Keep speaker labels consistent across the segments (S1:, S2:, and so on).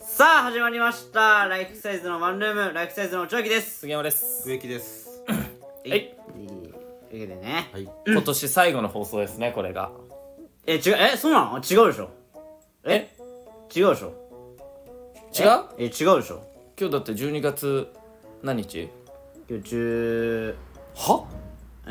S1: さあ始まりましたライフサイズのワンルームライフサイズの長木です
S2: 杉山です
S3: 植木です。
S1: はいというわけでね
S3: はい。
S2: 今年最後の放送ですねこれが
S1: え違うえそうなの違うでしょ
S2: え
S1: 違うでしょ
S2: 違う
S1: え違うでしょ
S2: 今日だって12月何日
S1: 今日10
S2: は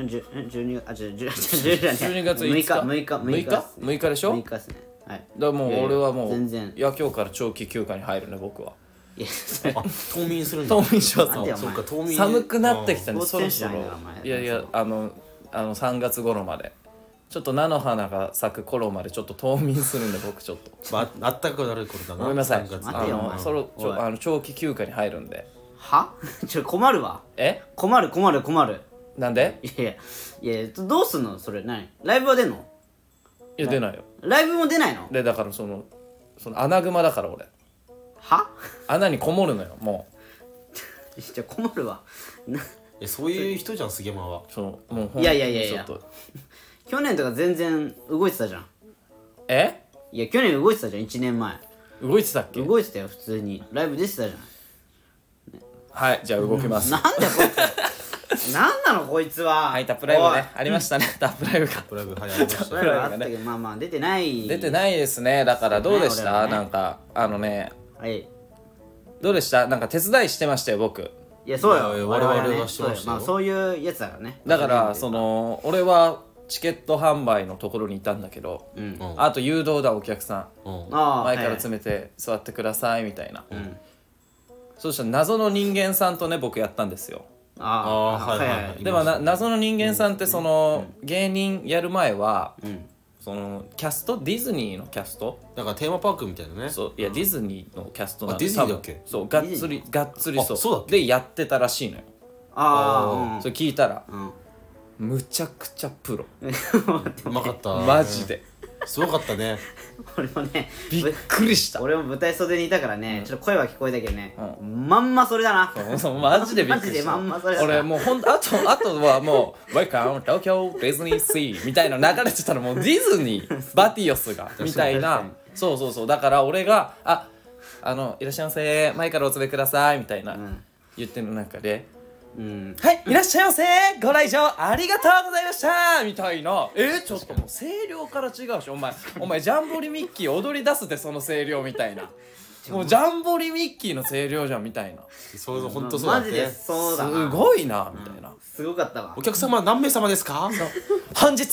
S1: んじゅん12月あ 違う10 10じゃねえ
S2: 12月5
S1: 6
S2: 日
S1: 日6日
S2: 6
S1: 6日っす
S2: 日
S1: ね
S2: 6日でしょ
S1: 6
S2: だか
S1: 日ですねはい
S2: らもう
S1: やいや
S2: 俺はもう
S1: 全然
S2: いや今日から長期休暇に入るね僕はい
S1: やそれ
S3: あ、冬眠するんだ。
S2: 冬眠しよう
S1: なんでよ
S2: と
S3: そうか、冬眠。
S2: 寒くなってきたね
S1: うん
S2: そろそろ
S1: スポーツ選手なんだお前
S2: いやいやあのあの3月頃までちょっと菜の花が咲く頃までちょっと冬眠するんで僕ちょっと
S3: うん。まあ、あったかくなる頃だな。
S2: ごめんなさい
S3: 三月
S1: 待っ
S2: あ
S1: てよお
S2: の
S1: 前
S2: そろち
S1: お
S2: ょ
S1: い
S2: あの長期休暇に入るんで
S1: は ちょ困るわ
S2: え
S1: 困る困る困る
S2: なんで
S1: いやいやいやどうすんのそれ何ライブは出んの
S2: いや出ないよ
S1: ライブも出ないの
S2: でだからそのその穴熊だから俺
S1: は
S2: 穴にこもるのよも
S1: じゃ困るわな
S3: え、そういう人じゃん、杉山は。
S2: うそのもうほん
S1: いやいやいやいや
S2: ちょっと
S1: 去年とか全然動いてたじゃん
S2: え
S1: いや去年動いてたじゃん1年前
S2: 動いてたっけ
S1: 動いてたよ普通にライブ出てたじゃん
S2: はいじゃあ動きます
S1: なんだこいつなんなのこいつは
S2: はいタップライブねありましたねタップライブか
S3: ブライブ、はい、ありまし
S1: おい
S3: た
S1: ライブあったけどまあまあ出てない
S2: 出てないですねだからどうでし
S1: そうね俺
S2: た
S1: はね
S2: なんかあのね
S1: はい
S2: どうでしたなんか手伝いしてましたよ僕
S1: いやそう
S3: いや
S1: よ
S3: いや我々は
S1: ね
S3: してましたよ
S1: そうよまあそういうやつだからね
S2: だからその俺はチケット販売のところにいたんだけど
S1: うん
S3: うん
S2: あと誘導だお客さ
S3: うん。
S1: あ
S2: ん
S1: あ
S2: 前から
S1: はい
S2: 詰めて座ってくださいみたいな
S1: うん
S2: そうしたら謎の人間さんとね僕やったんですよ
S1: ああ
S3: あーはいはいはい
S2: でもな謎の人間さんってその芸人やる前は
S1: うん
S2: そのキャストディズニーのキャスト
S3: なんかテーマパークみたいなね。
S2: そういやディズニーのキャストなん
S3: あディズニーだっけ
S2: 多分そうがっつりがっつりそう
S3: あそうだっけ
S2: でやってたらしいのよ
S1: あ
S2: それ聞いたら
S1: あうん
S2: むちゃくちゃプロ
S3: うまかっ た。
S2: マジ。です
S3: ごかったね。
S1: 俺もね
S2: びっくりし た
S1: 俺も舞台袖にいたからね、ちょっと声は聞こえたけどね、まんまそれだな
S2: そうマジでびっくりし
S1: マジでま
S2: た
S1: んまそれだな
S2: 俺もうほんとあとあとはもう「Welcome to Tokyo Disney Sea」みたいな流れてたらもうディズニーバティオスがみたい
S1: 確
S2: な
S1: かに
S2: そうそうそうだから俺が「ああのいらっしゃいませ前からお連れください」みたいな、
S1: ん
S2: 言ってる中で
S1: うん
S2: 「はいいらっしゃいませご来場ありがとうございました」みたいなえちょっともう声量から違うしお前お前ジャンボリミッキー踊り出すでその声量 みたいなもうジャンボリミッキーの声量じゃんみたいな。
S3: そうそう、本当そうだっ
S1: マ
S3: た
S1: ジで
S3: ね。
S1: そうだ
S2: す
S1: な
S2: ごいなみたいな、
S1: すごかったわ
S3: お客様何名様ですか
S2: 本日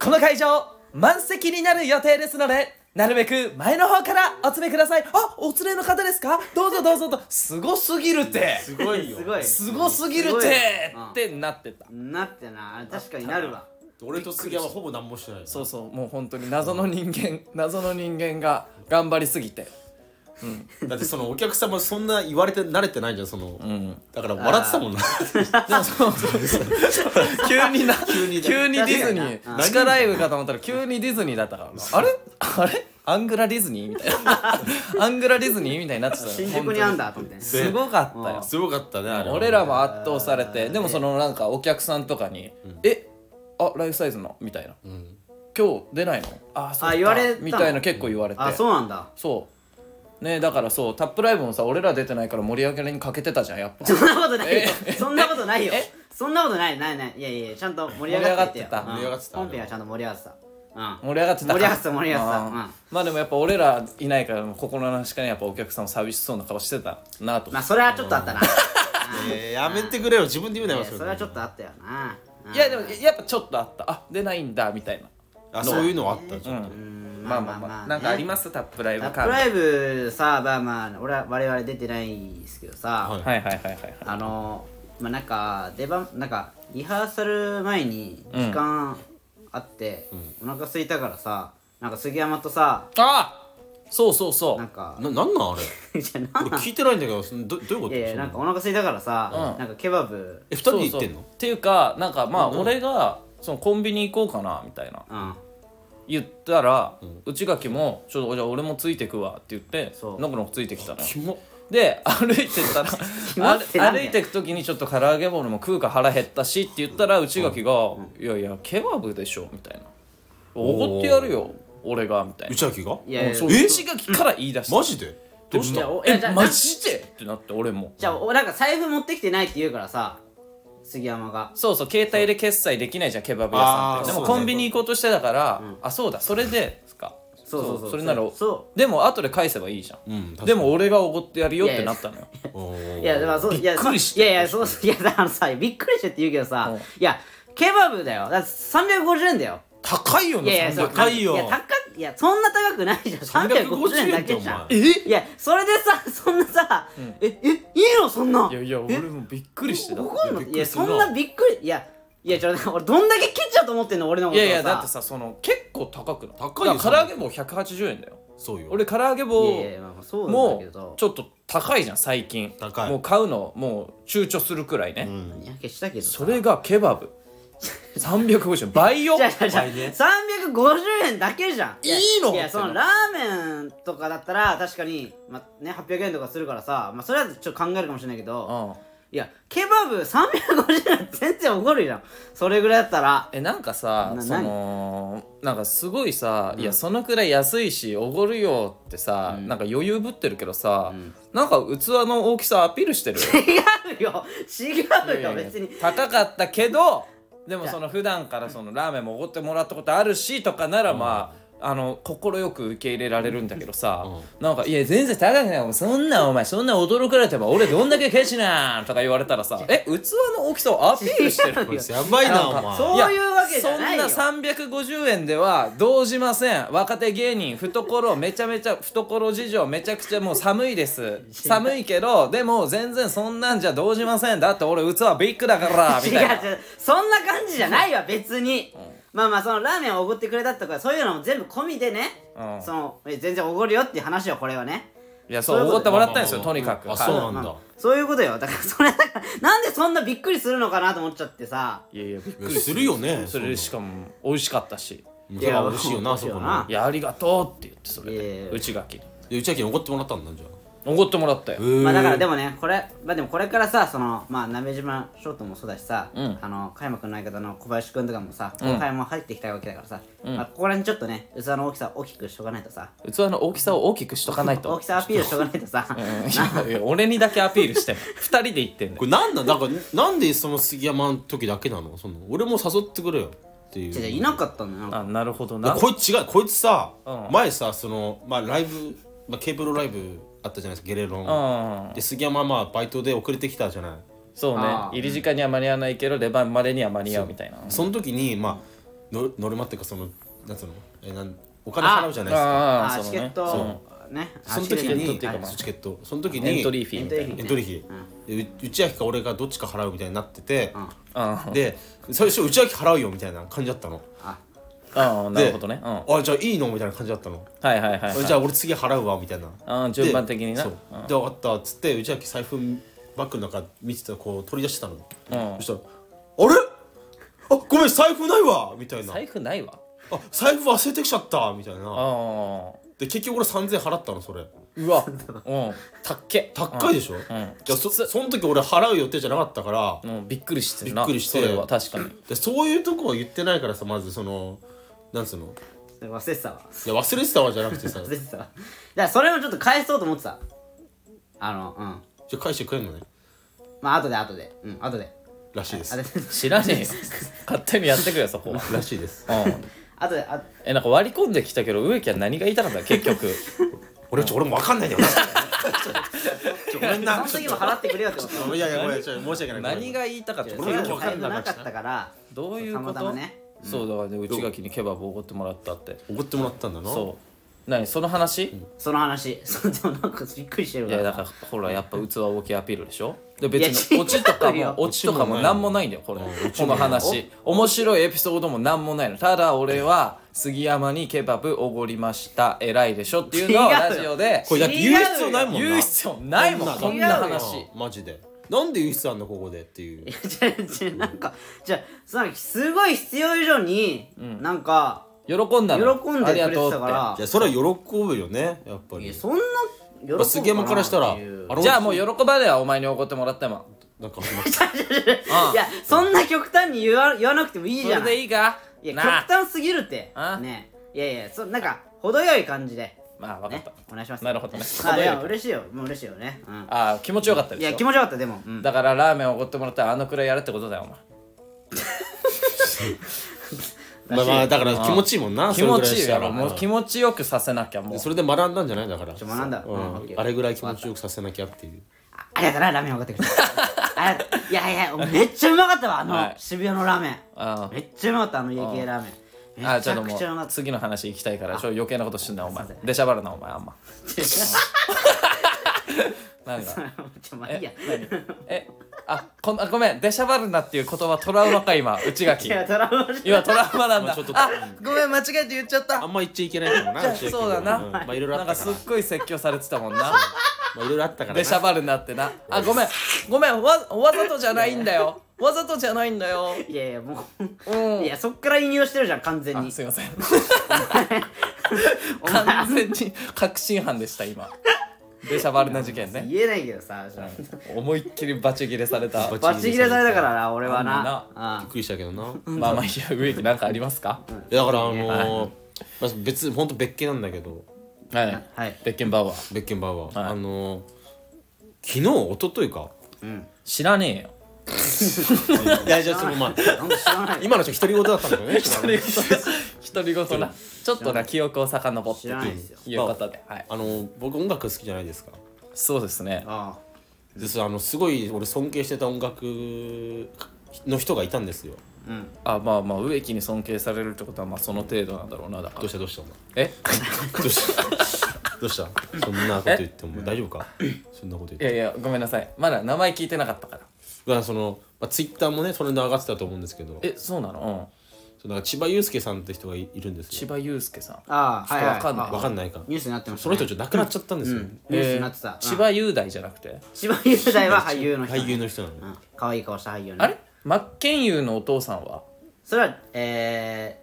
S2: この会場満席になる予定ですのでなるべく前の方からお詰めくださいあお連れの方ですかどうぞどうぞとすごすぎるて
S3: すごいよ。
S1: すごい
S2: すごすぎる
S1: すごい
S2: て
S1: うん
S2: ってなってた
S1: なってなあれ確かになるわ
S3: 俺と杉山ほぼ何もしてない。
S2: そうそうもう本当に謎の人間謎の人間が頑張りすぎて
S3: だってそのお客様そんな言われて慣れてないじゃん、その。だから笑ってたもんな。
S2: 急に な急に急にディズニ
S1: 確
S2: ー地下ライブかと思ったら急にディズニーだったからなあれあれアングラディズニーみたい なアングラディズニーみたいになってたよ
S1: 新宿にあんだと思ってね
S2: すごかったよ
S3: すごかったね、あれは。
S2: 俺らも圧倒されてでもそのなんかお客さんとかに「えあライフサイズの?」みたいな「今日出ないの?」あそうか
S1: 言われたの
S2: みたいな結構言われて
S1: あそうなんだ
S2: そうねだからそうタップライブもさ俺ら出てないから盛り上げに欠けてたじゃんやっぱ
S1: そんなことないよ
S2: え
S1: そんなことないよ
S2: え
S1: そんなことないないないいやいやちゃんと盛り上がってたよ
S2: 盛
S3: り上がってた
S1: うん本
S3: 盛り上がってた
S1: 編はちゃんと盛り上がってたうん
S2: 盛り上がってた
S1: 盛り上がってた盛り上がってた
S2: あー
S1: うん
S2: まあでもやっぱ俺らいないから心なしかにやっぱお客さんも寂しそうな顔してたなと
S1: まあそれはちょっとあったな
S3: えーやめてくれよ、自分で言うな
S1: うんい
S3: よ、
S1: やそれはちょっとあったよなうん
S2: いやでもやっぱちょっとあったあ出ないんだみたいな
S3: あ、そういうのはあったじゃん。
S1: うん
S2: まあまあまあなんかありますタップライブ
S1: ラ
S2: 感
S1: ップライブさまあまあ俺は我々出てないですけどさ、
S3: はい
S2: はいはいはいはいはい
S1: あのまあなんか出番なんかリハーサル前に時間あって、お腹空いたからさなんか杉山とさ
S2: あそうそうそ
S1: なん
S2: う
S1: か
S3: ななんなんあ れ
S1: じゃあ
S3: 俺聞いてないんだけどそのどどういうこ
S1: い
S3: と
S1: やいやなんかお腹空いたからさ、なんかケバブ
S3: え二人で行って
S2: そう
S3: んの
S2: そうっていうかなんかまあ俺がそのコンビニ行こうかなみたいな
S1: うん
S2: 言ったら内垣も「ちょっとじゃあ俺もついてくわ」って言って
S1: そう
S2: のこのこついてきたのよ
S3: キモ
S2: で歩いてったら
S1: まってな
S2: あ
S1: んだ
S2: 歩
S1: よ
S2: いてく時にちょっと唐揚げボールも食うか腹減ったしって言ったら内垣が「いやいやケバブでしょ」みたいな「おごってやるよ俺が」みたいな
S3: 内垣が
S1: いやいや
S3: そう
S1: え
S2: 内垣から言い出した
S3: マジでどうし
S1: い
S3: た
S1: やおいや
S2: え
S1: じゃあ
S2: マジでってなって俺も
S1: じゃあおなんか財布持ってきてないって言うからさ杉山が
S2: そうそう携帯で決済できないじゃんケバブ屋さんって
S3: あ
S2: で
S3: ー
S2: も
S3: そうね
S2: コンビニ行こうとしてたから、あそうだそれでですか
S1: そうそうそう
S2: それなら
S1: そ
S2: でも後で返せばいいじゃん、
S3: ん確かに
S2: でも俺がおごってやるよってなったのよ
S1: いやでもそういや
S2: びっくりして
S1: いやいやそういやだからさびっくりしてって言うけどさ、
S2: うん
S1: いやケバブだよだって350円だよ
S3: 高いよ
S1: いやいや
S3: ね
S1: そう
S3: 高いよ
S1: いや高っいやそんな高くないじゃん350
S3: 350
S1: 円だけじゃ
S3: っ
S1: ん
S3: てお
S1: いやそれでさ そんなさ、ええいいのそんない
S2: やいや俺もびっくりしてた
S1: 怒んの
S2: び
S1: い
S2: っくり
S1: や
S2: する
S1: そんなびっくりいやいやちょっと俺どんだけケチだと思ってんの俺のこ
S2: い
S1: とを
S2: や
S1: さ
S2: いやだってさその結構高くない
S3: 高いよ
S2: だから唐揚げ棒180円だよ
S3: そうよ
S2: 俺唐揚げ
S1: い
S2: 棒
S1: やいやまあまあそうなん
S2: も
S1: だけど
S2: うちょっと高いじゃん最近
S3: 高い
S2: もう買うのもう躊躇するくらいね、
S1: いや消したけどさ
S2: それがケバブ350円倍よ
S1: じゃあじゃあじゃあ
S3: 倍ね
S1: 350円だけじゃん
S3: いいの
S1: いやそのラーメンとかだったら確かに、まあね、800円とかするからさ、まあ、それはちょっと考えるかもしれないけど、
S2: うん
S1: いやケバブ350円全然おごるじゃんそれぐらいだったら
S2: えなんかさ
S1: な
S2: そのなんかすごいさ、いやそのくらい安いしおごるよってさ、なんか余裕ぶってるけどさ、なんか器の大きさアピールしてる
S1: 違うよ違うよ別に
S2: 高かったけどでもその普段からそのラーメンもおごってもらったことあるしとかならまあ、あの快く受け入れられるんだけどさ、なんか「いや全然高くないもんそんなお前そんな驚かれてば俺どんだけケチなん」とか言われたらさ「え器の大きさをアピールしてる」
S1: 違うよ
S3: やばいなお
S1: そう
S3: 前
S1: いうわけじゃないよ
S2: そんな350円では動じません若手芸人懐めちゃめちゃ懐事情めちゃくちゃもう寒いです寒いけどでも全然そんなんじゃ動じませんだって俺器ビッグだからみ
S1: 違う
S2: たいな
S1: 違うそんな感じじゃないわ別に、まあまあそのラーメンをおごってくれたとかそういうのも全部込みでね、
S2: うん
S1: そのえ全然おごるよっていう話よこれはね
S2: いやそう
S1: そういう
S2: お
S1: こ
S2: ご
S1: と
S2: ってもらったんですよ
S3: まあまあ
S2: とにかく
S3: あそうなんだ
S1: まあそういうことよだからそれだからなんでそんなびっくりするのかなと思っちゃってさ
S2: いやいやびっく
S3: い
S2: り
S3: やするよね
S2: それしかも美味しかったし
S3: いや美味しいよ
S1: いや
S3: なそこの
S2: いやありがとうって言ってそれ
S1: いやい
S2: で
S1: や
S2: 内垣に
S3: で内垣に怒ってもらったんだじゃ
S2: おごってもらったよ
S3: あ
S1: まあだからで
S3: も
S1: もねこれまあでもこれからさそのまあ鍋島翔太もそうだしさ、あの加山君の相方の小林君とかもさ後輩も入ってきたわけだからさ、まあ、ここら辺ちょっとね器の大きさを大きくしとかないとさ
S2: 器の大きさを大きくしとかないと
S1: 大きさアピールしとかないとさ、
S2: うんいやいや俺にだけアピールしてんの二人で言ってんだよ
S3: これなんなんだからなんでその杉山の時だけなのその俺も誘ってくれよっていう
S1: じゃじゃいなかったんだよなんか
S2: あなるほど
S3: いや
S2: な
S3: こいつ違うこいつさ、
S2: うん
S3: 前さその、まあ、ライブ、まあ、ケーブルライブあったじゃないですかゲレロン、
S2: うん
S3: で杉山はまあバイトで遅れてきたじゃない
S2: そうね
S1: あー
S2: 入り時間には間に合わないけど出番までには間に合うみたいな
S3: その時にまあのノルマっていうかそのなんつうのえなんお金払うじゃないですか
S2: あ
S1: あ
S2: あ
S1: チ
S2: そ
S1: ケ
S2: う
S1: ッ
S2: ね
S1: トね
S3: その時
S1: あチケ
S3: に
S1: ットっていうかまあ
S3: そうチケットその時に
S2: エントリーフィ
S1: エ
S2: ー
S1: ン
S2: み
S1: ト
S2: た
S1: リー
S2: い
S1: フィ
S3: エ
S1: ー
S3: ント
S1: ね
S3: リー費、でう内秋か俺がどっちか払うみたいになってて、
S2: なうん
S3: で最初内秋払うよみたいな感じだったの
S1: あ
S2: ああな
S3: で
S2: るほどねうんは
S3: あじゃあいいのみたいな感じだったの、
S2: いはいはいはい
S3: じゃあ俺次払うわみたいな
S2: あー順番的にな
S3: でそうで分かったっつって内垣財布バッグの中見てたらこう取り出してたの、
S2: うん
S3: そしたら「あれあごめん財布ないわ」みたいな
S2: 財布ないわ
S3: 「あ財布忘れてきちゃった」みたいな
S2: ああ
S3: で結局俺3000払ったのそれ
S2: うわうんたっけ
S3: 高いでしょ、じゃそその時俺払う予定じゃなかったから、
S2: うんびっくりしてるな
S3: びっくりして
S2: それは確かに
S3: でそういうとこは言ってないからさまずそのなんつうのい
S1: 忘れてたわ
S3: や忘れてたわじゃな くてさ
S1: 忘
S3: じ
S1: れてたわだからそれもちょっと返そうと思ってたあのうん
S3: ゃあ返してくれんのね
S1: まあ後で後でうん後で
S3: らしいです
S1: あれ
S2: 知らねえよ勝手にやってくれよそ こは
S3: らしいです
S2: うん
S1: 後であ
S2: えなんか割り込んできたけど植木は何が言いたかったの結局
S3: 俺ちょ俺も分かんないんだよちょごめん
S1: そ
S3: な
S1: の時も払ってくれよってこと
S3: いやいやごめんちょ申し訳ない
S2: 何が言いたかっ
S1: そ
S2: た
S1: れ
S3: 俺も
S1: は
S3: よくわかんなか
S1: な
S3: っ
S1: か
S3: た
S1: ったから
S2: どういうこと
S1: たまたまね
S2: そうだからね内垣にケバブおごってもらったって
S3: 怒ってもらったんだな
S2: そう何その話、
S1: その話 そうでもなんかびっくりしてる
S2: い
S1: か
S2: や
S1: ら
S2: だからほらやっぱ器大きいアピールでしょで
S1: いや
S2: 別に
S1: 違う
S2: オチとか
S1: よ
S2: もオチとかも何もないんだよこれこの話面白いエピソードも何もないのただ俺は杉山にケバブおごりました偉いでしょっていうの
S1: 違
S2: を
S1: うよ
S2: ラジオで
S3: これだって言う必要ないもんな
S2: 言う必要ないもんこんな話
S3: マジでなんで言う必要あんのここでっていう
S1: 違う違うなんかじゃあそのすごい必要以上になんか
S2: 喜んだの
S1: 喜んでくれてたから
S2: ありがとうって
S3: いやそれは喜ぶよねやっぱ
S1: いや
S3: り
S1: そんな喜ぶ
S3: まあ杉山からしたら
S1: かなっていう
S3: あれ
S2: じゃあもう喜ばれはお前に怒ってもらっても
S3: なんかありました
S1: いやそんな極端に言わ言わなくてもいい
S2: そ
S1: じゃ
S2: れ
S1: ない
S2: でいいか
S1: いや
S2: なあ
S1: 極端すぎるって
S2: あ
S1: ねいやいやそなんか程よい感じで
S2: まあ分かっ
S1: ね
S2: た、
S1: お願いします
S2: なるほどね
S1: あいや嬉しいよもう嬉しいよねうん
S2: ああ気持ちよかったで
S1: い
S2: しょ
S1: や気持ちよかったでもうん
S2: だからラーメンおごってもらったらあのくらいやれってことだよお前
S3: まあまあだから気持ちいいもんな
S2: 気
S3: それ
S2: 持
S3: ぐら
S2: ちいい
S3: した
S2: や
S3: ら
S2: ろもう気持ちよくさせなきゃもう
S3: それで学んだんじゃないだから
S1: ちょ学んだ
S3: う
S1: うんオッケー
S3: あれぐらい気持ちよくさせなきゃっていう
S1: あありがとうなラーメン送ってくれてありがとういやいやめっちゃうまかったわあの、
S2: はい
S1: 渋谷のラーメン
S2: あ
S1: めっちゃうまかったあの家系ラーメン
S2: あ
S1: め
S2: ち
S1: ち
S2: ょっ
S1: ゃ
S2: と
S1: く
S2: も
S1: ちゃうま
S2: う
S1: かっ
S2: 次の話行きたいからちょっと余計なことしてんなお前
S1: すいませ
S2: でしゃばるなお前あんまなんだ
S1: たちょまあいいや
S2: えあこんあごめんでしゃばるなっていう言葉トラウマか 今内
S1: い
S2: 垣
S1: やトラウマじゃ
S2: 今トラウマなんだ
S3: ちょっと
S2: あごめん間違えて言っちゃった
S3: あんま言っちゃいけないからな内垣君
S2: そうだなん
S3: まあいろいろあ
S2: な
S3: っ
S2: んか
S3: たか
S2: す
S3: ら
S2: っごい説教されてたもんな
S3: まあいろいろあったからな
S2: でしゃばるなってなあごめんごめんわわざとじゃないんだよわざとじゃないんだよ
S1: んいやいやも
S2: う
S1: うんいやそっから引用してるじゃん完全
S2: あ
S1: に
S2: すいま せん完全に確信犯でした今でしゃばるな事件ね
S1: 言えないけどさ
S2: 思いっきりバチ切れされた
S3: バ
S1: バッチ切れされたからな俺は
S2: あん
S1: な
S2: な
S1: あ
S3: びっくりしたけどな
S2: まあまあいいや植木なんかありますか
S3: いやだからあのーまあ別本当別件なんだけど
S2: はい
S1: はい
S2: ベッケンバウアー
S3: 別件バーは
S2: はい
S3: あのー昨日一昨日か
S2: 知らねえよ
S3: いやじゃあそのまあ
S1: なんか知ら ない
S3: 今の人独り言だったんだけど ね
S2: 独り言なちょっとな記憶を遡って
S1: 知らないですよ
S2: ということではい
S3: あのー僕音楽好きじゃないですか
S2: そうですね
S1: あ
S3: ですあのすごい俺尊敬してた音楽の人がいたんですよ
S1: あうん
S2: あまあまあ植木に尊敬されるってことはまあその程度なんだろうなだか
S3: どう
S2: ら
S3: したどうしたお前
S2: え
S3: どうした どうしたそんなこと言っても大丈夫かそんなこと言っ
S2: い
S3: て
S2: やいやごめんなさいまだ名前聞いてなかったから
S3: だからその、まあ、ツイッターもねそれで上がってたと思うんですけど
S2: えそうなのうん
S3: そのなんか千葉雄介さんって人がいいるんです
S2: 千
S3: よ
S2: 葉雄介さん
S1: ああはいはい
S2: ちょっとわかんない
S1: あ
S3: わかんないか
S1: ニュースになってました
S3: その
S1: ね
S3: 人ちょっと亡くなっちゃったんですよ、
S1: ニュースになってた
S2: 千葉雄大じゃなくて
S1: 千葉雄大は俳優の人
S3: 俳優の人なの、
S1: うん可愛い顔した俳優の
S2: あれ真剣佑のお父さんは
S1: それはえ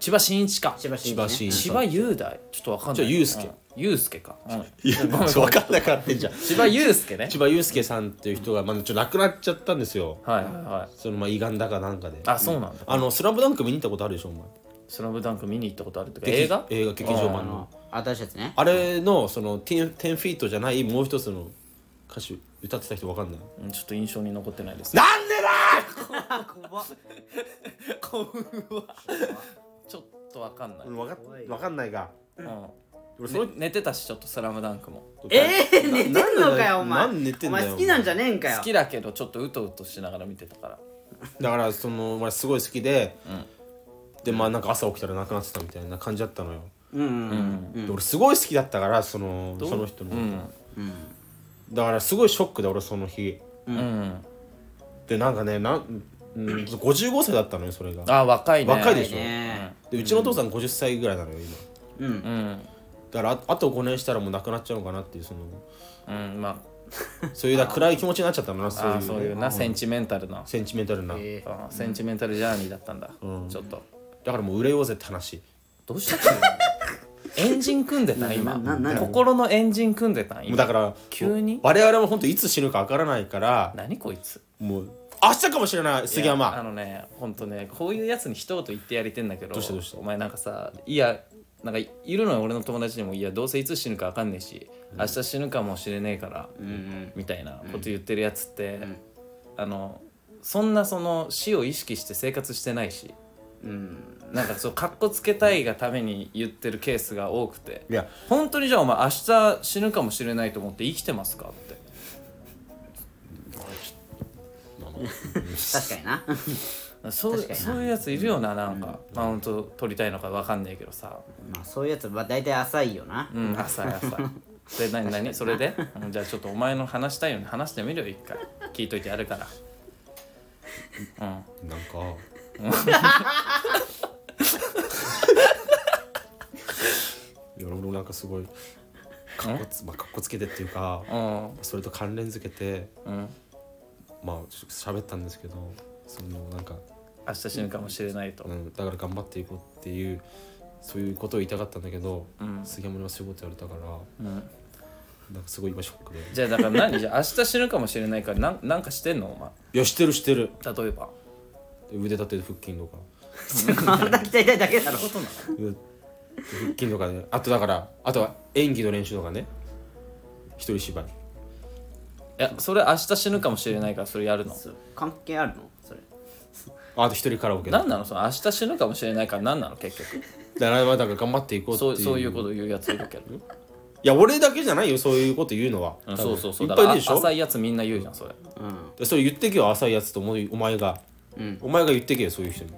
S2: 千葉真一か
S1: ー千葉真
S3: 千葉
S1: 一
S3: 真
S1: ね
S3: 一
S2: 千葉雄大ちょっとわかんない
S3: じゃあ雄介
S2: うん雄介か、うん
S3: いや分かんなくなってんじゃん
S2: 千葉雄介ね
S3: 千葉雄介さんっていう人が、まあ、ちょっと亡くなっちゃったんですよ
S2: はいはいはい
S3: そのまあ胃がんだかなんかであ
S2: あそうなんだ
S3: の「スラムダンク見に行ったことあるでしょお前
S2: 「スラムダンク見に行ったことあるってか映画
S3: 劇映画劇場版の
S1: 新しいやつね
S3: あれのその10 10フィートじゃないもう一つの歌手歌ってた人わかんない
S2: うんちょっと印象に残ってないです
S3: なんでだ
S2: ちょっとわかんない、
S3: わかわかんないが
S2: うん
S3: 俺そ
S2: ね
S3: の
S2: 寝てたしちょっと「スラムダンクも
S1: えー、寝てんのかよお前
S3: なんでだよなんで寝てん
S1: お
S3: だよ
S1: 前好きなんじゃねえんかよ
S2: 好きだけどちょっとうとうとしながら見てたから
S3: だからその俺すごい好きで、でまあなんか朝起きたら亡くなってたみたいな感じだったのよ、
S1: うんうん
S3: で俺すごい好きだったからそのその人の、
S2: うん
S3: だからすごいショックで俺その日
S2: うん、
S3: でなんかねなん、うん、55歳だったのよそれが
S2: あ若いね
S3: 若いで
S1: い
S3: しょ
S1: ね
S3: でうちのお父さん50歳ぐらいなのよ今
S1: うん
S2: うん
S3: だからああと5年したらもう亡くなっちゃうのかなっていうその
S2: うんま
S3: そういうだから暗い気持ちになっちゃったのな
S2: あ
S3: そういう
S2: あーそういうなセンチメンタルな
S3: センチメンタルな、
S1: え
S2: あーセンチメンタルジャーニーだったんだ、ちょっと
S3: だからもう売れようぜって話
S2: どうしちゃったの エンジン組んでた今
S1: ななな
S2: 心のエンジン組んでた
S3: もう
S2: 今
S3: だから
S2: 急に
S3: 我々も本当いつ死ぬかわからないから
S2: 何こいつ
S3: もう明日かもしれない杉
S2: いやあ
S3: 山
S2: のねほんとねこういうやつに一言言ってやりてんだけど
S3: どうしたどうした
S2: お前なんかさいやなんかいるのよ俺の友達にもいやどうせいつ死ぬか分かんねえし、明日死ぬかもしれねえから、みたいなこと言ってるやつって、あのそんなその死を意識して生活してないし、なんかそうかっこつけたいがために言ってるケースが多くて、
S3: いや
S2: 本当にじゃあお前明日死ぬかもしれないと思って生きてますかって
S1: 確かにな
S2: そう
S1: 確かにな
S2: そういうやついるよななんか、マウント取りたいのか分かんないけどさ
S1: まあ そういうやつは大体浅いよな
S2: うん朝朝で何何 それで、うんじゃあちょっとお前の話したいように話してみるよ一回聞いといてやるから
S3: なんか いや俺もなんかすごいかっこつ,、まあ、かっこつけてっていうか
S2: うん
S3: それと関連づけて
S2: うん
S3: まあちょっと喋ったんですけどそのなんか、
S2: 明日死ぬかもしれないと、
S3: うん、だから頑張っていこうっていうそういうことを言いたかったんだけど、
S2: うん
S3: 杉山にはそういうこと言われたから、
S2: うん
S3: なんかすごい今ショックで
S2: じゃあだから何じゃあ明日死ぬかもしれないからなんなんかしてんのお
S3: いや知ってる知ってる
S2: 前例えば
S3: 腕立て腹筋と か
S1: 体鍛えたいだけだろ
S3: 腕立て腹筋とかねあとだからあとは演技の練習とかね一人芝居
S2: いやそれ明日死ぬかもしれないからそれやるの
S1: そう関係あるのそれ
S3: あと一人カラオケだ
S2: 何なのその明日死ぬかもしれないから何なの結局
S3: だからだから頑張っていこうってい
S2: そううそういうこと言うやついるけど
S3: いや俺だけじゃないよそういうこと言うのは
S2: うんそうそうそう
S3: い
S2: だ
S3: っ
S2: か
S3: ぱい
S2: らあ
S3: いるでしょ
S2: 浅いやつみんな言うじゃんそれ
S1: うん
S3: でそれ言ってけよ浅いやつと思うお前が、お前が言ってけよそういう人に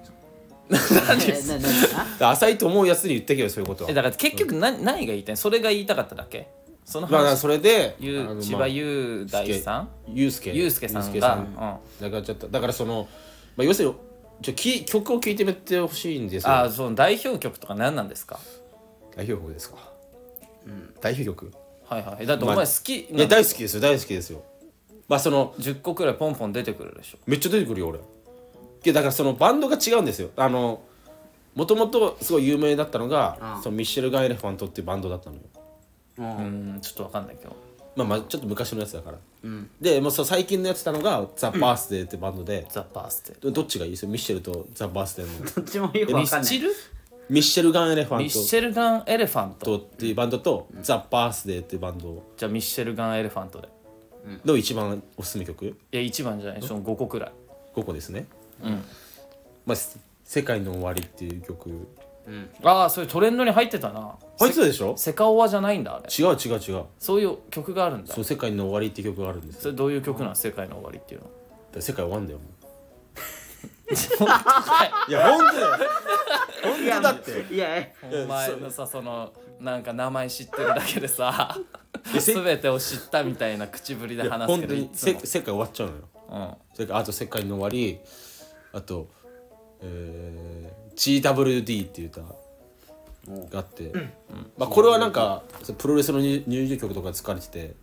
S1: 何何何
S3: で浅いと思うやつに言ってけよそういうことは
S2: えだから結局何,、何が言いたいのそれが言いたかっただけその
S3: まあだから
S2: 話
S3: それで
S2: ゆ
S3: あの
S2: う
S3: まあ
S2: 千葉雄大さん
S3: ゆうすけ
S2: ゆうすけさん
S3: ゆう
S2: が
S3: すけだからちょっとだからその、まあ、要するにちょき曲を聴いてみてほしいんです
S2: うん、あ
S3: よ
S2: あその代表曲とか何なんですか
S3: 代表曲ですか、代表曲
S2: はいはいだってお前
S3: まあ
S2: 好き、
S3: いや大好きですよ大好きですよまあその
S2: 10個くらいポンポン出てくるでしょ
S3: めっちゃ出てくるよ俺いやだからそのバンドが違うんですよあのもともとすごい有名だったのが
S1: ああ
S3: そのミッシェル・ガン・エレファントっていうバンドだったのよ
S1: うん
S2: うんちょっとわかんないけど
S3: まあまあちょっと昔のやつだから、でもうそう最近のやつたのがザ・バースデーってバンドで、
S2: ザ・バースって
S3: どっちがいいですよミッシェルとザ・バースデ ーの
S1: どっちもよくわかんな
S2: 知
S1: い
S2: る
S3: ミッシェル・ガン・エレファント
S2: ミッシェルガン・エレファント
S3: とっていうバンドと、ザ・バースデーっていうバンド
S2: じゃあミッシェルガン・エレファントで
S3: の一番おすすめ曲
S2: いや一番じゃないその5個くらい
S3: 5個ですね、まあせ「世界の終わり」っていう曲
S2: ああそれトレンドに入ってたな
S3: 入ってたでしょ
S2: セカオワじゃないんだあれ
S3: 違う違う違う
S2: そういう曲があるんだ
S3: そう「世界の終わり」っていう曲があるんです
S2: そ
S3: よ
S2: れどういう曲なん世界の終わりっていうの
S3: だから世界終わんだよもう いや本当だよ
S1: いやだっていやい
S2: お前のさそのなんか名前知ってるだけでさ
S3: やせ
S2: 全てを知ったみたいな口ぶりで
S3: いや
S2: 話す
S3: 本
S2: け
S3: 当
S2: ど
S3: に
S2: いつ
S3: せ
S2: も
S3: 世界終わっちゃうのよ
S2: うん
S3: それからあと「世界の終わり」あと、えー GWD っていう歌があって、まあ、これはなんかそうプロレスの入入場曲とか使われてて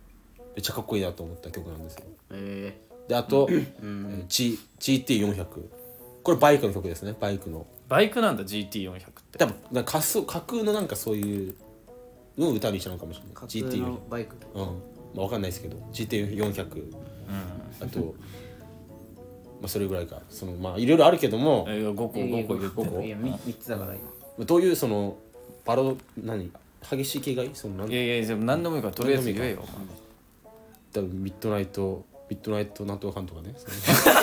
S3: めっちゃかっこいいなと思った曲なんですよ
S1: え
S3: であと、えー G GT400 これバイクの曲ですねバイクの
S2: バイクなんだ GT400 って
S3: 多分なんか仮想架空のなんかそういうのを歌にしたのかもしれない
S1: ー普通
S3: GT400
S1: のバイク
S3: うん、まあ、わかんないですけど GT400、あと、まあ、それぐらいかそのまあいろいろあるけども
S2: え5個
S1: いやい
S2: 5
S1: や
S2: 個言って
S1: いやみ三つだから今
S3: どういうそのパロ何激しい系がいいそのなん
S2: いやいやでも何でもいいからとりあえず言えよ
S3: 多分ミッドナイトミッドナイトなんとかかんとかねその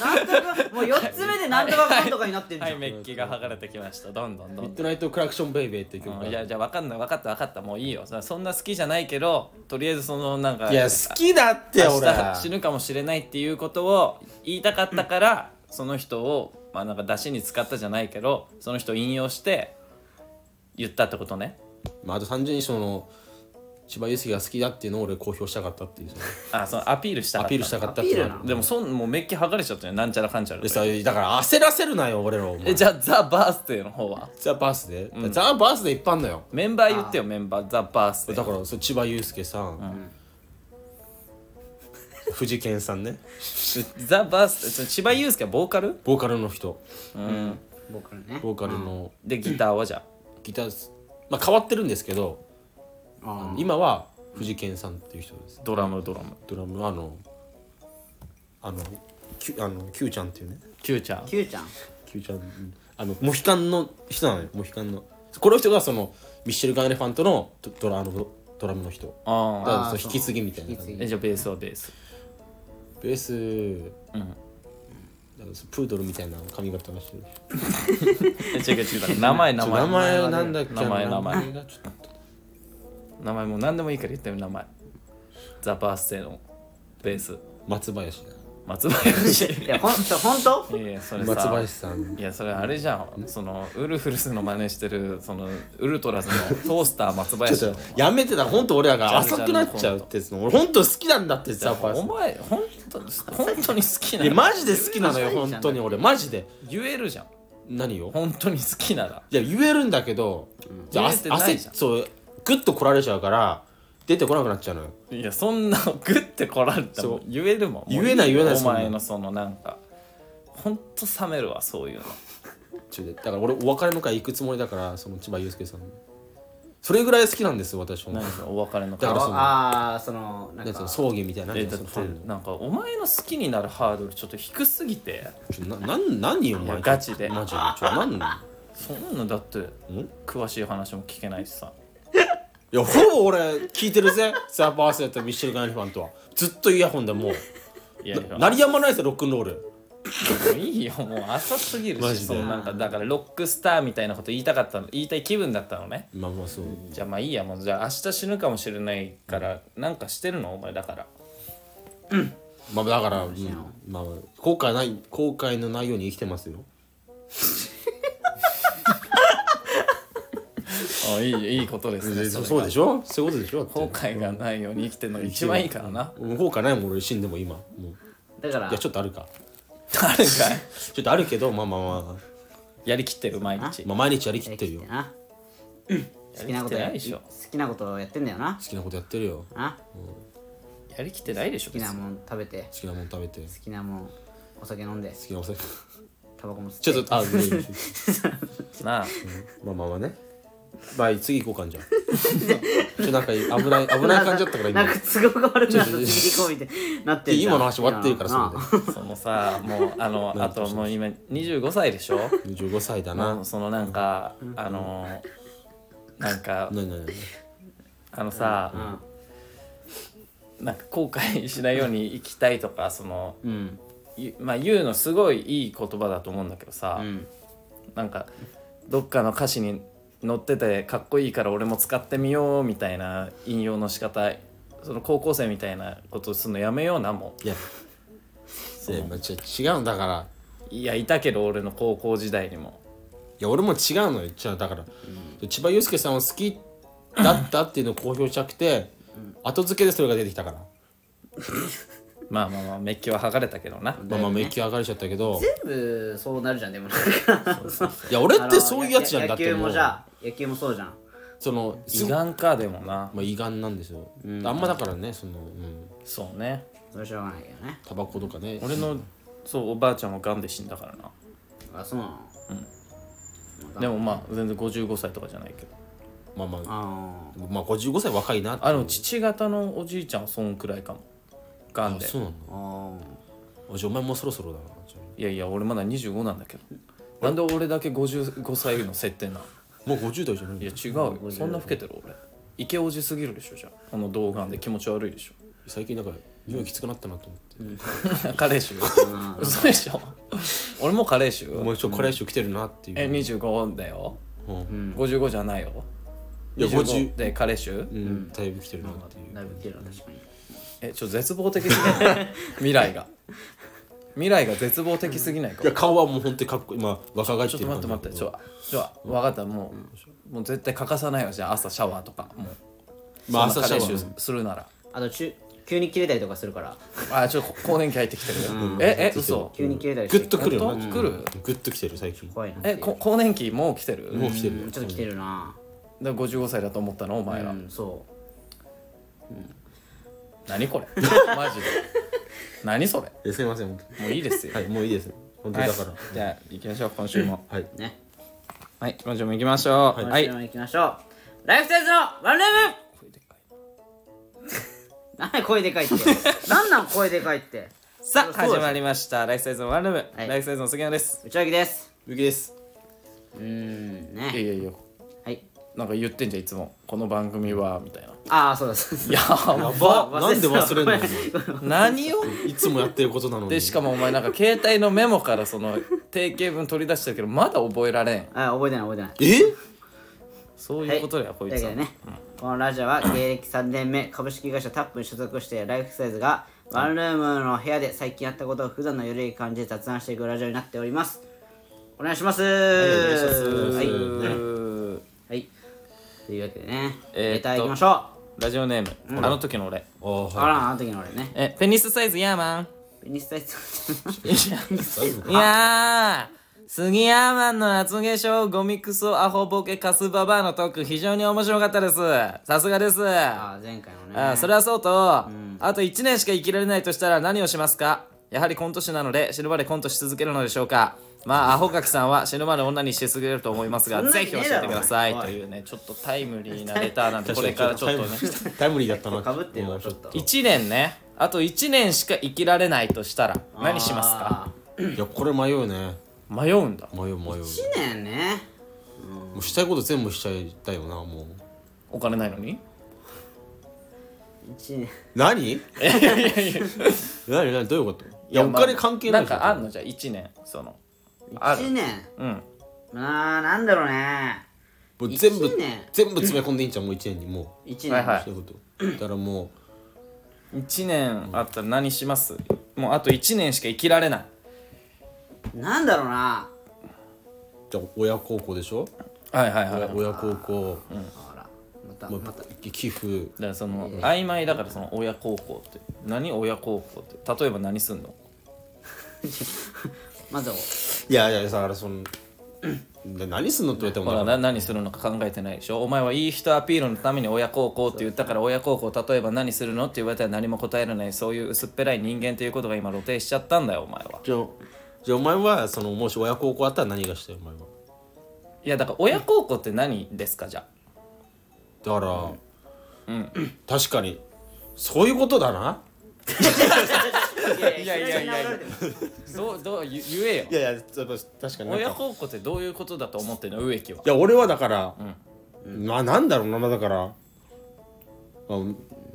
S1: なんとかもう4つ目でなんとかかんとかになってるじ
S2: お前は
S1: ゃ
S2: い
S1: ん
S2: メッキが剥がれてきましたどんどんど
S3: ミッ
S2: ん
S3: ドナイトクラクションベイベーっていう曲
S2: ど
S3: が
S2: んいやじゃあ分かんない分かった分かったもういいよそそんな好きじゃないけどとりあえずそのなんか
S3: いや好きだって
S2: 明
S3: 俺
S2: 日死ぬかもしれないっていうことを言いたかったから、その人をまあなんか出しに使ったじゃないけどその人を引用して言ったってことね
S3: まあ、あと単純にその千葉祐介が好きだっていうのを俺公表したかったっていうその
S2: あそのアピールしたかった
S3: アピールしたかったっていうのは
S1: アピール
S2: でもそんもうメッキ剥がれちゃったよなんちゃらかんちゃら
S3: でさだから焦らせるなよ俺らをお前
S2: えじゃあザ・バースデーの方は
S3: ザ・バースデー、ザ・バースデーいっぱいあんのよ
S2: メンバー言ってよメンバーザ・バースデ
S3: だ
S2: ー
S3: からそう千葉祐介さん、藤健さんね
S2: ザ・バースデーその千葉雄介はボーカル
S3: ボーカルの人
S1: 僕らね
S3: ボーカルの
S2: でギターはじゃ
S3: ギタース、まあ変わってるんですけど
S1: あ
S3: 今は藤健さんっていう人です
S2: あドラムドラム
S3: ドラムはあのあのきゅあの Q ちゃんっていうね
S2: キューちゃん
S1: ー Q ちゃん
S3: Q ちゃんうんあのモヒカンの人なのよモヒカンのこの人がそのミッシェル・ガン・エレファントのドドラあのドラムの人だか
S2: ああ
S3: らその引き継ぎみたいな
S1: 引き
S3: 感
S1: 継
S3: じ
S1: ぎ
S2: えじゃあベースはベース
S3: ベース、だからそのプードルみたいな髪型の人
S2: え違う違うだから名前名前
S3: 名前名前なんだっけ
S2: 名前名前
S3: がちょっと
S2: 名前もう何でもいいから言ってみ名前ザ・バースデーのベー ス
S3: 松林
S2: 松林い
S1: いやほんとほんと
S2: やいやそれ
S3: 松
S2: さ
S3: 林さん
S2: いやそれあれじゃんそのウルフルスの真似してるそのウルトラズのトースター松
S3: ちょ
S2: 林
S3: っとやめてた本当俺らが
S2: ジャ
S3: 浅
S2: ルジャ
S3: く
S2: ルの
S3: なっちゃうってその俺本当好きなんだってザ・バー
S2: お
S3: ス
S2: 前本当本当に好きない
S3: や
S2: ら
S3: マジで好きなのよ本当に俺マジで
S2: 言えるじゃん
S3: 何よ
S2: 本当に好きなら
S3: いや言えるんだけどじゃあ
S2: 言えてないじゃん
S3: 焦っそうグッと来られちゃうから出てこなくなっちゃうのよ
S2: いやそんなグッてこられた
S3: そ
S2: ら
S3: う
S2: 言えるもん
S3: 言えない
S2: もう
S3: 言えな
S2: お
S3: いそんな
S2: 前のそのなんか本当冷めるわそういうの
S3: ちょっとだから俺お別れの会行くつもりだからその千葉祐介さんそれぐらい好きなんですよ私は
S2: 何ですかお別れの
S3: だから
S2: 会
S3: その
S1: ああそのなん
S3: なんかそ
S1: か
S3: の葬儀みたいな
S2: え
S3: 何
S2: だ
S3: そ
S2: っ
S3: の
S2: て
S3: ファンの
S2: なんかお前の好きになるハードルちょっと低すぎて
S3: ちょななん何よお
S2: いや
S3: 前
S2: ガチで
S3: マジでちょなんな
S2: そんなのだって
S3: のん
S2: 詳しい話も聞けないしさ
S3: いやほぼ俺聞いてるぜスーパーアーセットミッシェル・ガンファンとはずっとイヤホンでも
S2: いうやい
S3: な
S2: や
S3: 鳴りやまないぜロックンロール
S2: もういいよもう浅すぎる
S3: マ
S2: し
S3: ジ
S2: そ
S3: で
S2: のなんかだからロックスターみたいなこと言いたかったの言いたい気分だったのね
S3: まあまあそう
S2: じゃあまあいいやもうじゃあ明日死ぬかもしれないからなんかしてるのお前だから
S3: まあだから、うんまあ後悔ない後悔のないように生きてますよ
S2: あいいいいことですね
S3: そ
S2: れが
S3: うでしょそういうことでしょだ
S2: 後
S3: って
S2: 悔がないように生きてるのが一番いいからな
S3: うん後悔ないもん俺死んでも今もう
S1: だから
S3: いやちょっとあるか
S2: 誰かい
S3: ちょっとあるけどまあまあまあ、
S2: やりきってる毎日
S3: まあ、毎日やりきってるよ
S1: 生き
S3: 好
S1: てな好
S2: やり
S1: きなことや好
S2: きってないでしょ
S1: きなことをやってんだよな
S3: きなことやってるよ好
S1: な
S2: やりきってないでし
S1: 好
S2: ょ
S1: き
S2: 別
S1: な
S2: に
S1: もん食べて
S3: きなもん食べて好
S1: 好きなもんお酒飲んで
S3: きなお酒
S1: タバコも吸って
S3: ちょっとあ無理無理
S2: なあ
S3: まあまあまあねまあ次行こうかんじゃんちょなんか危ない危ない感じだったから今
S1: なんか都合が悪くなった
S3: ちょちょ
S1: 次行こうみたいになってんじゃん
S3: 今の話終わってるから
S1: なあ
S3: それ
S2: そのさもうあのあともう今25歳でしょ
S3: で25歳だ
S2: も
S3: な
S2: うそのなんかあのなんか
S3: 何何何
S2: あのさなんか後悔しないように生きたいとかその
S1: うんうん
S2: ゆまあ言うのすごいいい言葉だと思うんだけどさ
S1: うん
S2: なんかどっかの歌詞に載っててかっこいいから俺も使ってみようみたいな引用の仕方その高校生みたいなことするのやめようなも
S3: いやいやまあち違うんだから
S2: ういやいたけど俺の高校時代にも
S3: いや俺も違うのよじゃあだから、千葉雄介さんを好きだったっていうのを公表したくて、後付けでそれが出てきたから、
S2: まあまあまあメッキは剥がれたけどな
S3: まあまあメッキ上がれちゃったけど
S1: 全部そうなるじゃんでも なんか
S3: いや俺ってそういうやつじゃんだ
S1: 野
S3: って
S1: 球
S3: も
S1: も
S3: う
S1: じゃあ野球もそうじゃん
S3: そのす
S2: 胃がんかでもな
S3: まあ、胃がんなんですよ、あんまだからねその、うん、
S2: そうね
S1: それはしょうがないけどね
S3: タバコとかね
S2: 俺のそうおばあちゃんもがんで死んだからな
S1: あそうなの
S2: でもまあ全然55歳とかじゃないけど
S3: まあまあ
S1: あ
S3: まあ55歳若いなって
S2: あの父方のおじいちゃんはそんくらいかもがんで
S3: そうなの
S1: ーあ
S3: あじゃあお前もうそろそろだない
S2: やいや俺まだ25なんだけどなんで俺だけ55歳の設定なの
S3: もう50代じゃない
S2: いや
S3: よ
S2: 違うよそんな老けてる俺イケおじすぎるでしょじゃあこの童顔で気持ち悪いでしょ
S3: 最近なんか匂いきつくなったなと思って、
S2: 彼氏嘘でしょ俺も彼氏
S3: お前ちょっとカレー臭来てるなっていう、
S2: え25だよ
S3: うん、
S2: 55じゃないよ
S3: いや
S2: 25
S3: 50
S2: で彼氏
S3: うんだいぶ来てるなっていう
S1: あだいぶ切るな確かに
S2: えちょ絶望的すぎない未来が未来が絶望的すぎないか
S3: いや顔はもう本当にかっこいい今若返っ
S2: ちょ
S3: て
S2: っと
S3: る
S2: 待って待ってちょちょ分かったもうもう絶対欠かさないよじゃあ朝シャワーとかもう
S3: まあ朝シャワ
S2: そんな
S3: ー
S2: 彼氏するなら
S1: あと中急に切れたりとかするから
S2: あちょっと更年期入ってきてるええ嘘
S1: 急に切れたり
S3: グ
S1: し
S3: ッ
S1: て
S3: とくるよな
S2: 本当来る
S3: グッと来てる最近
S1: 怖いな
S2: えこ更年期もう来てる
S3: もう来てる
S1: う
S3: よ
S1: んちょっと来てるな
S2: だから55歳だと思ったのお前
S1: う
S2: ら
S1: んそ
S2: 何これマジで何それ
S3: えすいません本
S2: もういいですよ
S3: 当にはいもういいです本当にだから
S2: はいじゃあ行きましょう今週も
S3: はい、
S1: うね
S2: はい今週も行きましょうは
S1: はい
S2: い
S1: 行きましょうライフサイズのワンルーム何や声で かいって何なん声でかいって
S2: さあ
S1: そうです
S2: 始まりましたライフサイズのワンルーム、
S1: はい
S2: ライフサイズの杉野です
S1: 内脇です
S3: ゆきです
S1: うーん
S2: いや
S1: ね
S2: いやいや
S1: はい
S2: なんか言ってんじゃんいつもこの番組はみたいな
S1: ああそうです
S2: や
S3: や
S2: ば
S3: ばなんで忘れんのよ
S2: 何を
S3: いつもやってることなのに
S2: でしかもお前なんか携帯のメモからその定型文取り出してるけどまだ覚えられん
S1: あ覚えてない覚えてない
S3: え
S2: そう
S1: はい
S2: いうことだよこい
S1: と
S2: つ
S1: いうわけ
S2: は
S1: でね、このラジオは芸歴3年目株式会社タップに所属しているライフサイズがワンルームの部屋で最近やったことを普段の緩い感じで雑談していくラジオになっておりますお願いしますは
S2: はいい
S1: はい、はい、というわけでねレターいきましょう
S2: ラジオネーム、あの時の俺
S3: ああはい
S1: あらあの時の俺ね
S2: えペニスサイズヤーマン
S1: ペニスサイズ
S2: いやー杉ヤーマンの厚化粧ゴミクソアホボケカスババアのトーク非常に面白かったですさすがですあ
S1: あー前回のね
S2: ーそれはそうと、あと1年しか生きられないとしたら何をしますかやはりコント師なので死ぬまでコントし続けるのでしょうかまあアホガキさんは死ぬまで女にしてすぎると思いますが
S1: そんな
S2: ぜ
S1: に
S2: ひ
S1: ね
S2: 教
S1: え
S2: え
S1: だろ
S2: てください
S1: おい
S2: というねちょっとタイムリーなレター なんでこれからちょっとね
S3: タイムリー だったな
S1: かぶってるわちょっと
S2: 1年ねあと1年しか生きられないとしたら何しますか
S1: あ
S3: いやこれ迷うね
S2: 迷うんだ
S3: 迷う迷うも
S1: ー1年ね
S3: うしたいこと全部しちゃいたいよなもう
S2: お金ないのに
S1: 1年
S3: 何何何どういうこといやお
S2: まあ
S3: 金関係な
S2: なん
S3: いじゃん
S2: かあんのじゃあ1年そのある
S1: 1年
S2: うん
S1: まあなんだろうね
S3: もう全部
S1: 一年
S3: 全部詰め込んでいいんじゃんもう1年にも
S1: 1年、
S2: はいは
S3: うそういうことだからも
S2: 1年あったら何しますもうあと1年しか生きられない
S1: なんだろうな
S3: うじゃあ親孝行でしょ
S2: はいはいはい
S3: 親親孝行
S1: ほらまた
S3: ま
S1: ま
S3: あ
S1: た
S3: 寄付
S2: だからその曖昧だからその親孝行って何親孝行って例えば何すんの
S1: まず
S3: いやいやだからそのな何すんのって言われても
S2: ほら
S3: だか
S2: な何するのか考えてないでしょお前はいい人アピールのために親孝行って言ったから親孝行例えば何するのって言われたら何も答えられないそういう薄っぺらい人間ということが今露呈しちゃったんだよお前は
S3: らじゃあじゃあお前はそのもし親孝行あったら何がしたいお前はい
S2: やだから親孝行って何ですかじゃあ
S3: だから、確かにそういうことだな
S1: い
S2: やいやいやいや
S1: や
S2: どうどう言言えよ
S3: いやいややっぱ確かになん
S2: 親
S3: か
S2: 孝行ってどういうことだと思ってるの植木はい
S3: や俺はだから、まあなんだろうなだから、あ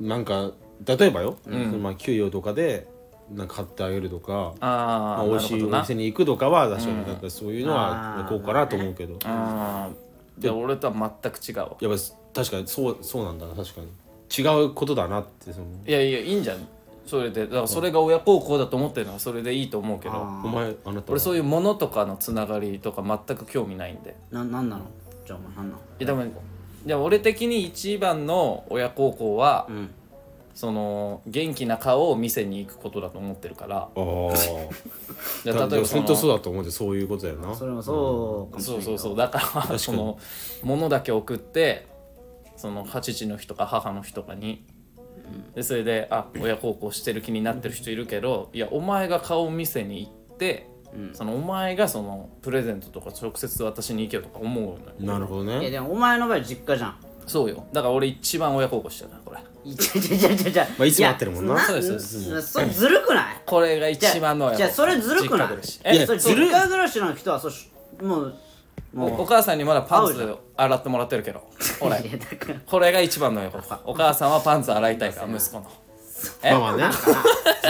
S3: なんか例えばよ、そのまあ給与とかでなんか買ってあげるとかま
S2: あ
S3: あ、
S2: あ
S3: 美
S2: なる
S3: 味し
S2: ほ
S3: い
S2: ど
S3: お
S2: な
S3: 店に行くとかは確かに、なんかそういうの
S1: あ
S3: は
S1: ー
S3: こうかなと思うけど、やっ
S2: あーで俺とは全く違うわ
S3: ぱ確かにそうそうなんだな確かに違うことだなってその
S2: いやいやいいんじゃんそれでだからそれが親孝行だと思ってるのはそれでいいと思うけど
S3: お前あなた
S2: 俺そう
S3: いう
S2: いうものとかのつながりとか全く興味ないんで
S1: ななんなのじゃあお前なんなの
S2: いやでもでも俺的に一番の親孝行は、
S1: ん
S2: その元気な顔を見せに行くことだと思ってるから
S3: あー
S2: で
S3: だ
S2: 例えばそ
S3: 本
S2: の
S3: 当そうだと思うんでそういうことだよな
S1: それもそうかもしれ
S2: そ
S1: な
S2: う
S1: い
S2: そうそうだからその物だけ送ってその父の日とか母の日とかにでそれであ親孝行してる気になってる人いるけどいやお前が顔見せに行って、そのお前がそのプレゼントとか直接私に行けよとか思うのよ
S3: なるほど
S1: いや
S3: ね
S1: でもお前の場合実家じゃん
S2: そうよだから俺一番親孝行してるなこれ
S1: いやいやいやいやいや
S3: まあいつも会ってるもんな
S1: や
S2: そうです
S1: なそれずるくない
S2: これが
S1: じゃ
S2: 一番の
S1: あ
S2: 親
S1: じゃあそれずるくない
S2: 実家暮らし
S1: え
S2: え
S1: それ
S3: ずるい
S1: 実家暮らしの人はそうしもう
S2: おお母さんにまだパ
S1: 合
S2: ン
S1: うじ
S2: ツ洗ってもらってるけど俺
S1: いやだから
S2: これが一番の親孝行お母さんはパンツ洗いたいから息子のえ
S3: まあまあね
S1: そ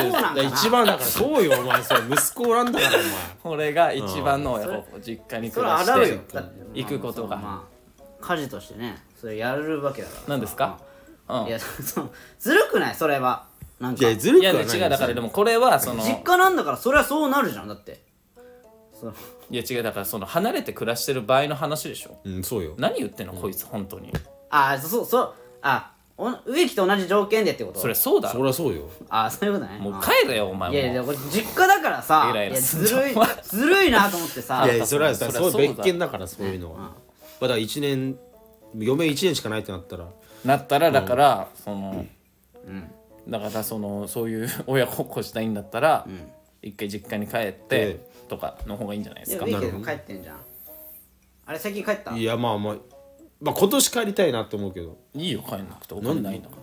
S1: うなん
S3: いや
S1: かな
S3: 一番だからそうよお前それ息子なんだ からお前
S2: これが一番の親孝行実家に
S1: そ
S2: 暮
S1: れ
S2: らし
S1: 洗う
S2: て
S1: よだってまあ
S2: 行くこと
S1: そう
S2: が
S1: まあ家事としてねそれやるわけだから
S2: 何ですかう
S1: いやそうずるくないそれはなん
S3: い
S1: か
S3: やずる
S2: んい
S3: く
S2: や
S3: は
S2: ね
S3: ないんですよ
S2: 違うだからでもこれはその
S1: 実家なんだからそれはそうなるじゃんだってそう
S2: いや違うだからその離れて暮らしてる場合の話でしょ
S3: うんそうよ
S2: 何言ってんのこいつ本当に
S1: あそうそうそうあお植木と同じ条件でってこと
S2: それそうだ
S3: そりゃそうよ
S1: あそういうことね
S2: もう
S1: あ
S2: 帰れよお前
S1: いやい
S2: も
S1: や
S2: う
S1: これ実家だからさ
S2: イライ
S1: い
S2: ラ
S1: や
S2: す
S1: ず
S2: る
S1: るい ずるいなと思ってさ
S3: いやいやそれは
S2: そ
S3: さ
S2: りゃ
S3: それは
S2: そうだ
S3: 別件だからそういうのは、まあだから1年余命1年しかないってなったら
S2: なったらだからそのだからそのそういう親孝行したいんだったら一回実家に帰って
S3: え
S2: とかの方がいいんじゃないで
S1: い
S2: す
S1: や
S2: か
S1: 植木でも帰ってんじゃんあれ最近帰った
S3: いやまあまあまあ今年帰りたいなと思うけど
S2: いいよ帰んなくてお金ないんだか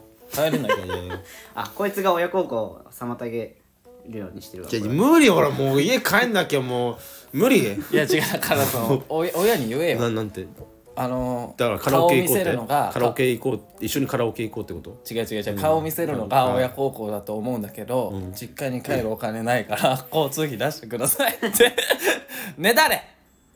S2: ら帰れないから
S3: いやいや
S1: あこいつが親孝行を妨げるようにしてるわ
S3: いや無理ほらもう家帰んなきゃもう無理
S2: いや違うだからそのお親に言えよ
S3: ななんて
S2: あのー
S3: だからカラオケ行こう
S2: 顔見せるの
S3: っ
S2: が
S3: てカラオケ行こう一緒にカラオケ行こうってこと
S2: 違う違う違う顔見せるのが親孝行だと思うんだけど、実家に帰るお金ないから、交通費出してくださいって ねだれ、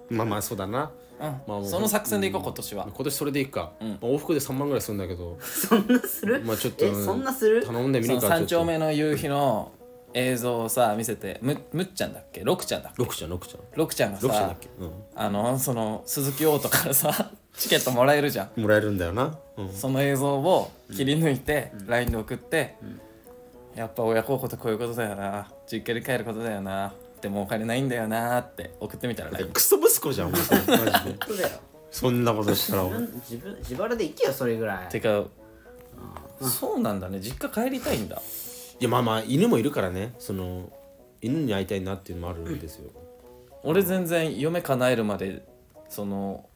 S3: まあまあそうだな、
S2: うん
S3: もう
S2: その作戦でいこう今年は、
S3: 今年それでいくか、まあ往復で3万ぐらいするんだけど
S1: そんなする
S3: まあちょっと
S1: えそんなする
S3: 頼んでみ
S2: そ
S3: る
S2: の
S3: か
S2: 三丁
S3: ちょっ
S2: 目の夕日の映像をさ見せてむむっちゃんだっけ六ちゃんだっけ
S3: と六ちゃん六ちゃん
S2: 六ちゃんが
S3: 六ちゃんだ
S2: さ
S3: っけ、う
S2: あのその鈴木オートからさチケットもらえるじゃん
S3: ん、もらえるんだよな、うん、
S2: その映像を切り抜いて LINE で送って、やっぱ親孝行ってこういうことだよな実家に帰ることだよなでもお金ないんだよなって送ってみたら LINE
S3: クソ息子じゃんマジで
S1: そうだよ
S3: そんなことしたら俺
S1: 自分自腹で行けよそれぐら
S2: て
S1: い
S2: かそうなんだね実家帰りたいんだ
S3: いやまあまあ犬もいるからねその犬に会いたいなっていうのもあるんですよ、
S2: 俺全然夢叶えるまでその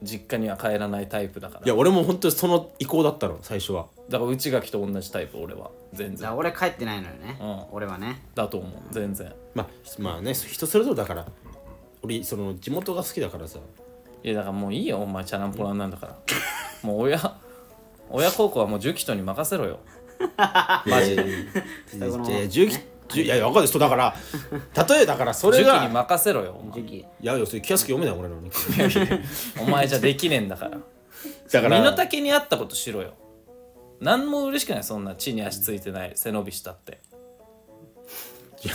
S2: 実家には帰らないタイプだから
S3: いや俺も本当にその意向だったの最初は
S2: だから内垣と同じタイプ俺は全
S1: だから
S2: 然
S1: 俺帰ってないのよね、
S2: う
S1: 俺はね
S2: だと思う全然
S3: まあまあね人それぞれだから俺その地元が好きだからさ
S2: いやだからもういいよお前チャランポランなんだからもう親親孝行はもう重機とに任せろよ
S3: マジで
S1: 双子の
S3: 重機重いやいや分かんないそうだから例えだからそ
S2: 重
S3: れ
S2: 機に
S3: が
S2: 任せろよお前
S1: 時期
S3: いやいやそれ気安く読めない俺の
S2: お前じゃできねえんだから
S3: だから
S2: 身の丈に合ったことしろよ何も嬉しくないそんな地に足ついてない背伸びしたって
S3: いや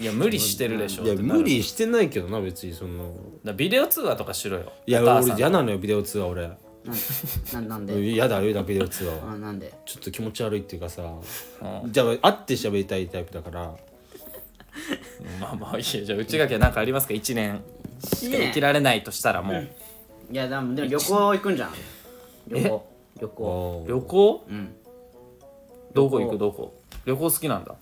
S2: いや無理してるでしょ
S3: いや
S2: ってなる
S3: 無理してないけどな別にその
S2: だビデオ通話とかしろよ
S3: いや
S2: お母さん
S3: 俺嫌なのよビデオ通話俺
S1: なんなん で
S3: 嫌だ嫌だビデオ通 話は
S1: あなんで
S3: ちょっと気持ち悪いっていうかさ
S2: う
S3: じゃあ会って喋りたいタイプだから
S2: まあまあいいやじゃあ内垣は何かありますか1年しか
S1: 一年
S2: 生きられないとしたらもう
S1: いやでもでも旅行行くんじゃん旅行旅行
S3: おー
S2: 旅行
S1: うん
S2: どこ行くどこ旅行好きなんだ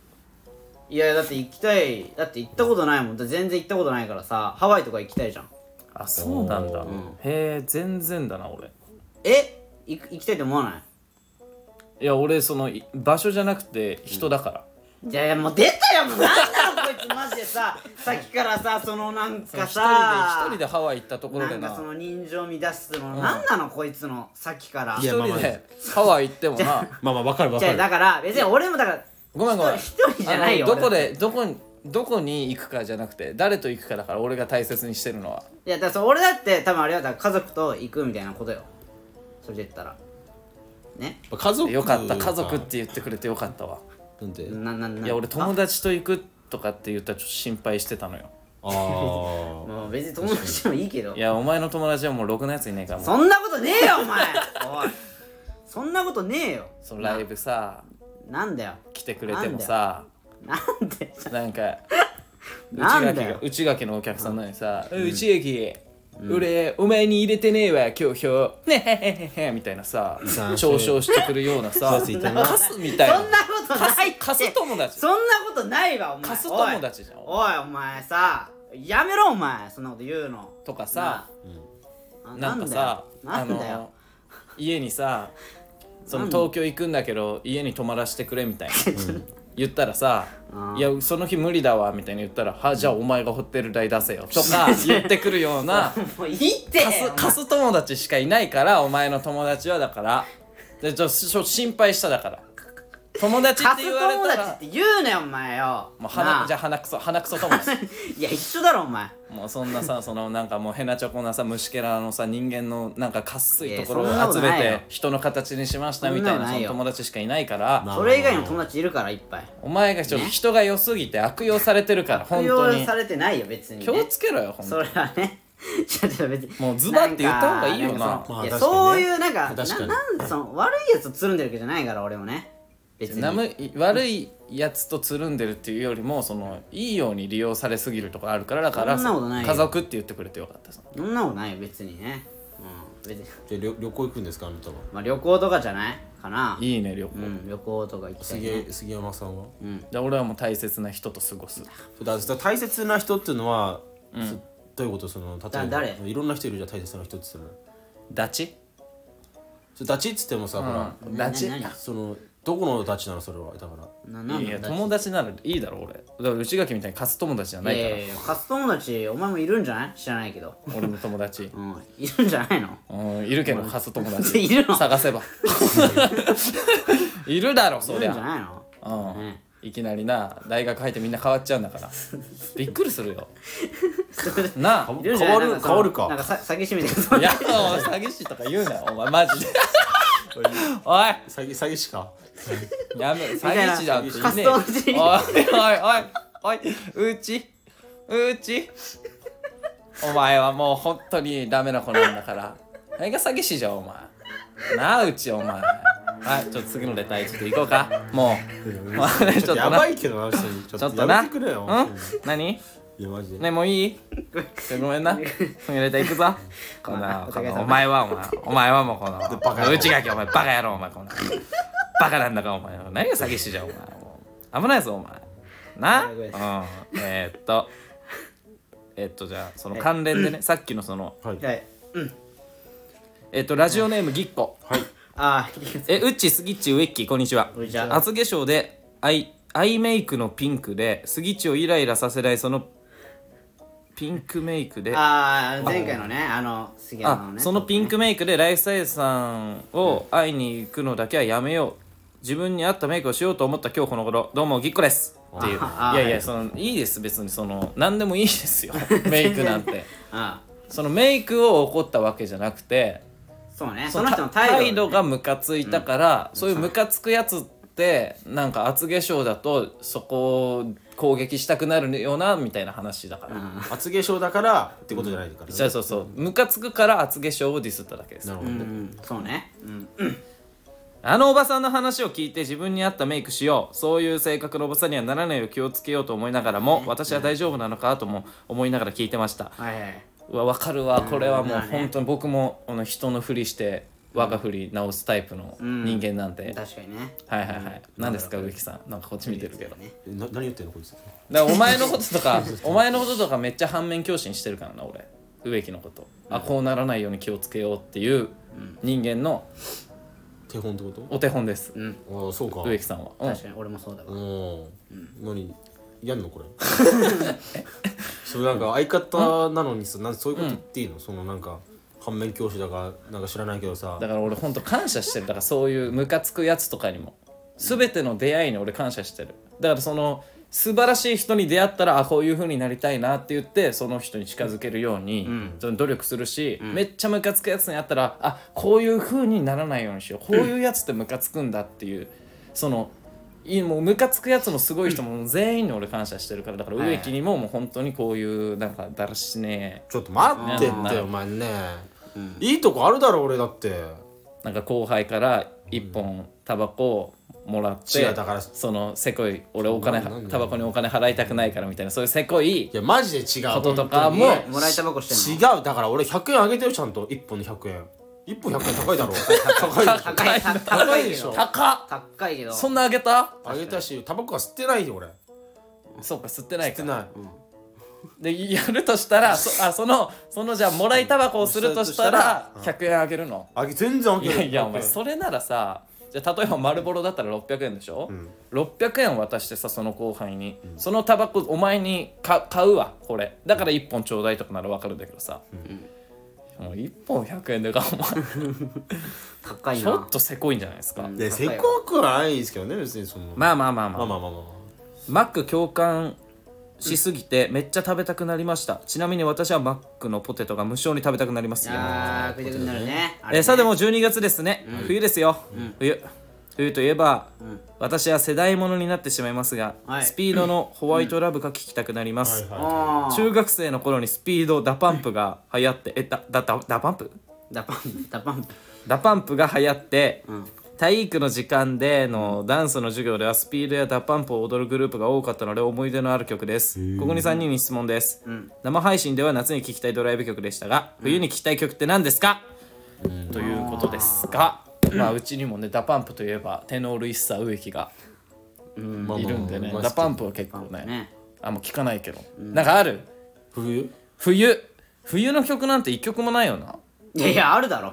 S1: いやだって行きたいだって行ったことないもんだって全然行ったことないからさハワイとか行きたいじゃん
S2: あそうなんだへ
S3: お
S2: え全然だな俺
S1: え行く行きたいと思わない
S2: いや俺そのい場所じゃなくて人だから、
S1: いやいやもう出たよもうなんだよこいつマジでささっきからさそのなんか
S2: 一人
S1: さ
S2: で一人でハワイ行ったところ
S1: な
S2: で
S1: ん
S2: な
S1: かその人情乱すのなんなのこいつのさっきから
S3: いやまあま
S2: 一人
S3: あ
S2: でハワイ行ってもな
S3: まあまあ分かる分
S1: じゃ
S3: か
S1: あ
S3: る
S1: だから別に俺もだから
S2: ごめんごめん
S1: 一人一人じゃないよ
S2: あのどこでどこにどこに行くかじゃなくて誰と行くかだから俺が大切にしてるのはい
S1: やだからそう俺だって多分あれだから家族と行くみたいなことよそれで言ったらね
S3: 家族
S2: よかった家族って言ってくれてよかったわ
S3: なんで
S1: ななない
S2: や俺友達と行くとかって言ったらちょっと心配してたのよ
S3: あ あ
S1: もう別に友達でもいいけど
S2: いやお前の友達はもうろくなやついないからもう
S1: そんなことねえよお前おいそんなことねえよ
S2: そのライブさ
S1: なんだよ
S2: 来てくれてもさ
S1: なんで
S2: なんか
S1: なんだ
S2: 内垣が
S1: よ
S2: 内垣のお客さんなのにさ「う内垣俺お前に入れてねえわ今日表ねへへへへ」みたいなさ
S3: さん
S2: 嘲笑してくるようなさ
S3: 嘘ついてんな
S2: カスみたいな
S1: そんなことないって
S2: カスカス友達
S1: そんなことないわお前
S2: カス友達じゃん
S1: おいおいお前さやめろお前そんなこと言うの
S2: とかさ
S1: な
S2: なんかさ
S1: なんだよなんだよ
S2: 家にさその
S1: なんだ
S2: 東京行くんだけど家に泊まらせてくれみたいな言ったらさ
S1: あ
S2: 「いやその日無理だわ」みたいに言ったら「はじゃあお前がホテル代出せよ」とか言ってくるような
S1: もういいって
S2: カスカス友達しかいないからお前の友達はだからでちょちょ心配しただから友達っ
S1: カ
S2: て
S1: ス
S2: 言われ
S1: 友
S2: た
S1: 達
S2: ら
S1: って言うなよお前よ
S2: もう鼻じゃ
S1: ゃ
S2: あ鼻くそ鼻くそ友達
S1: いや一緒だろお前
S2: もうそんなさそのなんかもうヘナチョコなさ虫けらのさ人間のなんかかっすいところ
S1: いやそんな
S2: を
S1: こ
S2: 集
S1: と
S2: め
S1: ないよ
S2: て人の形にしましたみたいな
S1: そんなの
S2: そ
S1: な
S2: の
S1: いよ
S2: 友達しかいないから、
S3: まあ
S1: それ以外の友達いるからいっぱい
S2: お前がちょっと人が良すぎて悪用されてるから本
S1: 悪
S2: 当
S1: 用
S2: に
S1: されてないよ別に
S2: 気
S1: ね
S2: をつけろよ本
S1: そ
S2: 当
S1: れ
S2: に
S1: はねちょっと別に
S2: もうズバって言った方がいいよな
S1: か
S2: ん
S1: そ
S3: ま
S1: のい
S3: あ
S1: や
S3: 確か
S1: そ
S3: にね
S1: ういうなんか
S3: 確かに
S1: ななんでその悪いやつをつるんでるわけじゃないから俺もね別に
S2: なむ悪いやつとつるんでるっていうよりもそのいいように利用されすぎるとこあるからだから
S1: そんなことないよ
S2: 家族って言ってくれてよかったその
S1: そんなことないよ別にねうん別に
S3: じゃあ旅旅行行くんですかあなたは
S1: まあ旅行とかじゃないかない
S2: いね旅行、
S1: うん旅行とか行きたいね
S3: 杉杉山さんは
S2: で俺はもう大切な人と過ごす
S3: だから大切な人っていうのは、そどういうことその例えば
S1: だ誰
S3: いろんな人いるじゃん大切な人って言っても
S2: ダチ
S3: それダチっつってもさ、ほら
S2: ダチ
S1: なな
S3: そのどこのダチなのそれはだから
S1: なない
S2: や友達ならいいだろ俺だから内垣みたいに勝つ友達じゃない
S1: い
S2: か
S1: や
S2: ら
S1: いやいやカス友達お前もいるんじゃない知らないけど
S2: 俺の友達
S1: うんいるんじゃないの
S2: うんいるけど勝つ友 達
S1: いるの
S2: 探せばいるだろそ
S1: い
S2: り
S1: るんじゃ
S2: ゃ
S1: ないの
S2: うん
S1: ね
S2: いきなりな大学入ってみんな変わっちゃうんだからびっくりす るよなあ
S1: いるんじゃない
S3: 変わ
S1: なんそ
S3: る変
S1: の
S3: わるか
S1: なんかさ詐欺師みたいな
S2: やっぱ詐欺師とか言うなよお前マジでおい
S3: 詐欺詐欺師か
S2: やめろ詐欺師だって言うねえ
S1: カスタムシーン
S2: おいおいおいおいうちうちお前はもう本当にダメな子なんだから何が詐欺師じゃんお前なあうちお前はいちょっと次のレターちょっと行こうかもうもうね ちょっ
S3: や
S2: とな
S3: ばいけどな普通にちょっ
S2: ちょっ
S3: と
S2: と
S3: や
S2: な
S3: めてくれよ、
S2: うん何
S3: いやマジで、
S2: ねもういいちょごめんな次のレター行くぞこんなこのお前はお前お前はもうこの
S3: バカ野郎
S2: うちがきお前バカ野郎お前こんなバカなんだかお前何が詐欺師じゃんお前もう危ないぞお前な
S1: やばい
S2: うんえー、っとえっとじゃあその関連でねさっきのその
S3: はい
S1: はいうん
S2: えっとラジオネームぎっこ
S1: ああいいです
S2: えウッチスギッチウエッキーこんにちは
S1: こんにちは
S2: 厚化粧でアイアイメイクのピンクでスギッチをイライラさせないそのピンクメイクで
S1: ああ前回のねあの杉山の
S2: あ
S1: ね
S2: そのピンクメイクでライフサイズさんを会いに行くのだけはやめよう自分に合ったメイクをしようと思った今日この頃どうもぎっこですっていうい
S1: あ
S2: やい
S1: は
S2: や
S1: い
S2: そのいいです別にその何でもいいで すよメイクなんて
S1: あ
S2: そのメイクを怒ったわけじゃなくて
S1: あそうねその人の態度,、
S2: 態度がムカついたから、そういうムカつくやつってなんか厚化粧だとそこを攻撃したくなるよなみたいな話だから、
S3: 厚化粧だからってことじゃないからね
S2: そうそうそうムカつくから厚化粧をディスっただけです
S3: なるほど
S1: うんう
S3: ね
S1: んそうねうん
S2: あのおばさんの話を聞いて自分に合ったメイクしようそういう性格のおばさんにはならないよう気をつけようと思いながらも私は大丈夫なのかとも思いながら聞いてました
S1: はいはいう
S2: わわかるわこれはもう
S1: まあね
S2: 本当に僕もあの人のふりして我がふり直すタイプの人間なんて、
S1: 確かにね
S2: はいはいはい。何ですか植木さん。なんかこっち見てるけど。だか
S1: ね
S3: えな何言ってんのこいつ
S2: らお前のこととか、 お前のこととかめっちゃ反面教師にしてるからな俺。植木のこと。あこうならないように気をつけようっていう人間の
S3: 手本ってこと
S2: お手本です。
S3: ああそうか
S2: 植木さんは。うん
S1: 確かに俺もそうだわ
S3: うん何やんのこれ それなんか相方なのにさなんそういうこと言っていいの、そのなんか反面教師だかなんか知らないけどさ
S2: だから俺本当感謝してる。だからそういうムカつくやつとかにも。すべての出会いに俺感謝してる。だからその素晴らしい人に出会ったらあこういう風になりたいなって言ってその人に近づけるように、その努力するし、めっちゃムカつくやつに会ったらあこういう風にならないようにしようこういうやつってムカつくんだっていう、そのいいもうムカつくやつもすごい人も全員に俺感謝してるからだから
S1: はい
S2: 植木にももう本当にこういうなんかだらしねえ
S3: ちょっと待ってってお前ね、いいとこあるだろ俺だって
S2: なんか後輩から一本タバコをもらって、
S3: 違うだから
S2: そのせこい俺お金
S3: ななんで
S2: タバコにお金払いたくないからみたいなそういうせこい
S3: いやマジで違う
S2: こととか
S3: 本
S2: も
S3: 当に
S1: もらいタバコしてんの
S3: 違うだから俺100円あげてるちゃんと1本で100円1本100円高い だろ高いでしょ
S1: 高い高い
S3: 高い
S1: け
S3: でし
S1: ど
S3: ょ
S2: 高っ
S1: 高いけど
S2: そんなあげた
S3: あげたしタバコは吸ってないよ俺吸
S2: そうか吸ってない
S3: って
S2: か
S3: ない
S2: でやるとしたらそあそのそのじゃあもらいタバコをするとしたら100円あげるの
S3: あげ全然あ
S2: い
S3: げる
S2: やいやお前
S3: 100円
S2: それならさじゃあ例えば丸ボロだったら600円でしょ、600円渡してさその後輩に、そのタバコお前にか買うわこれだから1本ちょうだいとかなら分かるんだけどさ、もう1本100円でかお前
S1: 高い
S2: ちょっ
S1: な
S2: とせこいんじゃないですか、
S1: うん
S3: いやせこくはないですけどね別にその
S2: まあまあまあまあ、
S3: まあまあまあまあ
S2: マック共感しすぎてめっちゃ食べたくなりました、ちなみに私はマックのポテトが無償に食べたくなります
S1: ああ食いたくなるねあれ
S2: え
S1: ね
S2: ーさあでも12月ですね、冬ですよ、冬冬といえば、私は世代物になってしまいますが、
S1: はい
S2: スピードのホワイトラブが聞きたくなります、
S3: はいは
S1: ああ
S2: 中学生の頃にスピードダパンプが流行ってえだだだダパンプ
S1: ダパンプダパンプ
S2: ダパンプが流行って、体育の時間でのダンスの授業ではスピードやダパンプを踊るグループが多かったので思い出のある曲ですここに3人に質問です、生配信では夏に聴きたいドライブ曲でしたが冬に聴きたい曲って何ですか、ということですがまあうちにもねダパンプといえばテノール一茶植木が
S3: まあ
S2: いるんでね、
S3: まあ
S2: ダパンプは結構ね
S1: ね
S2: あんま聞かないけど、なんかある
S3: 冬
S2: 冬冬の曲なんて一曲もないよない
S1: やいやあるだろ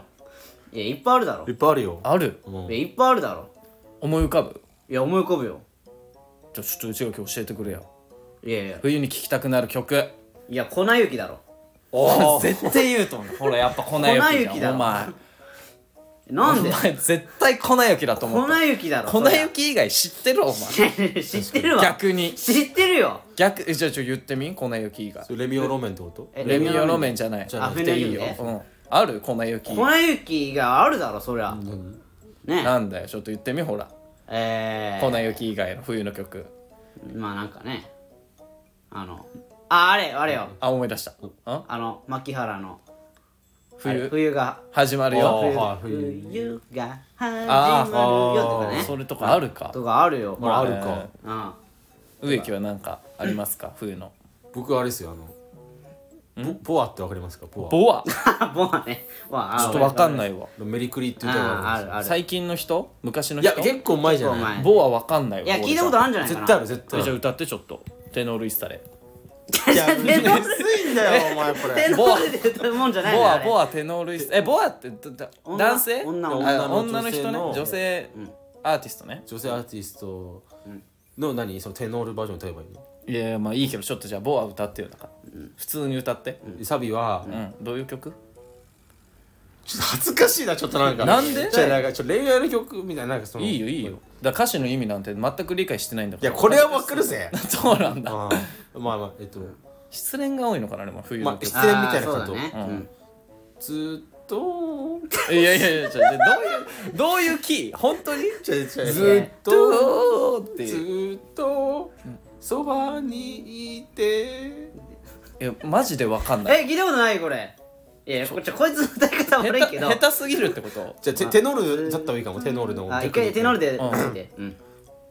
S1: いやいっぱいあるだろ
S3: いっぱいあるよ
S2: ある
S1: いやいっぱいあるだろ
S2: 思い浮かぶ
S1: いや思い浮かぶよ
S2: じゃあちょっとうちが今日教えてくれよ
S1: いやいや
S2: 冬に聴きたくなる曲
S1: いや粉雪だろ
S2: おお 絶対言うと思うほらやっぱ粉雪
S1: 粉
S2: じ
S1: 雪
S2: ゃ
S1: だ
S2: んお
S1: ろ
S2: 前
S1: なんで
S2: お前絶対粉雪だと思う
S1: 粉雪だろ
S2: 粉雪以外知ってるお前
S1: 雪知ってるわ
S2: 逆に
S1: 知ってるよ
S2: 逆えじゃあちょ言ってみ粉雪以外
S3: それレミオロメンってこと
S1: え
S2: レミオロメンじゃない
S3: じゃなくて
S2: でいいよ
S1: あ
S2: う
S1: 冬
S2: んある粉雪
S1: 粉雪があるだろそりゃね
S2: なんだよちょっと言ってみほら
S1: え
S2: 粉雪以外の冬の曲
S1: ーまあなんかねあのああれあれよ
S2: あ思い出したあ
S1: あの牧原のあれ
S2: 冬
S1: 冬が
S2: 始まる
S3: あー
S2: よ
S3: はい冬
S1: 冬が始
S2: あ
S1: まる
S2: ー
S1: よとか
S2: そ
S1: ね
S2: れとかあるか
S1: とかあるよ
S3: まああ
S1: ほ
S3: る
S1: ら
S3: か
S1: うん
S2: 植木は何かありますか冬の
S3: 僕あれですよあのポポアってわかりますかポア
S2: ボアち
S1: あボアねボアあ
S2: ょっとわかんないわ
S3: メリクリって
S1: あ
S3: 歌があ
S1: あ
S3: るん
S1: るある
S2: 最近の人昔の
S3: です
S2: 人
S3: よいや結構前じゃ
S1: 結構
S3: ない
S1: 前
S2: ボアわかんないわ
S1: いや聞いたことあるんじゃないか
S3: 絶
S1: な
S3: 対ある絶
S2: え
S3: 対あ
S2: じゃあ
S3: る
S2: 歌ってちょっとテノールイスタでいや
S1: テノール
S4: いんだよお前こ
S1: テ
S4: れ
S1: ノールで歌うもんじゃないの
S2: ボ
S1: よあ
S2: ア
S1: れ
S2: ボアテノールイスえボアってどど
S1: 女
S2: 男性
S1: 女
S2: あ
S1: 女
S2: 女
S3: の
S2: の人ね女
S3: 女
S2: 性アーティストね
S3: 女性アーティストの何そのテノールバージョン歌えばいいの
S2: いやいやまあいいけどちょっとじゃあボア歌ってよだから普通に歌って
S3: サビは、
S2: うんどういう曲
S3: ちょっと恥ずかしいなちょっとなんか
S2: なんで
S3: じゃなんかちょっと恋愛の曲みたいななんかその
S2: いいよいいよだから歌詞の意味なんて全く理解してないんだ
S4: い
S2: か
S4: や
S2: ら
S4: これはわかるぜ
S2: そうなんだ
S3: ああまあまあえっと
S2: 失恋が多いのかなでも冬の
S3: まあ
S2: 曲
S3: 失恋みたい
S1: あー
S3: な感
S1: そ
S3: じ
S1: うだねうん
S3: ずっと
S2: いやいやいやちょどういうどういうキー 本当に
S4: ちょいちょい
S3: ずっと
S2: どうっていう
S3: ずっとそばにいて
S2: いやマジでわかんない
S1: え聞いたことないこれいやいやこちょこいつの歌い方
S2: 下
S1: 悪いけ
S2: 手
S1: ど
S2: 下手すぎるってこと
S3: じゃあテテノールだったらいいかもテノールの
S1: あ一回テノールで
S2: うん
S1: 歌ってうん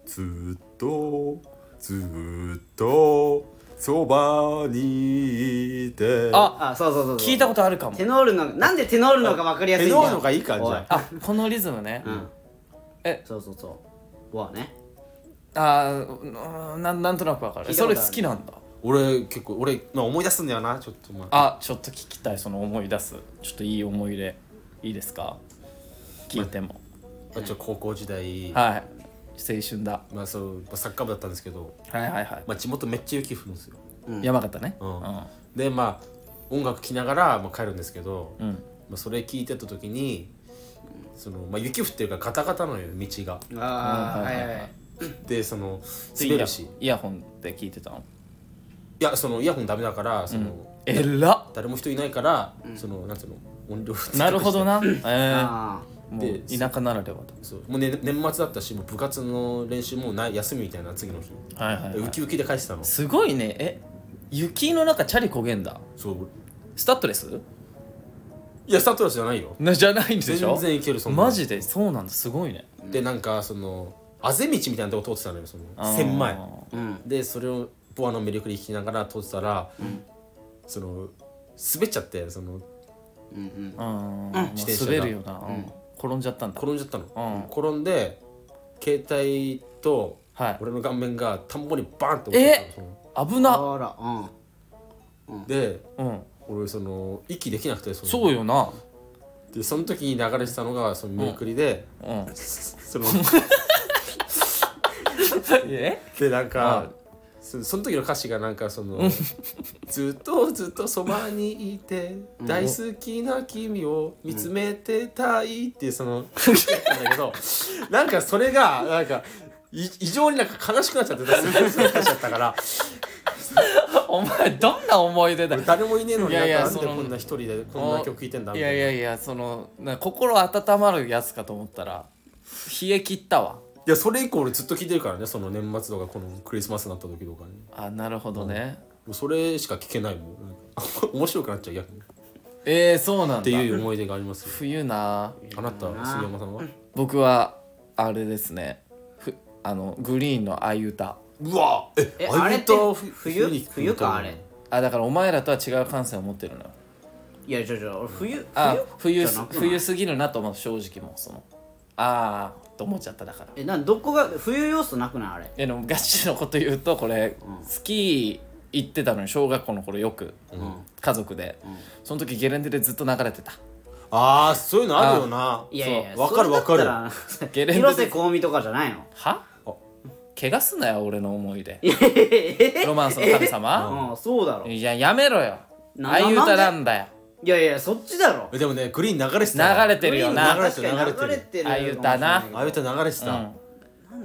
S4: ずっとずっとそばにいて
S2: あ
S1: あそうそうそうそう
S2: 聞いたことあるかも
S1: テノールのなんでテノールのが分かりやすいん
S4: 手
S1: だよ
S4: ののがいい感じゃん
S2: あこのリズムね、
S1: おいうん
S2: え
S1: そうそうそうボアね
S2: あーうんなんなんとなくわか
S1: 聞
S2: る
S1: いたこ
S2: そ
S1: とあ
S2: れ
S1: る
S2: 好きなんだ
S3: 俺結構俺、まあ、思い出すんだよなちょっとま
S2: あ
S3: あ
S2: ちょっと聞きたいその思い出すちょっといい思い出いいですか聞いても、
S3: あちょ高校時代、
S2: はい青春だ
S3: まあそうまあサッカー部だったんですけど、
S2: はいはいはい、
S3: まあ、地元めっちゃ雪降るんですよ、
S2: 山形ねうん
S3: でまあ音楽聴きながら、まあ、帰るんですけど、
S2: うん、
S3: まあ、それ聞いてた時にその、まあ、雪降ってるからガタガタなのよ道が
S1: ああ
S2: は
S1: はいい
S2: は
S1: はいい
S2: はい
S1: はい
S3: でその滑る
S2: イ
S3: しい
S2: ヤイヤホンで聞いてたの
S3: やそのイヤホンダメだからその、
S2: えらっ
S3: 誰も人いないから、そのなんつうの音量を小さくして
S2: なるほどなえー、
S1: あ
S2: もう
S3: で
S2: 田舎ならでは
S3: そうもう、ね、年末だったしもう部活の練習もない休みみたいな次の日、
S2: とはいはい、は
S3: ウ
S2: い、
S3: キウキで帰ってたの
S2: すごいねえ雪の中チャリ焦げんだ
S3: そう
S2: スタッドレス
S3: いやスタートラスじゃないよ
S2: なじゃないんでしょ
S3: 全然いけるそんな
S2: マジでそうなんだすごいね
S3: でなんかそのあぜ道みたいなとこ通ってたのよその千枚
S1: あうん
S3: でそれをボアのメリクリ聞きながら通ってたら、その滑っちゃってその
S2: うん、
S3: 自転車が
S2: 滑るよな、うん転んじゃったんだ
S3: 転んじゃった
S2: うん
S3: の、転んで携帯と
S2: はい
S3: 俺の顔面が田んぼにバーンって落ちてたの
S2: 危な
S1: あらうん
S3: そので
S2: うん
S3: 俺その息できなくてその
S2: そうよな
S3: でその時に流れてたのがそのメリクリで、
S2: うん
S3: その
S2: え
S3: でなん
S2: は
S3: かそその時の歌詞がなんかその ずっとずっとそばにいて大好きな君を見つめてたいっていうそのなんだけどなんかそれがなんかい異常になんか悲しくなっちゃってすごい悲しくなっちゃっ たから
S2: お前どんな思い出だい
S3: 誰もいねえのに
S2: いやいや
S3: なんかなん
S2: その
S3: でこんな一人でこんな曲聴いてんだみた
S2: や
S3: い
S2: い
S3: な。
S2: やいやそのな心温まるやつかと思ったら冷え切ったわ
S3: いやそれ以降俺ずっと聴いてるからねその年末とかこのクリスマスになった時とかに
S2: あなるほどね、
S3: もうそれしか聴けないもんなんか面白くなっちゃう逆にっ
S2: えー、そうなんだ
S3: ていう思い出がありますよ
S2: 冬な
S3: あなた杉山さんは
S2: 僕はあれですねふあのグリーンの「あいうた
S3: うわ
S1: え
S3: え
S1: あれって
S3: と
S1: 冬冬かあれ
S2: あだからお前らとは違う感性を持ってるのよ
S1: いやちょちょ俺冬
S2: あ冬
S1: じゃなくない
S2: 冬すぎるなと思う正直もうそのああと思っちゃっただから
S1: えなんどこが冬要素なくないあれ
S2: えでもガチのこと言うとこれ、スキー行ってたのに小学校の頃よく、家族で、その時ゲレンデでずっと流れてた
S3: ああそういうのあるよない
S1: やいやいや
S3: そうわかるわかる
S1: る
S2: ゲレンデで
S1: 広瀬香美とかじゃないの
S2: は
S3: あ
S2: 怪我すなよ俺の思い出
S1: え
S2: ロマンスの神様、
S1: うんそうだろい
S2: いややめろよ
S1: な
S2: ああいう歌な
S1: なん
S2: だよ
S1: やいやそっちだろ
S3: えでもねグリーン流れて
S2: 流
S3: た
S2: れてるよな
S3: 流れてる
S1: 確かに流れてる
S2: ああいう歌な
S3: ああいう歌流れて
S2: う
S3: た、
S2: ん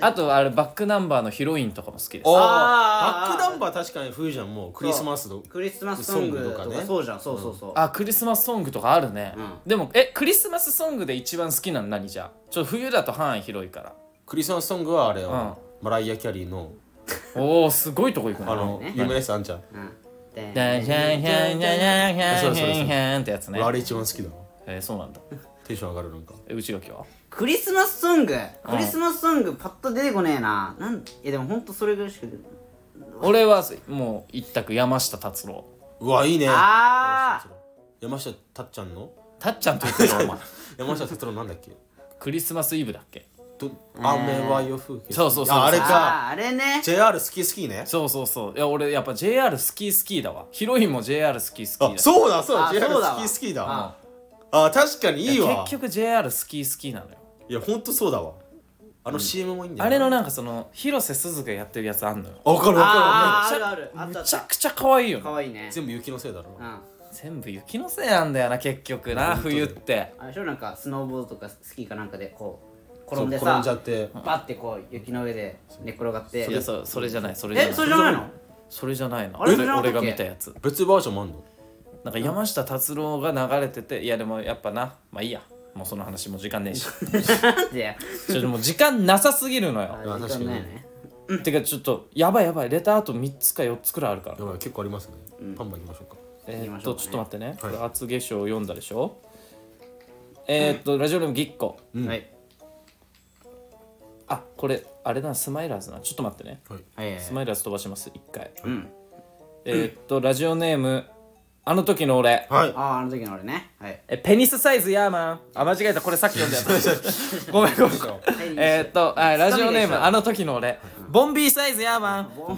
S2: あとあれバックナンバーのヒロインとかも好きです
S3: おー
S1: あ
S3: バ
S1: ー
S3: ックナンバー確かに冬じゃんもうクリスマスの
S1: クリスマスソングと
S3: ソングとか
S1: か
S3: ね
S1: そうじゃんそうそうそう
S2: あクリスマスソングとかあるね、
S1: う
S2: でもえクリスマスソングで一番好きなの何じゃちょっと冬だと範囲広いから
S3: クリスマスソングはあれは、マライア・キャリーの
S2: おおすごいとこ行くね
S3: あの、
S1: ね
S3: 有名なやつあんじゃん、
S1: うんで
S2: ダンシャンシャンシャンシャンシャンシャンシャンシャンってやつね
S3: 俺あれ一番好きだわ
S2: えーそうなんだ
S3: テンション上がるなんか
S2: え内垣は
S1: クリスマスソングクリスマスソングパッと出てこねえななんいやでもほんとそれぐらいしか出てこない
S2: 俺はもう一択山下達郎
S3: うわいいね
S1: あ
S3: 山下たっちゃんの
S2: たっちゃんと言ってるお前
S3: 山下達郎なんだっけ
S2: クリスマスイブだっけ
S3: と雨は夜風景
S2: そうそうそう
S3: ああれ
S1: あー
S3: か
S1: あれね
S3: JR 好き好きね
S2: そうそうそういや俺やっぱ JR 好き好きだわヒロインも JR 好き好
S3: あ
S2: きだ
S3: そうだそう
S1: あ
S3: だ JR
S1: そうだわ
S3: 好き好きだあ確かにいいわ
S2: 結局 JR 好き好きなのよ
S3: いやほんとそうだわあの CM もいいんだ
S2: あ
S3: よ
S2: れのなんかその広瀬すずがやってるやつあんのよ
S3: あわかるわか
S1: あーあるあるあったあ
S2: め
S1: っ
S2: ちゃ
S1: た
S2: くちゃ可愛いよ
S1: か
S2: ね
S1: わいいね
S3: る全部雪のせいだろ
S1: うん
S2: 全部雪のせいなんだよな結局な冬って
S1: あれでしょなんかスノーボードとかスキーかなんかでこう
S3: そ
S1: 転
S3: うん
S1: で
S3: 転
S1: さ
S3: んじゃって
S1: バッてこう雪の上で寝転がって
S2: いやそそれじゃないそれじゃな
S1: え
S2: い
S1: それじゃないの
S2: それじゃないの
S1: あれそれじゃなかった
S2: 俺
S1: っけ
S2: が見たやつ
S3: 別バージョンもあんの
S2: なんか山下達郎が流れてていやでもやっぱなまあいいやもうその話もう時間ね えし
S1: なんで
S2: ちょでも時間なさすぎるのよ
S1: あ時間ないね
S2: てかちょっとやばいやばいレターあと3つか4つくらいあるから
S3: やばい結構ありますねパンパンいきましょうか
S2: え
S1: 行
S2: ーっ
S1: きましょ
S2: と
S1: うかね
S2: ちょっと待ってね、これ厚化粧を読んだでしょえーっと、ラジオネームぎっこ
S1: はい
S2: あこれあれだスマイラーズなちょっと待ってね
S3: はい
S1: はいはいはい
S2: スマイラーズ飛ばします一回、
S1: ん
S2: えーっとラジオネームあの時の俺
S3: はい
S1: あああの時の俺ねはい
S2: えペニスサイズヤーマンあ間違えたこれさっき読んだやつごめんごめんえーっとあラジオネームあの時の俺ボンビーサイズヤーマンお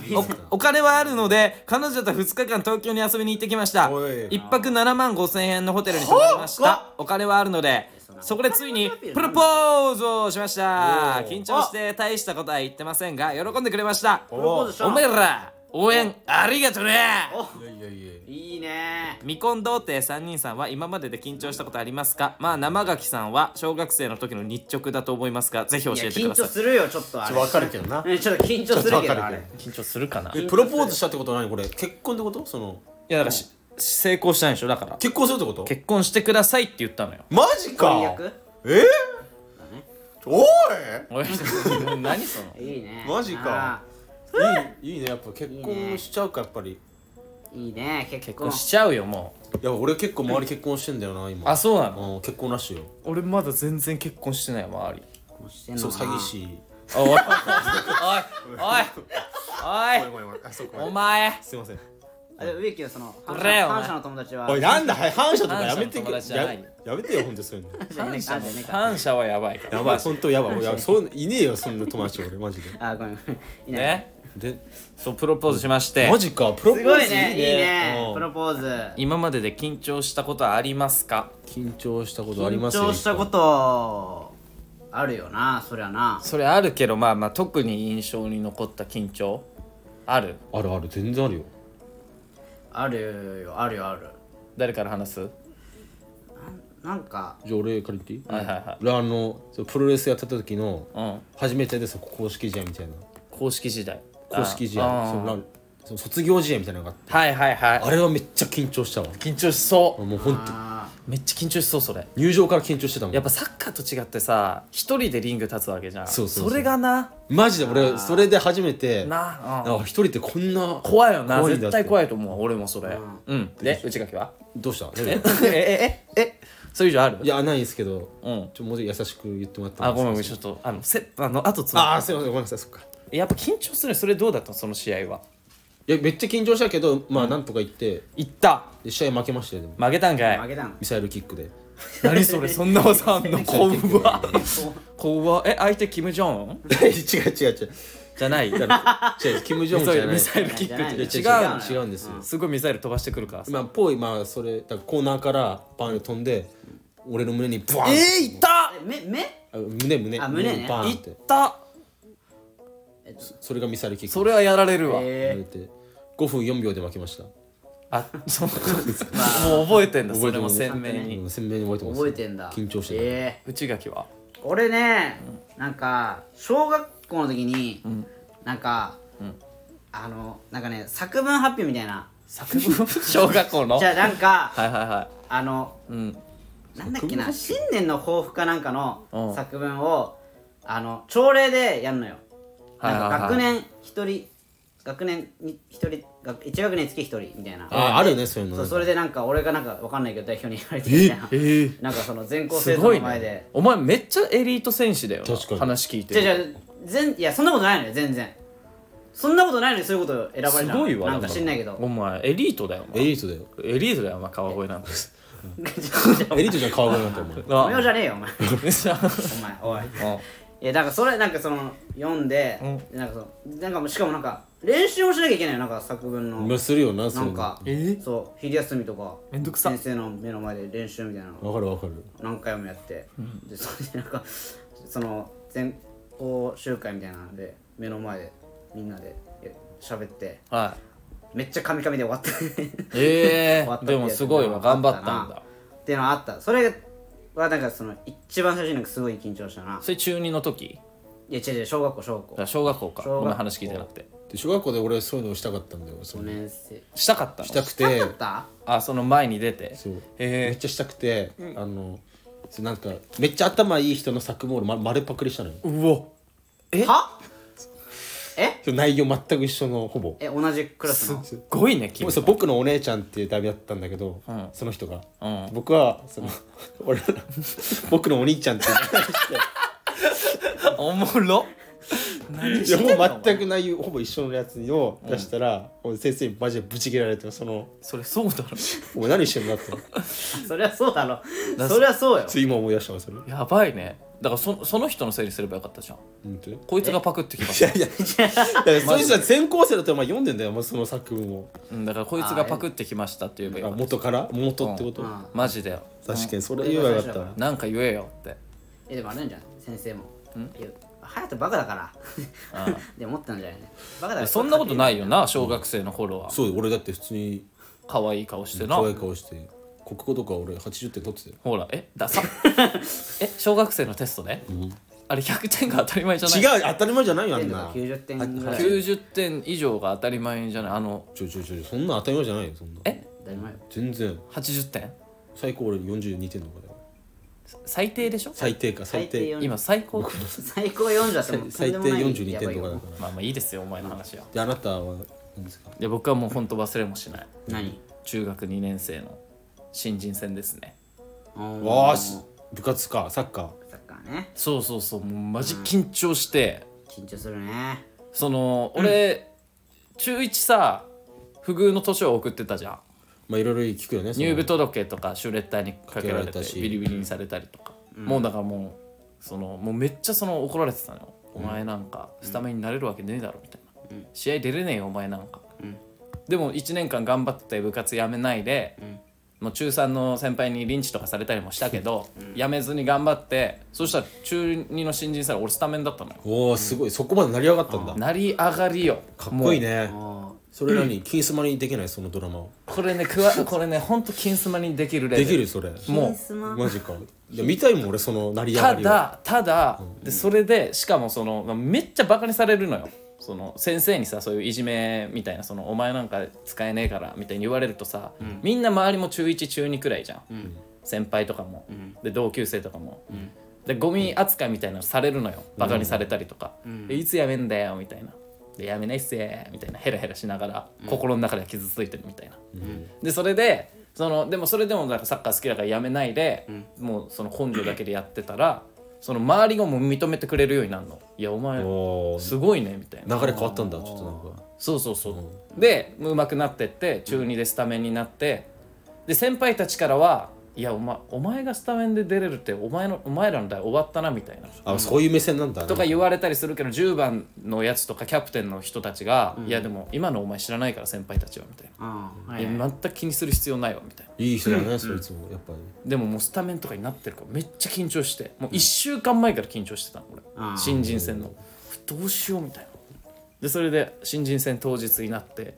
S2: お金はあるので彼女と2日間東京に遊びに行ってきました
S3: おい
S2: 1泊7万5千円のホテルに泊まりましたお金はあるのでそこでついにプロポーズをしました緊張して大したことは言ってませんが喜んでくれました
S1: プロポーズした
S2: お
S1: の
S2: めえら応援ありがとね
S3: いやいやいや
S1: いいね
S2: 未婚童貞3人さんは今までで緊張したことありますかまあ生垣さんは小学生の時の日直だと思いますがぜひ教
S1: いや
S2: えてく
S1: 緊
S2: ださ
S1: 張
S2: い
S1: するよちょっとあ
S3: ち
S1: れ
S3: ょっとわかるけどな
S1: うんちょっと緊張するけ
S3: ちょっと
S1: ど
S3: わ
S1: あ
S3: かる
S1: れ
S3: け
S2: 緊張するかない
S3: えプロポーズしたってことは何これ結婚ってことその
S2: やだからし成功したんでしょだから
S3: 結婚するってこと
S2: 結婚してくださいって言ったのよ
S3: マジ
S1: 婚
S3: か
S1: 約
S3: えおい
S2: おい何その
S1: いいね
S3: マジか
S1: あ
S3: いいいいねやっぱ結婚しちゃうかやっぱり
S1: ーいいね結
S2: 結
S1: 婚
S2: 婚しちゃうよも
S3: いや俺結構周り結婚してんだよな
S2: う
S3: 今
S2: あそうなの
S3: うん結婚らしいよ
S2: 俺まだ全然結婚してない周り
S1: 結婚してんの
S3: そう
S1: か
S3: 詐
S1: な
S3: 欺師
S2: おいおいおいおい
S3: ごめんごめんあそうか
S2: お前
S3: すいません
S1: あでも植木はその反
S2: これよお前
S1: 反社の友達は
S3: おいなんだはい反社とかやめて
S2: 反社の友
S3: や
S2: 達じゃないよ
S3: やめてよほんとそういうの
S1: 反社ね
S2: 感謝はやばいから
S3: やばいほんとやばい俺そういうのいねえよそんな友達俺マジで
S1: あーごめんごめんいない
S2: ね
S3: で
S2: そうプロポーズしまして
S3: マジかプロポ
S1: す
S3: ー
S1: ご
S3: ズ
S1: いねいいねプ
S3: うん
S1: ロポーズ
S2: 今までで緊張したことはありますか
S3: 緊張したことあり
S1: 緊
S3: ますよ
S1: 張したことあるよなそりゃな
S2: それあるけどまあまあ特に印象に残った緊張ある
S3: あるある全然あるよ
S1: あるよあるよある
S2: 誰から話す、
S1: なんか
S3: じゃあ俺借りていい
S2: はいはいはい
S3: 俺あのそうプロレスやってた時の
S2: うん
S3: 初めてでそこ公式試合みたいな
S2: 公式時代
S3: 公式試
S2: あ
S3: 合
S2: あ
S3: そのなんその卒業試合みたいなのがあって
S2: はいはいは
S3: あれはめっちゃ緊張したわ
S2: い緊張しそう
S3: もうほんと
S1: あ
S2: めっちゃ緊張しそうそれ
S3: 入場から緊張してたもん
S2: やっぱサッカーと違ってさ一人でリング立つわけじゃん
S3: そうそうそう
S2: れがな
S3: マジで俺それで初めてあ
S2: な、うん
S3: 一人ってこんな
S2: 怖いよな
S3: 怖いんだ
S2: 絶対怖いと思う俺もそれうん、で内垣は
S3: どうした
S2: え
S3: え
S2: えええそれ以上ある
S3: いやないですけど
S2: うん
S3: ちょもうちょい優しく言ってもらってもい
S2: あ
S3: いで
S2: ご
S3: す
S2: めん
S3: か
S2: ごめんちょっとあのせあの後つま
S3: ああすいませんごめんなさいそっか
S2: やっぱ緊張するねそれどうだったのその試合はい
S3: やめっちゃ緊張したけどまあなんとか言って
S2: 行った
S3: で試合負けましたよでも
S2: 負けたん
S1: ー
S2: か
S1: 負
S2: い
S1: けたん
S3: ミサイルキックで
S2: 何それそんな技あんの怖っ怖っえ相手キム・ジョンウン
S3: 違う違う違う
S2: じゃない
S3: 違うキム・ジョンウンじゃない
S2: ミサイルキックって
S3: 違う
S1: じゃない
S2: 違うの
S1: の
S3: 違うんですよ
S2: すごいミサイル飛ばしてくるからさ
S3: まあぽいまあそれだからコーナーからバーンで飛んで俺の胸にバーンっ
S2: え
S3: て
S2: ー、いった
S1: え目目
S3: あ胸胸
S1: あ胸ね
S3: にバーン
S2: い
S3: っ
S2: ってた
S3: それがミサイルキック
S2: それはやられるわ、
S1: え
S3: で5分4秒で負けました
S2: あそうもう覚えてんだそれも
S3: 覚えて
S2: 鮮
S3: る
S2: 明に
S3: うん鮮明に覚えて
S1: ー
S3: ます
S1: 覚えてんだ
S3: 緊張してた
S1: え
S2: 内垣は
S1: ー俺ねなんか小学校の時になんかあのなんかね作文発表みたいな
S2: 作文 小学校の
S1: じ
S2: は
S1: ゃ
S2: い
S1: あなんか
S2: はいは
S1: あの
S2: いうん
S1: なんだっけな新年の抱負かなんか
S2: う
S1: の
S2: ん
S1: 作文をあの朝礼でやんのよ
S2: はいはい
S1: な
S2: は
S1: ん
S2: い
S1: か学年一人学年に一人学1学年につき一人みたいな
S3: ああるよねそういうの
S1: そうそれでなんか俺がなんかわかんないけど代表に言われてみたいな
S3: ええ
S1: なんかその全校生
S2: す
S1: 徒
S2: ご
S1: の
S2: い
S1: 前
S2: ね
S1: で
S2: お前めっちゃエリート選手だよな
S3: 確かに
S2: 話聞いて
S1: じゃ
S2: る
S1: じゃ全いやそんなことないのよ全然そんなことないのにそういうこと選ばれた
S2: す
S1: の
S2: ごいわ
S1: なんか
S2: だら
S1: 知んないけど
S2: お前エリートだよお
S3: エ
S2: 前
S3: リートだよ
S2: エリートだよお前川越なんて
S1: じゃあじゃあ
S3: エリートじゃ川越なんてお前
S1: お前じゃねえよお前
S2: 嘘
S1: お前おいいやだからそれなんかその読んで、なんかそのなんかもうしかもなんか練習をしなきゃいけないよなんか作文の
S3: 今するよなそ
S1: な
S3: うん
S1: か
S2: えー
S1: そう昼休みとか
S2: めんどくさ
S1: 先生の目の前で練習みたいなの
S3: わかるわかる
S1: 何回もやって、でそれでなんかその全校集会みたいなので目の前でみんなでえ喋って
S2: は
S1: めっちゃカミカミで終わった、
S2: いえ
S1: 終わったって
S2: ー、で
S1: やつ
S2: もすごいわ頑張った
S1: あ
S2: んだ
S1: たなっていうのはあったそれはなんかその一番最初になんかすごい緊張したな
S2: それ中2の時
S1: いや違う違う小学校小学校
S2: あ小学校か
S1: 小学校
S2: ごめん話聞いてなくて
S3: で小学校で俺そういうのをしたかったんだよそ
S1: 5
S3: の
S1: 年生
S2: したかったの
S3: したく
S1: 高
S3: て
S1: かった
S2: あその前に出て
S3: そうめっ
S2: え
S3: ちゃしたくてあのそうなんかめっちゃ頭いい人の作文を俺ま丸パクリしたのよ
S2: ー、うお
S1: はえ
S3: そう内容全く一緒のほぼ
S1: え同じクラスの
S2: すっごいね君
S3: そう僕のお姉ちゃんっていう旅だったんだけど、
S2: ん
S3: その人が、
S2: うん
S3: 僕はその、俺ら僕のお兄ちゃんっていう
S2: おもろ何
S3: い
S2: し
S3: や
S2: てんの
S3: もう全く内容ほぼ一緒のやつを出したら、先生にマジでブチ切られてその
S2: それそうだろ
S3: 「お前何してんだ」って
S1: そりゃそうだろそりゃそうよ
S3: つい今思い出したわそれ
S2: やばいねだからそその人の整理すればよかったじゃん
S3: 本当に
S2: こいつがパクってきました
S3: だからそういう人は全校生だとお前読んでんだよもうその作文を
S2: うんだからこいつがパクってきましたって言えばよかっ
S3: 元から元ってこと、
S1: ん
S2: たマジだよ
S3: 確かにそれ言えばよかったわ
S2: なんか言えよって
S1: えでもあるんじゃん先生もいや隼人バカだからで思ったんじゃないねバカだか
S2: いや
S1: ら
S2: そんなこと
S1: い
S2: ないよな小学生の頃は
S3: そう俺だって普通に
S2: 可愛い顔してな
S3: 可愛い顔して国語とか俺80点取ってたよ
S2: ほらえダサ え小学生のテストねあれ100点が当たり前じゃない
S3: 違う当たり前じゃないよあんなちょ
S1: 90点ぐらい
S2: 90点以上が当たり前じゃないあの
S3: ちょちょちょそんな当たり前じゃないよそんな
S2: え
S1: だいぶ前よ
S3: 全然
S2: 80点
S3: 最高俺42点とかだよ
S2: 最低でしょ
S3: 最低か最
S1: 最
S3: 低
S1: 低
S2: 今最高
S1: 最高4だってもうとん
S3: 最
S1: で
S3: 低
S1: もない
S3: 42点とか
S1: やばい
S3: だ
S1: よ
S3: から
S2: まあまあいいですよお前の話は
S3: であなたは何ですか
S2: いや僕はもう本当忘れもしない
S1: 何
S2: 中学2年生の新人戦ですね
S1: お
S3: わ
S1: ー
S3: ーし部活かサッカー
S1: サッカーね
S2: そうそうそうもうマジ緊張して、
S1: 緊張するね
S2: その俺、中1さ不遇の年を送ってたじゃん
S3: まあいろいろ聞くよねその
S2: 入部届とかシュレッダーにかけられ
S3: かけら
S2: て
S3: れたし
S2: ビリビリにされたりとか、もうだからもうそのもうめっちゃその怒られてたのよ、お前なんかスタメンになれるわけねえだろみたいな、試合出れねえよお前なんか、でも1年間頑張ってて部活やめないで、もう中3の先輩にリンチとかされたりもしたけど、やめずに頑張ってそしたら中2の新人さん俺スタメンだったのよ
S3: おおすごいそこまで成り上がったんだ
S2: 成り上がりよ
S3: かっこいい
S2: も
S3: ねそれなのに金スマにできないそのドラマを
S2: うこれねくわこれねほんと金スマにできるレベ
S3: で
S2: ル
S3: きるそれ
S2: もう
S1: スマ
S3: マジかいや見たいもん俺その成り上が
S2: た
S3: りは
S2: だただ、でそれでしかもそのめっちゃバカにされるのよその先生にさそういういじめみたいなそのお前なんか使えねえからみたいに言われるとさ、みんな周りも中1中2くらいじゃん、先輩とかも、で同級生とかも、でゴミ扱いみたいなのされるのよバカにされたりとか、でいつやめんだよみたいなでやめないっすよみたいなヘラヘラしながら心の中で傷ついてるみたいな、でそれでそのでもそれでもなんかサッカー好きだからやめないで、もうその根性だけでやってたらその周りがもう認めてくれるようになるのいやお前
S3: おー
S2: すごいねみたいな
S3: 流れ変わったんだちょっとなんか
S2: そうそうそう、でうまくなってって中2でスタメンになってで先輩たちからは「いやお前お前がスタメンで出れるってお前のお前らの代終わったな」みたいな
S3: あそういう目線なんだね
S2: とか言われたりするけど10番のやつとかキャプテンの人たちが「いやでも今のお前知らないから先輩たちは」みたいな
S1: うんは
S2: 「い
S1: い
S2: や全く気にする必要ないわ」みたいない
S3: い人だねそいつもやっぱり
S2: でももうスタメンとかになってるからめっちゃ緊張してもう1週間前から緊張してたの
S1: あ
S2: 俺
S1: ー
S2: 新人戦のどうしようみたいなでそれで新人戦当日になって、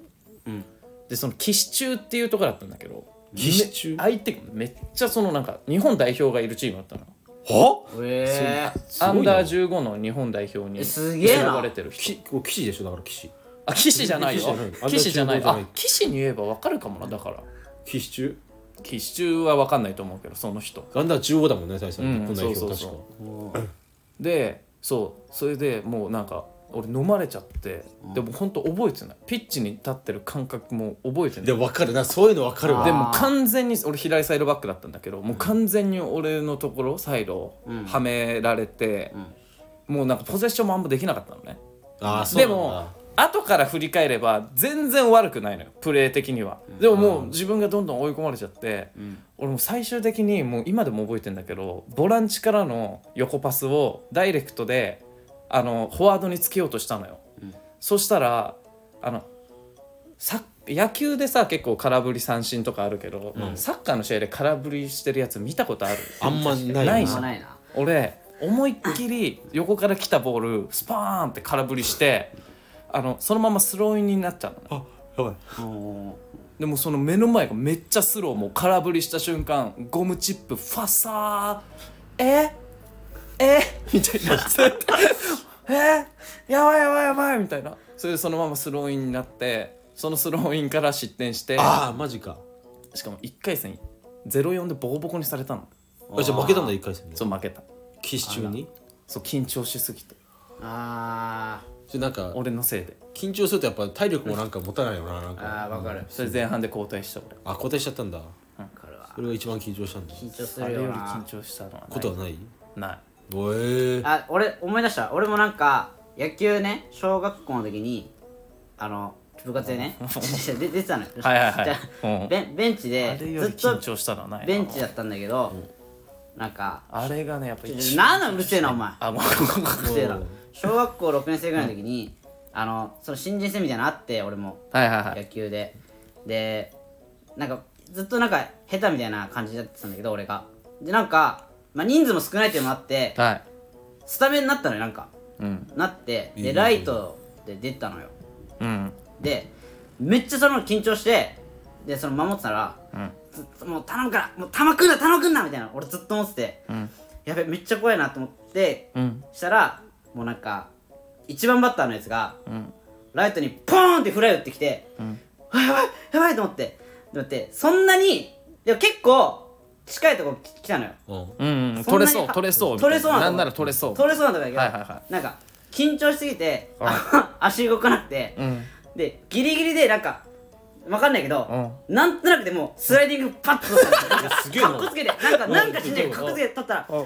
S2: でその岸中っていうところだったんだけど
S3: 岸中
S2: め相手がめっちゃそのなんか日本代表がいるチームだったの
S3: は
S1: え
S2: ア
S3: ご
S2: ン
S3: いな
S2: ダー15の日本代表に
S1: えすげえな
S2: 選ばれてる人
S3: きこれ騎士でしょだから騎士
S2: あ岸じゃないよ岸
S3: 岸
S2: じ
S3: じ
S2: ゃ
S3: ゃ
S2: な
S3: ないい
S2: あ岸に言えば分かるかもなだから
S3: 騎士中
S2: 岸中は分かんないと思うけどその人
S3: アンダー15だもんね最初
S2: うん
S3: の日本代表
S2: そう
S3: 確
S2: そう
S3: か
S2: そでそうそれでもうなんか俺飲まれちゃって、でも本当覚えてないピッチに立ってる感覚も覚えてないで
S3: でも分かるなそういうの分かるわ
S1: あー
S2: も完全に俺左サイドバックだったんだけどもう完全に俺のところサイドをはめられて、もうなんかポゼッションもあんまできなかったのね
S3: あーそう
S2: で
S3: なんだ
S2: も後から振り返れば全然悪くないのよプレー的にはでももう自分がどんどん追い込まれちゃって、俺もう最終的にもう今でも覚えてんだけどボランチからの横パスをダイレクトであのフォワードにつけようとしたのよ、そしたらあのサッ野球でさ結構空振り三振とかあるけど、サッカーの試合で空振りしてるやつ見たことある
S3: あんまないよ
S2: ない
S3: な
S2: じゃん
S1: ないな
S2: 俺思いっきり横から来たボールスパーンって空振りしてあのそのままスローインになっちゃうのね
S3: あやばい
S1: お
S2: でもその目の前がめっちゃスローもう空振りした瞬間ゴムチップファサーええみたいになって えやばいやばいやばいみたいなそれでそのままスローインになってそのスローインから失点して
S3: ああマジか
S2: しかも1回戦0-4でボコボコにされたの
S3: あじゃあ負けたんだ一回戦で
S2: そう負けた
S3: 騎士中に
S2: そう緊張しすぎて
S1: あ
S3: それなんか
S2: 俺のせいで
S3: 緊張するとやっぱ体力もなんか持たないよななん
S1: ーあ
S3: か
S1: ーわかる
S2: それ前半で交代した俺
S3: あ固定しちゃったんだ
S1: わかるわ
S3: それが一番緊張したんだ
S1: 緊張す
S2: あ
S1: る
S2: れよ
S1: よ
S2: り緊
S1: な
S2: 張したのはない
S3: ことはない
S2: ない
S3: おえー、
S1: あ俺思い出した俺もなんか野球ね小学校の時にあの部活でねで出てたのよ
S2: はいはいはい
S1: じゃあ
S2: うん
S1: ベンベンチ
S2: あ
S1: で
S2: れよ
S1: ず
S2: り
S1: っと
S2: 緊張したのはない
S1: ベンチだったんだけどなんか
S2: あれがねやっぱ
S1: ちょちょ
S2: 一
S1: なんなんうるせえなお前
S2: あもう
S1: うるせえな小学校6年生ぐらいの時にあのその新人戦みたいなのあって俺も
S2: はいはいは
S1: 野
S2: い
S1: 球ででなんかずっとなんか下手みたいな感じだったんだけど俺がでなんか、まあ、人数も少ないっていうのもあって
S2: はい
S1: スタメンになったのよなんか
S2: うん
S1: なって
S3: いいね
S1: でライトで出たのよ
S2: うん
S1: でめっちゃその緊張してでその守ってたら、
S2: ん
S1: ずっともう頼むからもう球くんな球くんなみたいな俺ずっと思ってて、
S2: ん
S1: やべめっちゃ怖いなと思って、
S2: うん
S1: したらもうなんか一番バッターのやつが、
S2: ん
S1: ライトにポーンってフライ打ってきて、あやばいやばいと思ってだってそんなにでも結構近いとこ来来たのよ
S3: うん
S2: うんう
S1: そん
S2: ん
S1: な
S2: 取れ
S1: に
S2: そう取れそう
S1: 取れそうなの
S2: みたいなんなら取れそう
S1: 取れそうなんだけど、
S2: はいはいは
S1: なんか緊張しすぎて、
S2: うん
S1: あ 足動かなくて、
S2: うん
S1: でギリギリでなんかわかんないけど、
S2: う
S1: なんとなくでもスライディングパッと取ったんですよなんか
S3: すげえな
S1: かっこつけてなんかなんかしんないけどかっこつけて取ったらうわー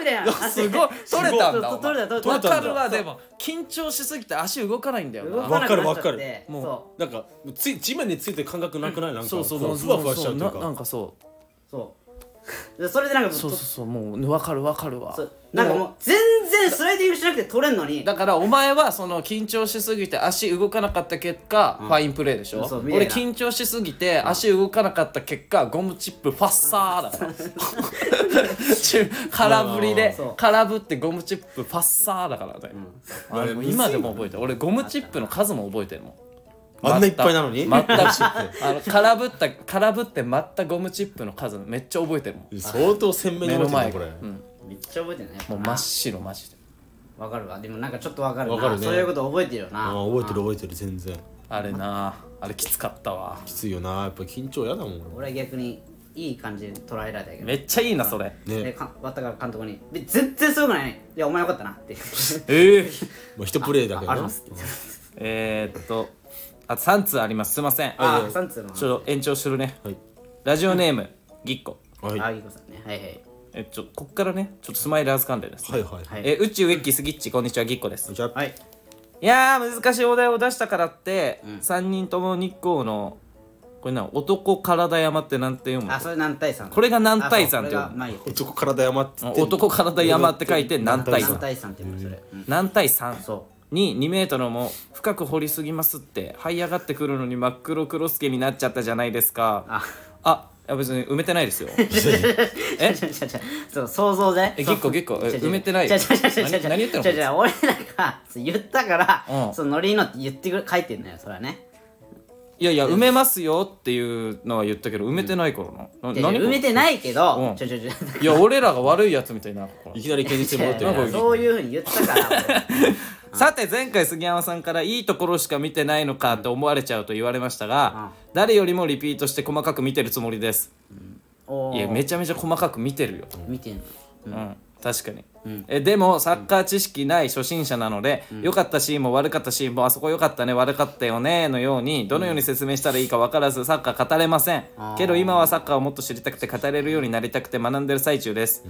S1: みたいななって
S2: すごい取れたんだ
S1: そ
S2: お
S1: うそう取れ
S2: 前
S1: た取れた
S2: わかるわ
S1: そう
S2: でも緊張しすぎて足動かないんだよ
S1: 動
S2: な
S1: かなくなっちゃ
S3: わかるわか
S1: っ
S3: る
S1: て
S2: もう
S1: そ
S3: なんかもうつい地面についてる感覚なくない、なんか
S2: そうそう
S3: こ
S2: もう
S3: ふわふわしちゃうという
S2: な
S3: か
S2: なんかそう
S1: うそうでそれでなんか
S2: そうそう
S1: と
S2: そうもうわかるわかるわ
S1: そうなんかもう全然スライディングしなくて取れんのに
S2: だからお前はその緊張しすぎて足動かなかった結果、ファインプレーでしょ
S1: そうみたいな
S2: 俺緊張しすぎて足動かなかった結果ゴムチップファッサーだ から中空振りで
S1: そう
S2: 空振ってゴムチップファッサーだからね、あれもう今でも覚えてる俺ゴムチップの数も覚えてるもん
S3: あんないっぱいなのに
S2: 全く あの空振った空振って待ったゴムチップの数めっちゃ覚えてるもん
S3: 相当鮮明に
S2: 目の
S3: 覚え
S2: 前
S3: て
S2: が
S3: る
S2: う
S3: なこれ、
S2: ん、
S1: めっちゃ覚えてるね
S2: もう真っ白マジで
S1: わかるわでもなんかちょっとわかるな
S3: わかるね
S1: そういうこと覚えてるよな
S3: あー覚えてる覚えてる全然
S2: あれなあれきつかったわ
S3: きついよなやっぱ緊張やだもん俺
S1: 俺は逆にいい感じで捉えられたけど
S2: めっちゃいいなそれ
S3: ね
S1: でか渡辺監督に「で全然すごくないねいやお前よかったな」 って
S2: ええ
S3: もう一プレーだ
S1: あ
S3: け
S1: あり
S3: ど
S1: ま
S3: な
S1: すって
S2: えー、っと、あと3通あります。すいません。
S1: ああ三通の
S2: ちょっと延長するね。
S3: はい
S2: ラジオネーム、ぎっこ。
S3: はい
S1: あ
S3: はい
S1: ぎこさんねはいはい
S2: え、ちょ、こっからね、ちょっとスマイルーズ関連です、
S3: はいはい
S1: はい
S2: え、宇宙ウェッキスギッチ、こんにちは、ぎっこです。
S3: じゃあ、
S1: はい
S2: いやー、難しいお題を出したからって、三3人とも日光の、これな、男体山ってなんて読む
S1: あ
S2: の
S1: それ南大さん
S2: これが南大山
S1: あ
S2: って
S1: そうこれが
S2: 読む
S1: まあいいよ
S3: 男体山って言ってんの
S2: 男体山って書いて南大
S1: 南
S2: 山。
S1: 大山って言うのそれうん
S2: 南大山。
S1: そ
S2: に2メートルも深く掘りすぎますって這い上がってくるのに真っ黒クロスケになっちゃったじゃないですか
S1: あ
S2: あいや別に埋めてないですよ
S1: うえちょちょちょそう想像で
S2: え結構結構え埋めてない
S1: ち
S2: よ
S1: ょちょちょちょちょ
S2: 何何言ってんの
S1: ちょちょ俺なんかそう言ったから
S2: うん
S1: そのノリにのって言ってくれ書いてんのよそれはね
S2: いやいや埋めますよっていうのは言ったけど埋めてないからな,な、
S1: いやいや埋めてないけ
S2: う
S1: ど
S2: ん
S1: ちょちょちょ
S2: いや俺らが悪いやつみたいになるから
S3: いきなり現実に戻って
S2: なんか
S3: る
S1: そういうふうに言ったから 俺
S2: さて前回杉山さんからいいところしか見てないのかと思われちゃうと言われましたが、誰よりもリピートして細かく見てるつもりです
S1: お
S2: いや
S1: ー
S2: めちゃめちゃ細かく見てるよ、
S1: 見てんの
S2: うん確かに、えでもサッカー知識ない初心者なので良、かったシーンも悪かったシーンもあそこ良かったね悪かったよねのようにどのように説明したらいいか分からずサッカー語れませんけど今はサッカーをもっと知りたくて語れるようになりたくて学んでる最中です、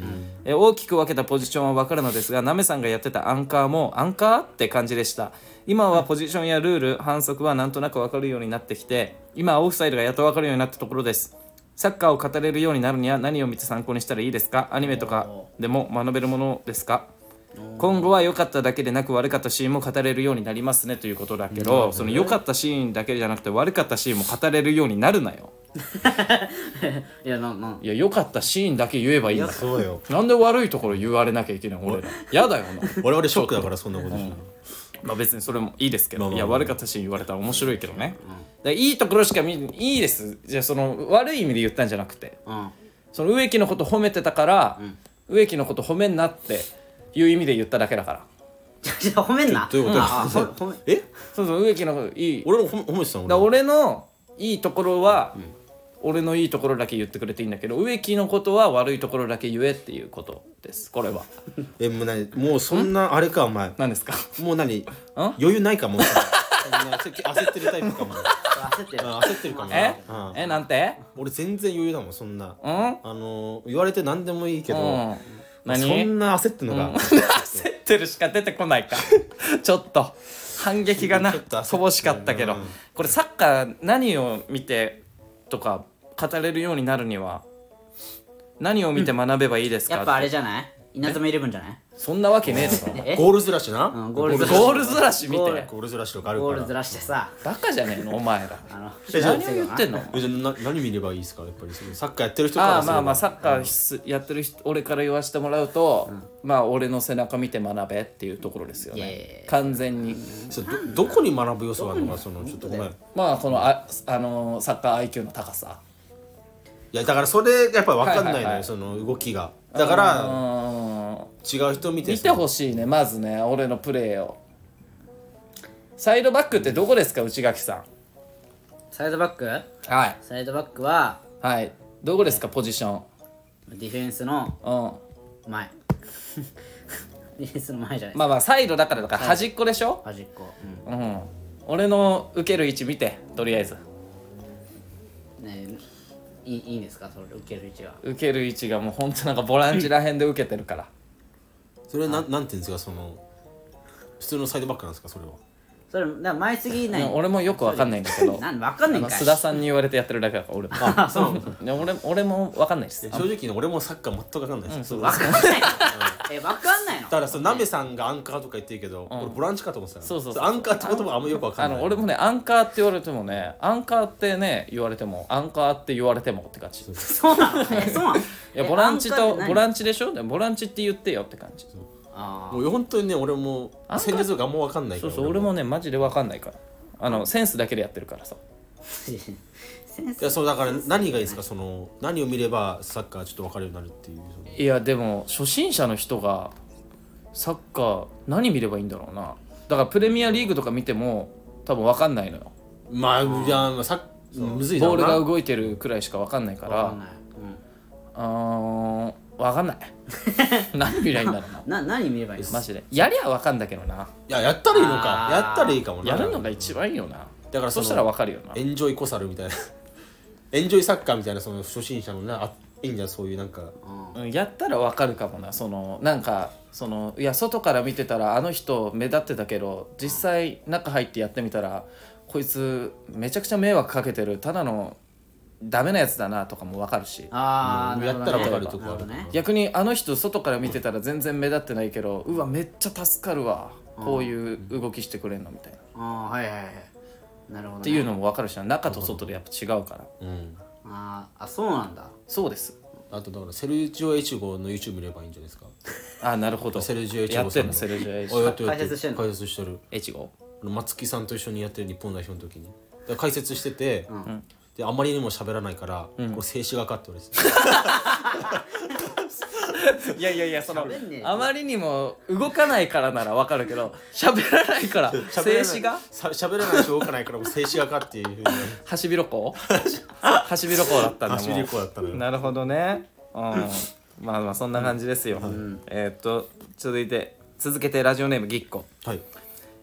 S2: え大きく分けたポジションは分かるのですがナメさんがやってたアンカーもアンカーって感じでした今はポジションやルール反則はなんとなく分かるようになってきて今はオフサイドがやっと分かるようになったところですサッカーを語れるようになるには何を見て参考にしたらいいですかアニメとかでも学べるものですか今後は良かっただけでなく悪かったシーンも語れるようになりますねということだけどその良かったシーンだけじゃなくて悪かったシーンも語れるようになるなよ
S1: いやなない
S2: や良かったシーンだけ言えばいいんだよ
S3: そうよ
S2: なんで悪いところ言われなきゃいけない俺らやだよな
S3: 我々ショックだからそんなことしない
S2: まあ別にそれもいいですけど、
S3: まあまあ
S2: いや悪かったシーン言われたら面白いけどね、でいいところしか見いいですじゃあその悪い意味で言ったんじゃなくて
S1: うん
S2: その植木のこと褒めてたから、植木のこと褒めんなっていう意味で言っただけだから
S1: じゃあじゃあ褒めんな
S3: どういうこと
S1: んああほ褒め
S3: え
S2: そうそう植木のこといい
S3: 俺もほん褒めてたの
S2: だ
S3: 俺
S2: 俺のいいところは、俺のいいところだけ言ってくれていいんだけど植木のことは悪いところだけ言えっていうことですこれは
S3: えもう何もうそんなあれかお前
S2: 何ですか
S3: もう何余裕ないかもうそんな 焦ってるタイプかも
S1: 焦ってる
S3: あ焦ってるかも
S2: え、
S3: うん
S2: えなんて
S3: 俺全然余裕だもんそんな
S2: うんうん
S3: あのー言われて何でもいいけど、
S2: 何
S3: そんな焦ってんのが、
S2: 焦ってるしか出てこ ないかちょっと反撃がな
S3: ちょっと焦ってる
S2: 乏しかったけど
S3: うん
S2: これサッカー何を見てとか語れるようになるには何を見て学べばいいですか、
S1: やっぱあれじゃない稲妻イレブンじゃない
S2: そんなわけねえぞ
S1: え
S3: ゴールずらしな、
S1: うん
S3: ゴ
S1: ゴ
S3: ー
S1: ー
S3: ル
S1: ル
S3: ず
S1: ず
S3: ら
S1: ら
S3: し
S1: し
S2: ゴールずら
S1: ゴー
S2: し見て
S1: ル
S3: らしとかある
S1: ゴー
S3: か
S1: ルず
S3: ら
S1: らしてさ
S2: バカじゃねえのお前ら
S1: あの
S3: えじゃあ
S2: 何を言ってんの
S3: えじゃあな何見ればいいですかやっぱりそのサッカーやってる人から
S2: ああ
S3: すれば
S2: まあまあサッカーしやってる人俺から言わせてもらうと、まあ俺の背中見て学べっていうところですよ
S1: いやいやい
S2: ね
S1: や
S2: 完全に
S3: そうどどこに学ぶ要素があるのかそのちょっとごめんい
S2: まあこのあ、あのーサッカー IQ の高さ
S3: やだからそれがやっぱ分かんないのよ、
S2: はいはいはい
S3: その動きがだか
S2: う
S3: ら
S2: ーん
S3: 違う人見て
S2: 見てほ
S3: し
S2: しいねまずね俺のプレーをサイドバックってどこですか内垣さ
S1: サイドバック
S2: んはい
S1: サイドバックは
S2: はいどこですかポジション
S1: ディフェンスの
S2: うん
S1: 前 ディフェンスの前じゃない
S2: まあまあサイドだからだから端っこでしょ、
S1: 端っこ、うん
S2: うん俺の受ける位置見てとりあえず
S1: ねえいいいいんですかそれ受ける位置は
S2: 受ける位置がもうほんとなんかボランチらへんで受けてるから
S3: それなんなんていうんですかその普通のサイドバックなんですかそれは
S1: それだから前すぎない
S2: うん俺もよくわかんないんだけど
S1: なんわかんないん
S2: あの
S1: かい
S2: 須田さんに言われてやってるだけだから 俺もね俺俺もわかんないです
S3: いや正直ね俺もサッカー全く分かんないです、
S1: わかんないえわかんないの
S3: だからそのナメさんがアンカーとか言ってるけど、俺ボランチかと思ってたの
S2: そうそうそう
S3: アンカーって言葉もあんまよく分か
S2: あ
S3: んない
S2: の俺もねアンカーって言われてもねアンカーってね言われてもアンカーって言われてもって感じい
S1: そうなのえそうなのい
S2: やボランチとボラ
S1: ン
S2: ンチでしょでボランチって言ってよって感じ
S1: あ
S3: もう本当にね俺も
S2: アンカー
S3: 戦術とかあんま分かんないか
S2: そう
S3: ら
S2: そう俺もねマジでわかんないからあのセンスだけでやってるからさ
S1: ー先
S3: い
S1: 生
S3: やそうだから何がいいですかその何を見ればサッカーちょっと分かるようになるっていうその
S2: いやでも初心者の人がサッカー何見ればいいんだろうなだからプレミアリーグとか見ても多分わかんないのよ
S3: まあいやまあサッむずいだ
S2: ボ
S3: ろ
S2: ー
S3: う
S2: ル
S3: な
S2: が動いてるくらいしかわかんないか
S1: わかん
S2: ら
S1: ない、うん
S2: うーんわ かんない何見りゃいいんだろうな
S1: な何見ればいいの
S2: マジでやりゃわかんだけどない
S3: ややったらいいのか
S1: あー
S3: やったらいいかもな
S2: やるのが一番いいよな
S3: だから
S2: そ
S3: そ
S2: し
S3: したた
S2: ら
S3: ら
S2: わかるよな
S3: エンジョイコサルみたいな エンジョイサッカーみたいなその初心者のなあいいんじゃんそういうなんか
S2: うんやったらわかるかもなそのなんかそのいや外から見てたらあの人目立ってたけど実際中入ってやってみたらこいつめちゃくちゃ迷惑かけてるただのダメなやつだなとかもわかるし
S1: ああ
S3: やったら分
S1: 分
S3: かるとこあると思う
S1: ね
S2: 逆にあの人外から見てたら全然目立ってないけどうわめっちゃ助かるわこういう動きしてくれんのみたいなっ
S1: ああーはいはいはいなるほどね、って
S2: いうのもわかるしな中と外でやっぱ違うから
S3: うん
S1: あーあそうなんだ
S2: そうです
S3: あとだからセルジオエチゴの YouTube 見ればいいんじゃないですか
S2: あなるほど
S3: セルジオエチ
S2: や
S3: ゴ
S2: っ
S3: さ
S2: て
S3: ん
S2: ん
S3: の
S2: のセルジオエチ
S3: あ
S2: ゴ
S3: やってるやって
S1: 解
S3: る
S1: 説してんの
S3: 解説してる
S2: エチゴ
S3: 松木さんと一緒にやってる日本代表の時にだから解説してて、であまりにも喋らないから、これ静止画かって言われてた
S2: いやいやいやその
S1: 喋んねえ
S2: あまりにも動かないからならわかるけ ど喋らないから
S3: 喋ら
S2: 静
S3: ない
S2: 止画
S3: さ喋らないし動かないからもう静止画かっていうふうに
S2: ハ シビロコウハシビロコウだったんだもん
S3: 走り子だったのよ
S2: なるほどねうんまあまあそんな感じですよ、えーっと続いて続けてラジオネームぎっこ
S3: はい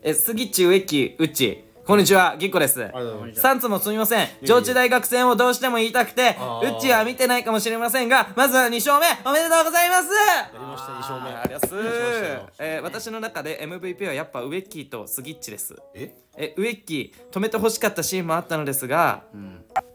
S2: えスギッチ植木うっちこんにちはぎっこです
S3: がとうござい
S2: 三つもすみません上智大学戦をどうしても言いたくて
S3: あ
S2: う
S3: ー
S2: っちは見てないかもしれませんがまずは2勝目おめでとうございます
S3: やりました2勝目
S2: ありがとうござい
S3: 勝ちました
S2: ま
S3: よ
S2: す、えー私の中で MVP はやっぱ植木とスギッチです
S3: え
S2: え植木止めてほしかったシーンもあったのですが、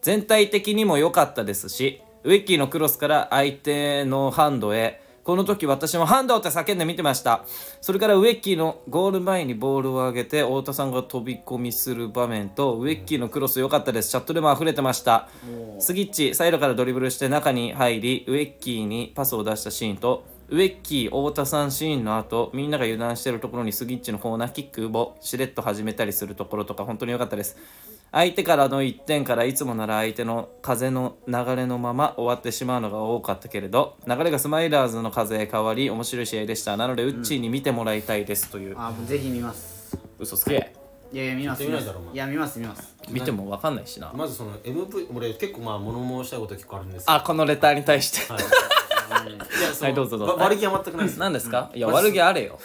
S2: 全体的にも良かったですし植木のクロスから相手のハンドへこの時私もハンドって叫んで見てましたそれから植木のゴール前にボールを上げて太田さんが飛び込みする場面と植木のクロス良かったですシャットでも溢れてましたスギッチサイドからドリブルして中に入り植木にパスを出したシーンと植木太田さんシーンの後みんなが油断してるところにスギッチのコーナーキックをしれっと始めたりするところとか本当に良かったです相手からの1点からいつもなら相手の風の流れのまま終わってしまうのが多かったけれど流れがスマイラーズの風へ変わり面白い試合でしたなのでウッチーに見てもらいたいですという、
S1: あもうぜひ見ます
S2: 嘘つけ
S1: いやいや見ます
S3: 見てみないだろお前
S1: いや見ます見ます
S2: 見ても分かんないしな
S3: まずその MV 俺結構まあ物申したいこと結構あるんですけど
S2: あこのレターに対して、
S3: はいいやその
S2: はいどうぞどうぞ
S3: わ悪気は全くないです
S2: 何ですかいや
S3: まず
S2: 悪気あれよ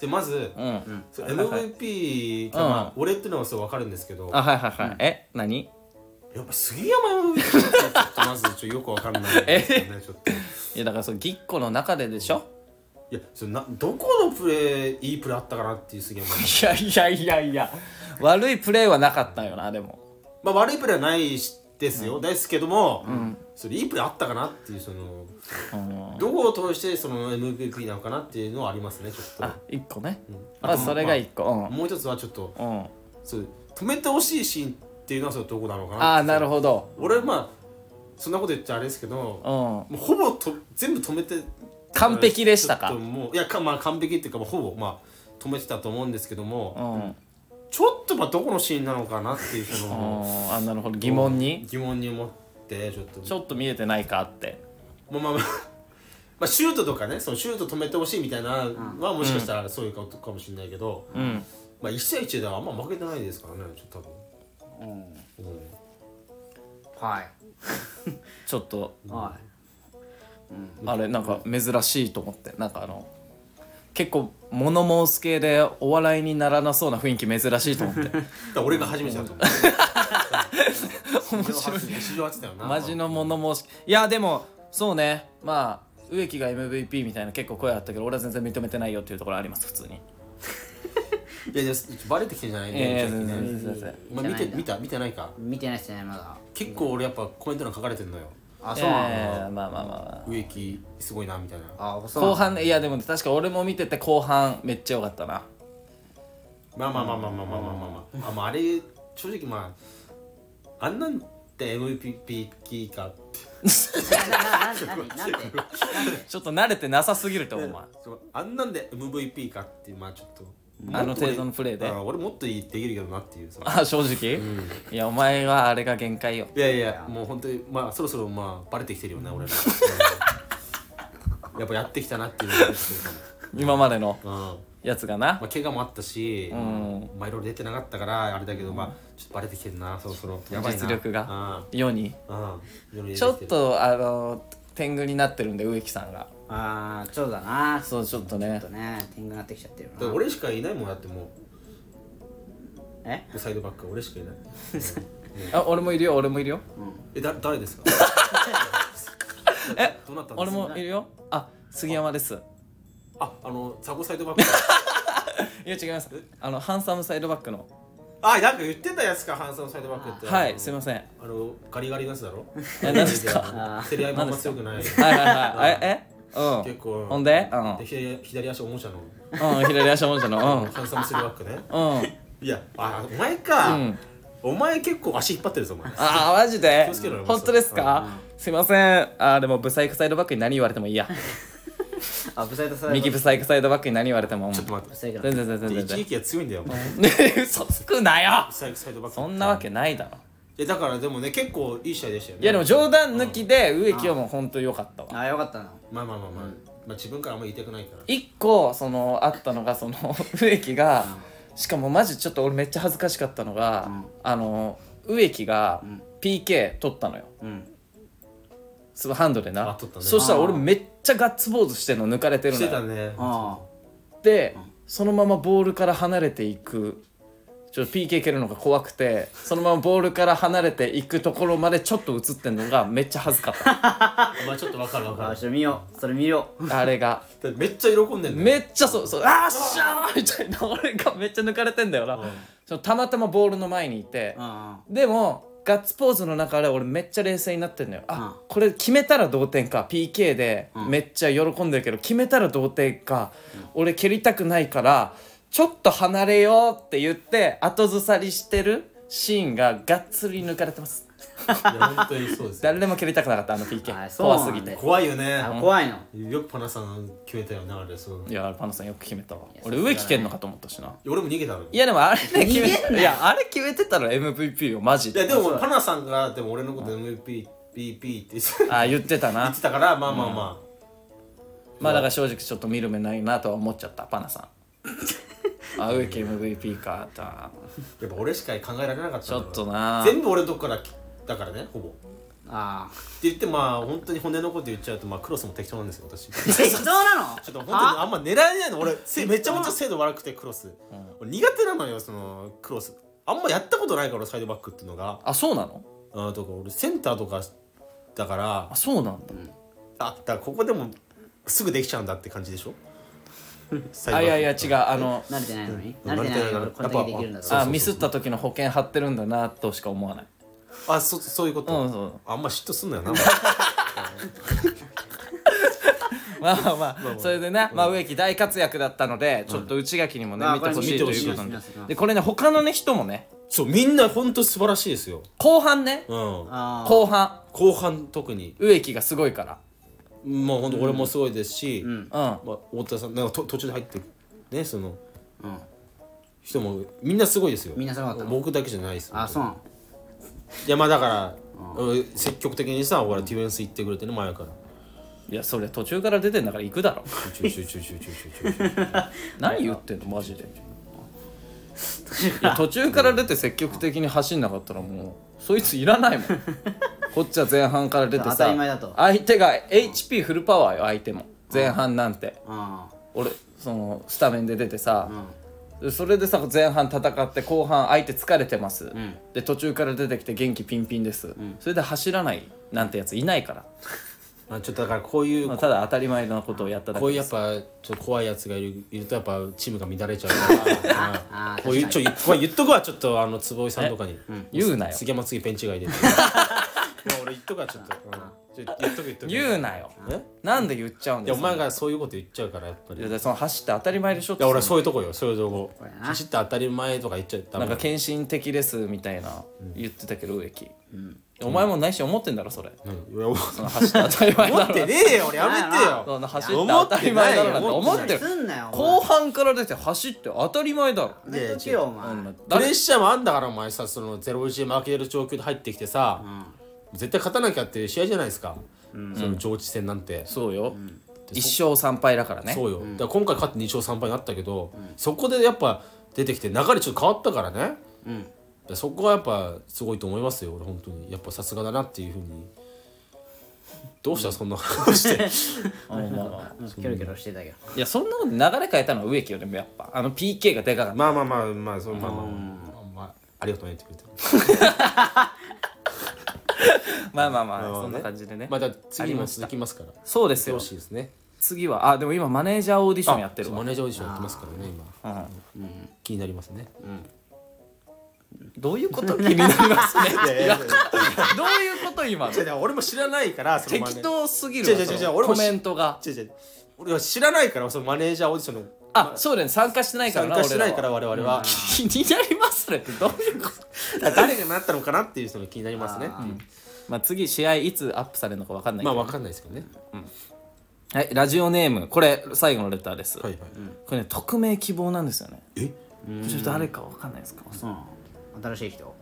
S3: でまず
S2: うん、
S3: そう MVP がまあ俺っていうのはそう分かるんですけど
S2: あはいはいはい、え何
S3: やっぱ杉山 MVP だったらちょっとまずちょっとよく分かんないですよねちょっと
S2: いやだからそのぎっこの中ででしょ
S3: いやそれなどこのプレーいいプレーあったかなっていう杉山
S2: いやいやいやいや悪いプレーはなかったよなでも
S3: まあ悪いプレーはないしですよ、ですけども、それいいプレーあったかなっていうその、どこを通してその MVP なのかなっていうのはありますねちょっと
S2: あ一個ね、
S3: あ
S2: まあ
S3: と
S2: それが一個、
S3: もう一つはちょっと
S2: うん、うん、
S3: そう止めてほしいシーンっていうのはそのどこなのかな
S2: ああなるほど
S3: 俺まあそんなこと言っちゃあれですけど、
S2: う
S3: もうほぼと全部止めて
S2: 完璧でしたか
S3: ちょっともういやかまあ完璧っていうか、まあ、ほぼまあ止めてたと思うんですけども、
S2: んうん
S3: ちょっとまあどこのシーンなのかなっていうその
S2: あなるほど疑問に
S3: 疑問に思ってちょっと
S2: ちょっと見えてないかって
S3: まあまあまあ まあシュートとかねそのシュート止めてほしいみたいなのはもしかしたらそういうことかもしれないけど、
S2: うん
S3: まあ1対1ではあんま負けてないですからねちょっと
S1: うん
S3: 多分、うん
S1: はい
S2: ちょっと
S1: は
S2: あれなんか珍しいと思ってなんかあの結構物申す系でお笑いにならなそうな雰囲気珍しいと思って
S3: だから俺が初めてだと思う面白い史上初だよな
S2: マジの物申しいやでもそうねまあ植木が MVP みたいな結構声あったけど俺は全然認めてないよっていうところあります普通に
S3: いやいやバレてきてんじゃない
S2: ええ
S3: ちょっとね
S2: 全然全然
S3: お前見て見た見てないか
S1: い見てないっすねまだ
S3: 結構俺やっぱコメント欄書かれてんのよ
S1: あ
S2: え
S1: そうなんだ、
S2: えまあまあまあまあ
S3: 植木すごいなみたいな
S1: あそうなん
S2: 後
S1: だ
S2: 半いやでも確か俺も見てて後半めっちゃ良かったな
S3: まあまあまあまあまあまあまあまあまあまああれ正直まああんなんて MVP かって
S1: なななんてなんて
S2: ちょっと慣れてなさすぎると思うお前
S3: そうあんなんで MVP かってまあちょっと
S2: あの程度のプレーで
S3: あ俺もっといいできるけどなっていうさ
S2: あ正直、いやお前はあれが限界よ
S3: いやいやもう本当にまあそろそろまあバレてきてるよね俺らうんやっぱやってきたなっていうのがあるけ
S2: 今までの
S3: どうん
S2: やつがな
S3: まあ、怪我もあったし、
S2: ん
S3: まあいろいろ出てなかったからあれだけど、まあちょっとバレてきてるなそろそろやばいな
S2: 実力が世に
S3: うんうんいろいろ出てきてる
S2: ちょっとあの天狗になってるんで植木さんが
S1: ああそうだなちょ
S2: そうちょっとね
S1: っとね天狗になってきちゃってる
S3: だから
S1: な
S3: 俺しかいないもんだっても
S1: え
S3: うサイドバックは俺しか いない
S2: あ俺もいるよ俺もいるよ
S3: えだ誰ですか
S2: え
S3: どうなったんですか
S2: 俺もいるよあ杉山です
S3: ああのザコサイドバック
S2: いや違いますあのハンサムサイドバックの
S3: あなんか言ってたやつかハンサムサイドバックって
S2: はいすいません
S3: あのガリガリのやつだろ
S2: え何です か
S1: あー
S3: 競り合いもあんま強くない
S2: はいはいはいええうん
S3: 結構
S2: ほんでうん
S3: で左左足おもちゃの
S2: うん左足もんじゃの
S3: ハンサムサイドバッ クね
S2: うんうん
S3: いやあお前か、
S2: うん
S3: お前結構足引っ張ってるぞお前
S2: ああマジで
S3: 気をつけろよ
S2: 本当ですかすいませんあーでもブサイクサイドバックに何言われてもいいや
S1: あブサイトさ
S2: 右ブサイクサイドバックに何言われてももう
S3: ちょっと待っ
S1: ブ
S3: て
S1: サイト
S2: 全然全然
S3: で
S2: 全
S3: 一
S2: 然
S3: 撃は強いんだよお前
S2: 嘘つくなよ
S3: サイサイドバック
S2: そんなわけないだろ
S3: いやだからでもね結構いい試合でしたよね
S2: いやでも冗談抜きで植木はもう本当良かったわ
S1: あよかったな
S3: まあまあまあまあ、まあ自分からあんまり言いたくないから
S2: 一個そのあったのがその 植木がしかもマジちょっと俺めっちゃ恥ずかしかったのがあの植木が PK 取ったのよ
S1: うん
S2: そのハンドでな
S3: あ取ったね
S2: そしたら俺めっちゃガッツポーズしてんの抜かれてる
S3: し
S2: の
S3: て
S2: よ
S3: たね
S1: あ
S2: でそのままボールから離れていくちょっと PK 蹴るのが怖くてそのままボールから離れていくところまでちょっと映ってんのがめっちゃ恥ずかった
S3: まあちょっとわかるわ
S1: あ
S3: か
S1: あちょっと見ようそれ見よう
S2: あれが
S3: るめっちゃ喜んでんね
S2: めっちゃそうそうあっしゃーみたいな俺がめっちゃ抜かれてんだよな、そのたまたまボールの前にいて、
S1: あ
S2: でもガッツポーズの中で俺めっちゃ冷静になってんのよあ、
S1: う
S2: これ決めたら同点か PK でめっちゃ喜んでるけど、決めたら同点か、俺蹴りたくないからちょっと離れようって言って後ずさりしてるシーンががっつり抜かれてます
S3: いや本当にそうですよ
S2: 誰でも蹴りたくなかったあの PK、
S1: あそうなんだ
S2: 怖すぎて
S3: 怖いよね
S1: あ怖いの
S3: よくパナさん決めたよねあれそう
S2: いやパナさんよく決めたわ俺上聞けんのかと思ったしな
S3: 俺も逃げたのに
S2: いやでもあれね決
S1: 逃げんな
S2: めいやあれ決めてたら MVP よマジ
S3: いや
S2: で
S3: でもパナさんがでも俺のこと MVP PP って言って
S2: ああ言ってた
S3: 言
S2: な
S3: ってたからまあまあま
S2: まあだから正直ちょっと見る目ないなとは思っちゃったパナさ んあ植木 MVP かとは
S3: あやっぱ俺しか考えられなかった
S2: ちょっと
S3: な
S2: な
S3: 全部俺のとこからだからねほぼって
S1: ああ
S3: 言ってまあ本当に骨のこと言っちゃうとまあクロスも適当なんですよ 私ちょ
S1: 適当なの
S3: っと本当に
S1: は
S3: あんま狙えないの俺せめちゃめちゃ精度悪くてクロス俺苦手なのよそのクロスあんまやったことないから俺サイドバックっていうのが
S2: あそうなの
S3: あとか俺センターとかだから
S2: あそうなんだ、
S3: あだからここでもすぐできちゃうんだって感じでし ょサ
S2: あ
S3: イドバッ
S2: い
S3: ク
S2: やいや違うあの
S1: 慣れてないのに
S3: うん
S1: 慣れてないのに俺
S3: 慣れて
S1: こ
S3: なんい
S1: だけできるんだ
S3: やっぱ
S1: ぞ
S2: あミスった時の保険張ってるんだなとしか思わない
S3: あそそういうこと、
S2: うんそう
S3: あんま嫉妬すんなよな
S2: まあまあまあそれでね、まあ、植木大活躍だったのでちょっと内垣にもね、
S1: うん
S2: 見てほしい
S3: あ
S2: というこ
S3: これ見てほしい
S2: となんで
S1: ですね
S2: でこれね他のね人もね
S3: そうみんなほんと素晴らしいですよ、
S2: 後半ね
S3: うん、
S1: ああ
S2: 後半
S3: 後半特に
S2: 植木がすごいから
S3: もうほんと俺もすごいですし、
S2: うん
S3: まあ、太田さんなんかと途中で入ってねその
S1: うん
S3: 人もみんなすごいですよ
S1: みんなすごかったの
S3: 僕だけじゃないです
S1: あそうなの
S3: いやまあだから、うん積極的にさほらディフェンス行ってくれてね前から
S2: いやそれ途中から出てんだから行くだろ
S3: チュチュチュチュチュチュチュチュ
S2: 何言ってんのマ ジでいや途中から出て積極的に走んなかったらもうそいついらないも んこっちは前半から出てさ
S1: 当たり前だと
S2: 相手が HP フルパワーよ相手も前半なんて
S1: あ
S2: 俺そのスタメンで出てさ、でそれでさ前半戦って後半相手疲れてます、で途中から出てきて元気ピンピンです、それで走らないなんてやついないから、
S3: まあちょっとだからこういう
S2: まあ、ただ当たり前のことをやっただ
S3: こう
S2: け
S3: いうやっぱちょっと怖いやつがいるいるとやっぱチームが乱れちゃうからうんこういうちょ言っこれ言っとくわちょっとあの坪井さんとかに、
S2: 言うなよ
S3: 杉山次ペンチ外でもう俺言っとくわちょっと、うんちょ言っとく言っとく
S2: 言うなよ
S3: え
S2: なんで言っちゃうん
S3: いや
S2: で
S3: お
S2: すか
S3: 前がそういうこと言っちゃうからやっぱり
S2: い
S3: い
S2: やでその走って当たり前でしょって
S3: や俺はそういうとこよそういうとこ
S1: れな
S3: 走って当たり前とか言っちゃダ
S2: な
S3: メ
S2: んか献身的ですみたいな言ってたけど植木、お前もないし思ってんだろそれ、
S3: うんいや思
S2: その走って当たり前
S3: 思
S2: だ
S3: っ
S2: ろ
S3: てねえよ俺やめて
S2: そ
S3: よ
S2: の走って当たり前だろなんて思
S3: 思
S2: っ
S3: ってて
S2: る
S1: すんなよお前
S2: 後半から出て走って当たり前だろ
S1: やめとけよお前
S2: あんな
S3: プレ
S2: 誰
S3: ッシャーもあんだからお前さその0-1で負ける状況で入ってきてさ、絶対勝たなきゃっていう試合じゃないですか、その上智戦なんて、
S2: そうよ、一勝三敗だからね
S3: そうよ、だから今回勝って2勝3敗になったけど、そこでやっぱ出てきて流れちょっと変わったからね、でそこはやっぱすごいと思いますよ俺本当にやっぱさすがだなっていうふうにどうしたそんな話して
S2: うんまあまあ
S1: うんキョロキョロしてたけど
S2: いやそんなこと流れ変えたのは植木よでもやっぱあの PK がでかかった
S3: まあまあまあまあそのまあまあまあまあありがとうねってくれて
S2: まあまあまあ
S3: あ
S2: そんな感じでね
S3: また次も続きますから
S2: そうですよ
S3: 欲しいですね
S2: 次はあでも今マネージャーオーディションやってる
S3: マ
S2: わ
S3: ネージャーオーディションやってますからね今、気になりますね、
S2: どういうこと気になりますねいやどういうこと今の
S3: 俺も知らないからそ
S2: 適当すぎ
S3: 違
S2: る
S3: う違
S2: わ
S3: う
S2: そ
S3: 違う
S2: の
S3: 俺も
S2: コメ
S3: し
S2: ントが
S3: 違う違う俺は知らないからそのマネージャーオーディションの
S2: あそうだよね参加してないから
S3: 参
S2: な
S3: 加してないから
S2: 俺
S3: 我々
S2: ら
S3: は、
S2: は気になりますねってどういうこと
S3: だから誰がなったのかなっていうその気になりますね
S2: まあ次試合いつアップされるのかわかんないけ
S3: まあ
S2: ど
S3: わかんないですけどね
S2: はいラジオネームこれ最後のレターです
S3: はい
S2: こ
S3: はい、
S2: れね匿名希望なんですよね
S3: え
S2: ちょっと誰かわかんないですか
S1: そうなの新しい人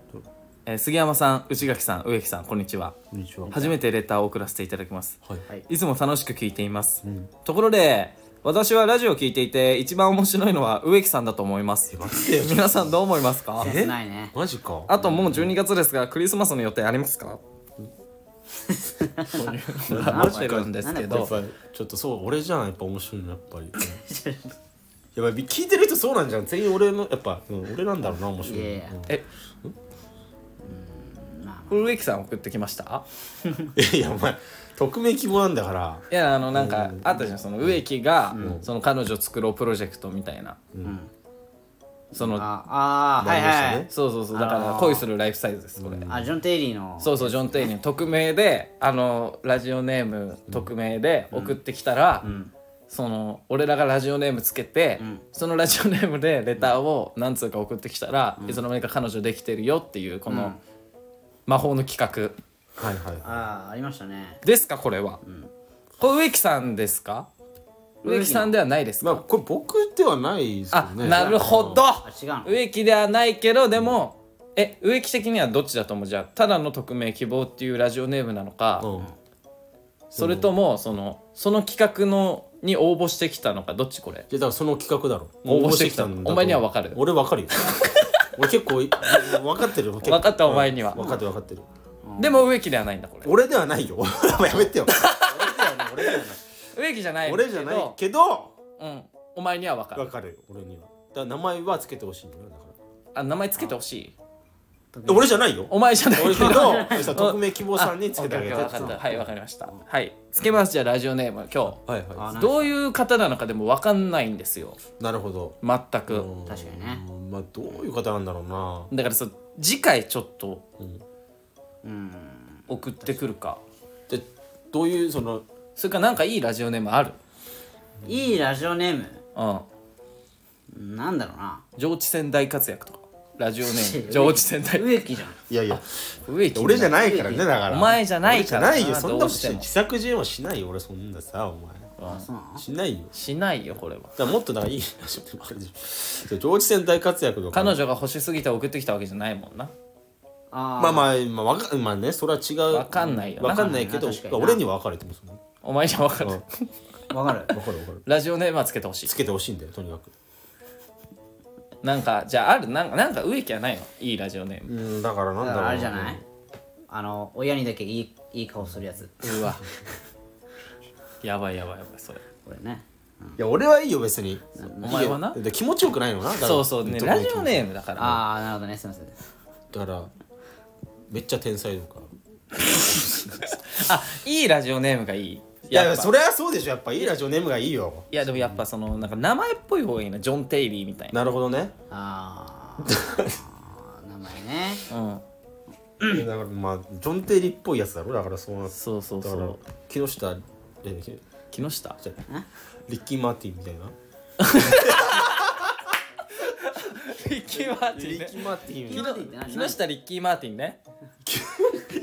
S2: えー杉山さん内垣さん植木さんこんにちは
S3: こんにちは
S2: 初めてレターを送らせていただきます
S3: はい
S1: はい
S2: いつも楽しく聞いています、ところで私はラジオを聞いていて一番面白いのは植木さんだと思います
S3: で
S2: 皆さんどう思いますか
S1: センスないね
S3: マジか
S2: あともう12月ですがクリスマスの予定ありますか 思ってるんですけ
S3: やっ
S2: ど
S3: ぱちょっとそう俺じゃんやっぱ面白いのやっ ぱりやっぱ聞いてる人そうなんじゃん全員俺のやっぱ、うん、俺なんだろうな面白いの
S1: いやいや
S3: うん
S2: え植木さん送ってきました
S3: いやいやお前匿名希望なんだから
S2: いやあのなんかあったじゃんその植木がその彼女作ろうプロジェクトみたいな、その
S1: ああーはいはい、
S2: そうそうそうだか
S1: あ
S2: ら
S1: のー
S2: 恋するライフサイズですこれ、
S1: あジョン・テイリーの
S2: そうそうジョン・テイに匿名であのラジオネーム匿名で送ってきたら、その俺らがラジオネームつけて、そのラジオネームでレターを何通か送ってきたら、いつの間にか彼女できてるよっていうこの魔法の企画
S3: はいはい
S1: ああありましたね
S2: ですかこれは、これ植木さんですか植木さんではないです
S3: ま
S2: か、
S3: あこれ僕ではないですよ
S2: あ、
S3: ね
S2: なるほど
S1: あ違うの
S2: 植木ではないけどでも、え植木的にはどっちだと思うじゃあただの匿名希望っていうラジオネームなのか、
S3: うん
S2: それともそのその企画のに応募してきたのかどっちこれ
S3: いやだからその企画だろ
S2: 応募してきたの
S3: 応募してきだと思う
S2: お前には分かる
S3: 俺分 かるよ俺結構い分かってるよ結構
S2: 分かったお前には
S3: 分かってる分かってる
S2: でも植木ではないんだこれ
S3: 俺ではないよ やめ てよ俺ではない俺ではない
S2: 植木じゃない
S3: 俺じゃないけど
S2: うんお前には分か
S3: 分
S2: る
S3: かるよ俺にはだから名前はつけてほしいんだよだか
S2: あ名前つけてほしい
S3: ら俺じゃないよ
S2: お前じゃない
S3: 俺
S2: けど
S3: け どさ匿名希望さんにつけてあげて
S2: あオッケーオッケー分かったはい分かりましたはいつけますじゃあラジオネーム今
S3: はい
S1: あ
S3: は
S1: な
S2: 日どういう方なのかでも分かんないんですよ
S3: いなるほど
S2: 全く、
S3: うん
S1: 確かにね
S3: うんまあどういう方なんだろうな
S2: だからそ次回ちょっと
S1: うん
S2: 送ってくるか
S3: でどういうその
S2: それかなんかいいラジオネームある
S1: いいラジオネーム
S2: うん
S1: なんだろうな
S2: 上智線大活躍とかラジオネ ーム上智線大
S1: 植木じゃん
S3: いやいや
S2: 植木
S3: 俺じゃないからねだから
S2: お前じゃないからな
S3: 俺じゃないよそんな
S2: ど
S3: こ
S2: う
S3: と
S2: し
S3: してて
S2: も
S3: 自作自演はしないよ俺そんなさお前
S1: あそうなの
S3: しないよ
S2: しないよこれは
S3: だからもっとなんかいい話でもあるでしょそう上智戦大活躍とか
S2: 彼女が欲しすぎて送ってきたわけじゃないもんな
S1: あ
S3: まあまあまあわかまあねそれは違う
S2: わかんないよな
S3: わかんないけど
S1: 確かにな
S3: 俺には分かると思うその
S2: お前じゃ分かる
S1: あわかる
S3: 分かる分かる
S2: ラジオネームはつけてほしい
S3: つけてほしいんだよとにかく
S2: なんかじゃああるなんかなんか植木はないのいいラジオネーム
S3: うんだからなん
S1: だ
S3: だ
S1: か
S3: ろう
S1: らあれじゃないあの親にだけいいいい顔するやつ
S2: うわ やばいやばいやばいそれ
S1: これね
S3: いや俺はいいよ別に
S2: お前はない
S3: やで気持ちよくないのなだから
S2: そうそうね
S3: 特に
S2: ラジオネームだから
S1: ああなるほどねすいません
S3: だからめっちゃ天才とか
S2: あいいラジオネームがいい
S3: いや
S2: やっぱ
S3: それはそうでしょやっぱいいラジオネームがいいよ
S2: いやでもやっぱそのなんか名前っぽい方がいいなジョン・テイリーみたいな
S3: なるほどね
S1: ああ 名前ね
S2: うん
S3: だからまあジョン・テイリーっぽいやつだろだからそうなって
S2: そうそう
S3: だ
S2: そ
S3: から
S2: う
S3: 木下え木
S2: 木下
S3: じゃあリッキー・マーティンみたいな
S2: リッキー・マーティンね
S3: ー・マーティ
S1: 木下って何
S2: 木下リッキー・マーティンね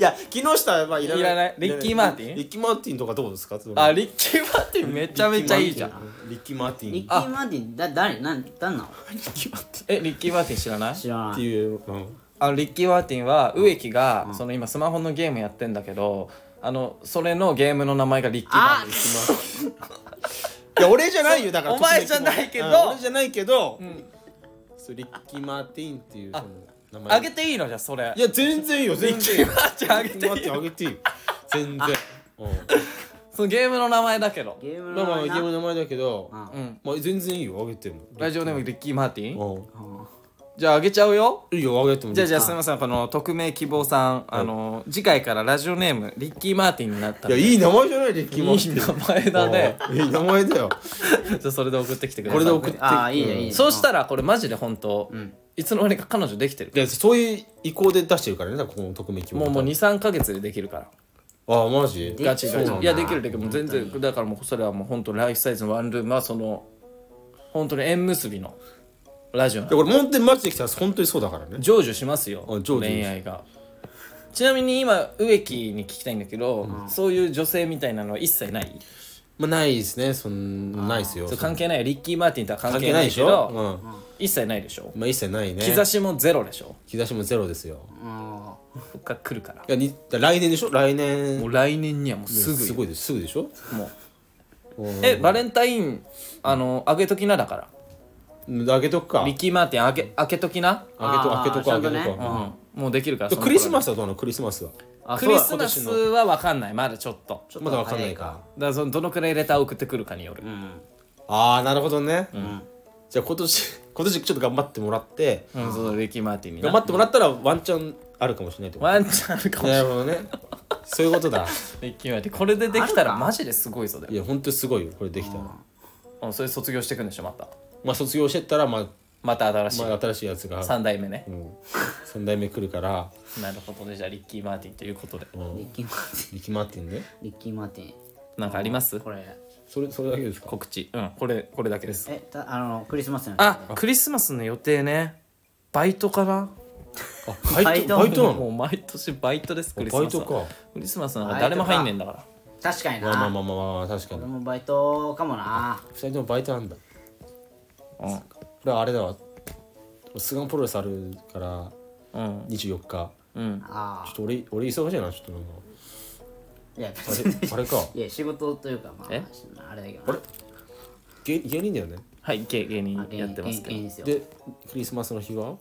S3: いや木下はいらない
S2: いらないリッキーマーティン
S3: リッキー・マーティンとかどうですか
S2: あ
S3: リ
S2: リ
S3: ッ
S2: ッキー・マーティンめちゃめちゃいいじゃん
S3: リッキー・マーティン
S1: リッ
S3: リ
S1: キー・マーティンだ誰なん誰なの
S3: ッキー・マーティン
S2: えリッキー・マーティン知らない
S1: 知ら
S3: っ
S1: な
S3: て
S1: い
S3: いううん
S2: あのリッキー・マーティンは植木が、その今スマホのゲームやってんだけどあのそれのゲームの名前がリッキー・マー
S1: あ
S2: テ
S3: いや俺じゃないよだから
S2: お前じゃないけど
S3: うん俺じゃないけどそうリッキー・マーティンっていうその名
S2: ィンあ
S3: 前
S2: げていいのじゃあそれ
S3: いや全然いいよ全然いいよ
S2: マーティンあげていい
S3: リッキーマーティンあげていいよ全然うん
S2: そのゲームの名前だけど
S1: ゲーム
S3: ま
S1: の
S3: あまあ
S1: 名前
S3: ゲ
S1: な
S3: ームの名前だけど、ま
S2: うん
S3: あ全然いいよあげても。
S2: ラジオネームリッキー・マーティン
S3: うん
S2: じゃああげちゃうよ
S3: いいよあげても。
S2: じゃあじゃあすみませんこの匿名希望さんあの次回からラジオネームリッキー・マーティンになった
S3: いや
S2: い
S3: いい名前じゃないで決ま
S2: い名前だね。
S3: いい名前だよ。
S2: じゃあそれで送ってきてください
S3: これで送って。
S1: あーいいねいいね
S2: そうしたらこれマジで本当、いつの間にか彼女できてる
S3: いやそういう意向で出してるからねだからここの匿名希望
S2: もうもう23か月でできるから
S3: ああマジ
S1: で
S2: ガチガ
S1: そうなん
S2: チ
S1: だ
S2: いやできるできるもう全然だからもうそれはもう本当ライフサイズのワンルームはその本当に縁結びのラジオなんで
S3: でこれモンテンマジできたら本当にそうだからね。
S2: 成就しますよ
S3: あ成就
S2: 恋愛がちなみに今植木に聞きたいんだけど、そういう女性みたいなのは一切ない
S3: まあないですねそんないですよ。
S2: そう関係ないリッキー・マーティンとは関
S3: 関
S2: 係
S3: 係
S2: な
S3: ない
S2: いけ
S3: でし
S2: ど
S3: ょ。うん。
S2: 一切ないでしょ
S3: まあ一切ないね。
S2: 兆しもゼロでしょ
S3: 兆しもゼロですよ。
S1: あ
S2: こっから来るから
S3: いやに来年でしょ来年。
S2: もう来年にはもうすぐよ
S3: すごいですすぐでしょ。
S2: もうえバレンタインあのあげときなだから
S3: うんあげとくか。あ
S2: リ
S3: げ
S2: ッキー・マーティンあげあげときな
S3: とあげと
S1: あー
S3: くあ
S1: ちゃんとね
S3: げとく
S2: う。んもうできるから
S3: で
S2: その
S3: ク
S2: 頃
S3: リスマスはどうなのクリスマスは
S1: あ
S2: ク
S1: そう
S2: リ
S1: だ
S2: スマスは分かんないまだちょっと
S1: ちょっと
S3: まだわかんないか
S1: 早
S2: だからそのどのくらいレターを送ってくるかによる、うん
S3: ああなるほどね、じゃあ今年 今年ちょっと頑張ってもらって
S2: そのリッキー・マーティンにな
S3: 頑張ってもらったらワンチャンあるかもしれないってこと
S2: ワンチャンあるかもしれ
S3: な
S2: ない
S3: るほどねそういうことだ
S2: リッキー・マーティンこれでできた
S1: あ
S2: ら
S1: るか
S2: マジですごいぞで
S3: いや本当にすごいよこれできたら
S2: もそれ卒業していくんでしょまた
S3: まあ卒業してったらまあ
S2: また新しい、
S3: まあ新しいやつが
S2: 3代目ね、
S3: 3代目来るから
S2: なるほどねじゃあリッキー・マーティンということで
S1: リッキー・マーティン
S3: 行きまってんね
S1: リッキー・マーティン
S2: なんかあります
S1: これ
S3: それそれだけですか
S2: 告知うんこれこれだけです
S1: えたあのクリスマスの
S2: あクリスマスの予定ねバイトかな
S3: あバイト
S1: バ
S3: バ
S1: イ
S3: イ
S1: ト
S3: トな
S2: も
S3: の
S2: う毎年バイトですクリスマス
S3: バイトか
S2: クリスマスなんか誰も入んねえんだから
S1: 確かにな
S3: まあまあまあまあまあ確か
S1: 俺
S3: に
S1: もバイトかもな
S3: 2人ともバイトなんだこれはあれだわスガンプロレスあるから
S2: うんうん
S3: 24日
S2: うん
S1: あ
S3: ちょっと俺俺忙しいなちょっとなんか
S1: あいや別に
S3: あれあれか
S1: いや仕事というかま
S2: え
S1: ああれだけどな
S3: 芸芸人だよね
S2: はい芸芸人
S1: あ芸
S2: やってます
S1: 芸
S2: け
S1: 芸人
S2: ど
S1: ですよ
S3: でクリスマスの日は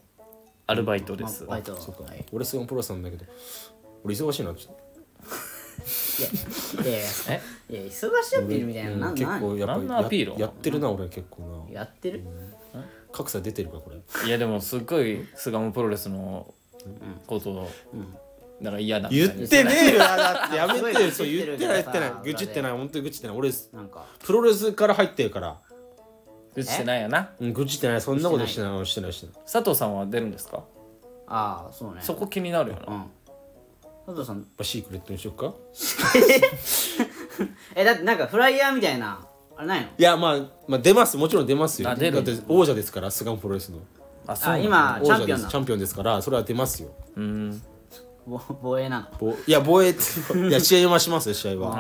S2: アルバイトです
S1: まあバイト
S3: そうか
S1: はい
S3: 俺スガンプロレスなんだけど俺忙しいなちょっ
S1: いやいや
S2: え
S1: いや忙しいってるみたい
S3: と
S1: な
S3: うん
S1: なん
S3: 結構やっぱ
S2: なん
S3: り
S2: のアピール
S3: ややってるな俺結構
S1: なん
S3: な
S1: やってる
S3: 格差出てるかこれ
S2: いやでもすっごい巣鴨プロレスのことをだから嫌だみ
S3: 言
S2: たいな
S3: ってねえよだってやめてよ
S1: す
S3: そ
S1: ご
S3: う
S1: い
S3: 言
S1: 言
S3: っ
S1: ってて
S3: ない
S1: るけどさ
S3: 言ってない愚痴ってない本当に愚痴ってない俺
S1: なんか
S3: プロレスから入ってるから
S2: 愚痴してないよな
S3: うん愚痴ってないそんなことしてないしてないしてない
S2: 佐藤さんは出るんですか
S1: ああそうね
S2: そこ気になるよ
S1: う
S2: なん
S1: 佐藤さん
S3: やっぱシークレットにしよっか
S1: えだってなんかフライヤーみたいなあれないの
S3: いやまあまあ出ますもちろん出ますよだ
S2: あ
S3: っ
S2: 出る
S3: て王者ですからスガンプロレスの
S2: あそ
S1: あ
S2: うなんだ
S1: 今
S3: 王
S1: チャンピオ
S3: 者で
S1: ン
S3: す
S1: な
S3: チャ
S1: の
S3: ンピオンですからそれは出ますよ
S2: うん
S1: ぼ防衛なの
S3: ぼいや防衛っていや試合はしますよ試合は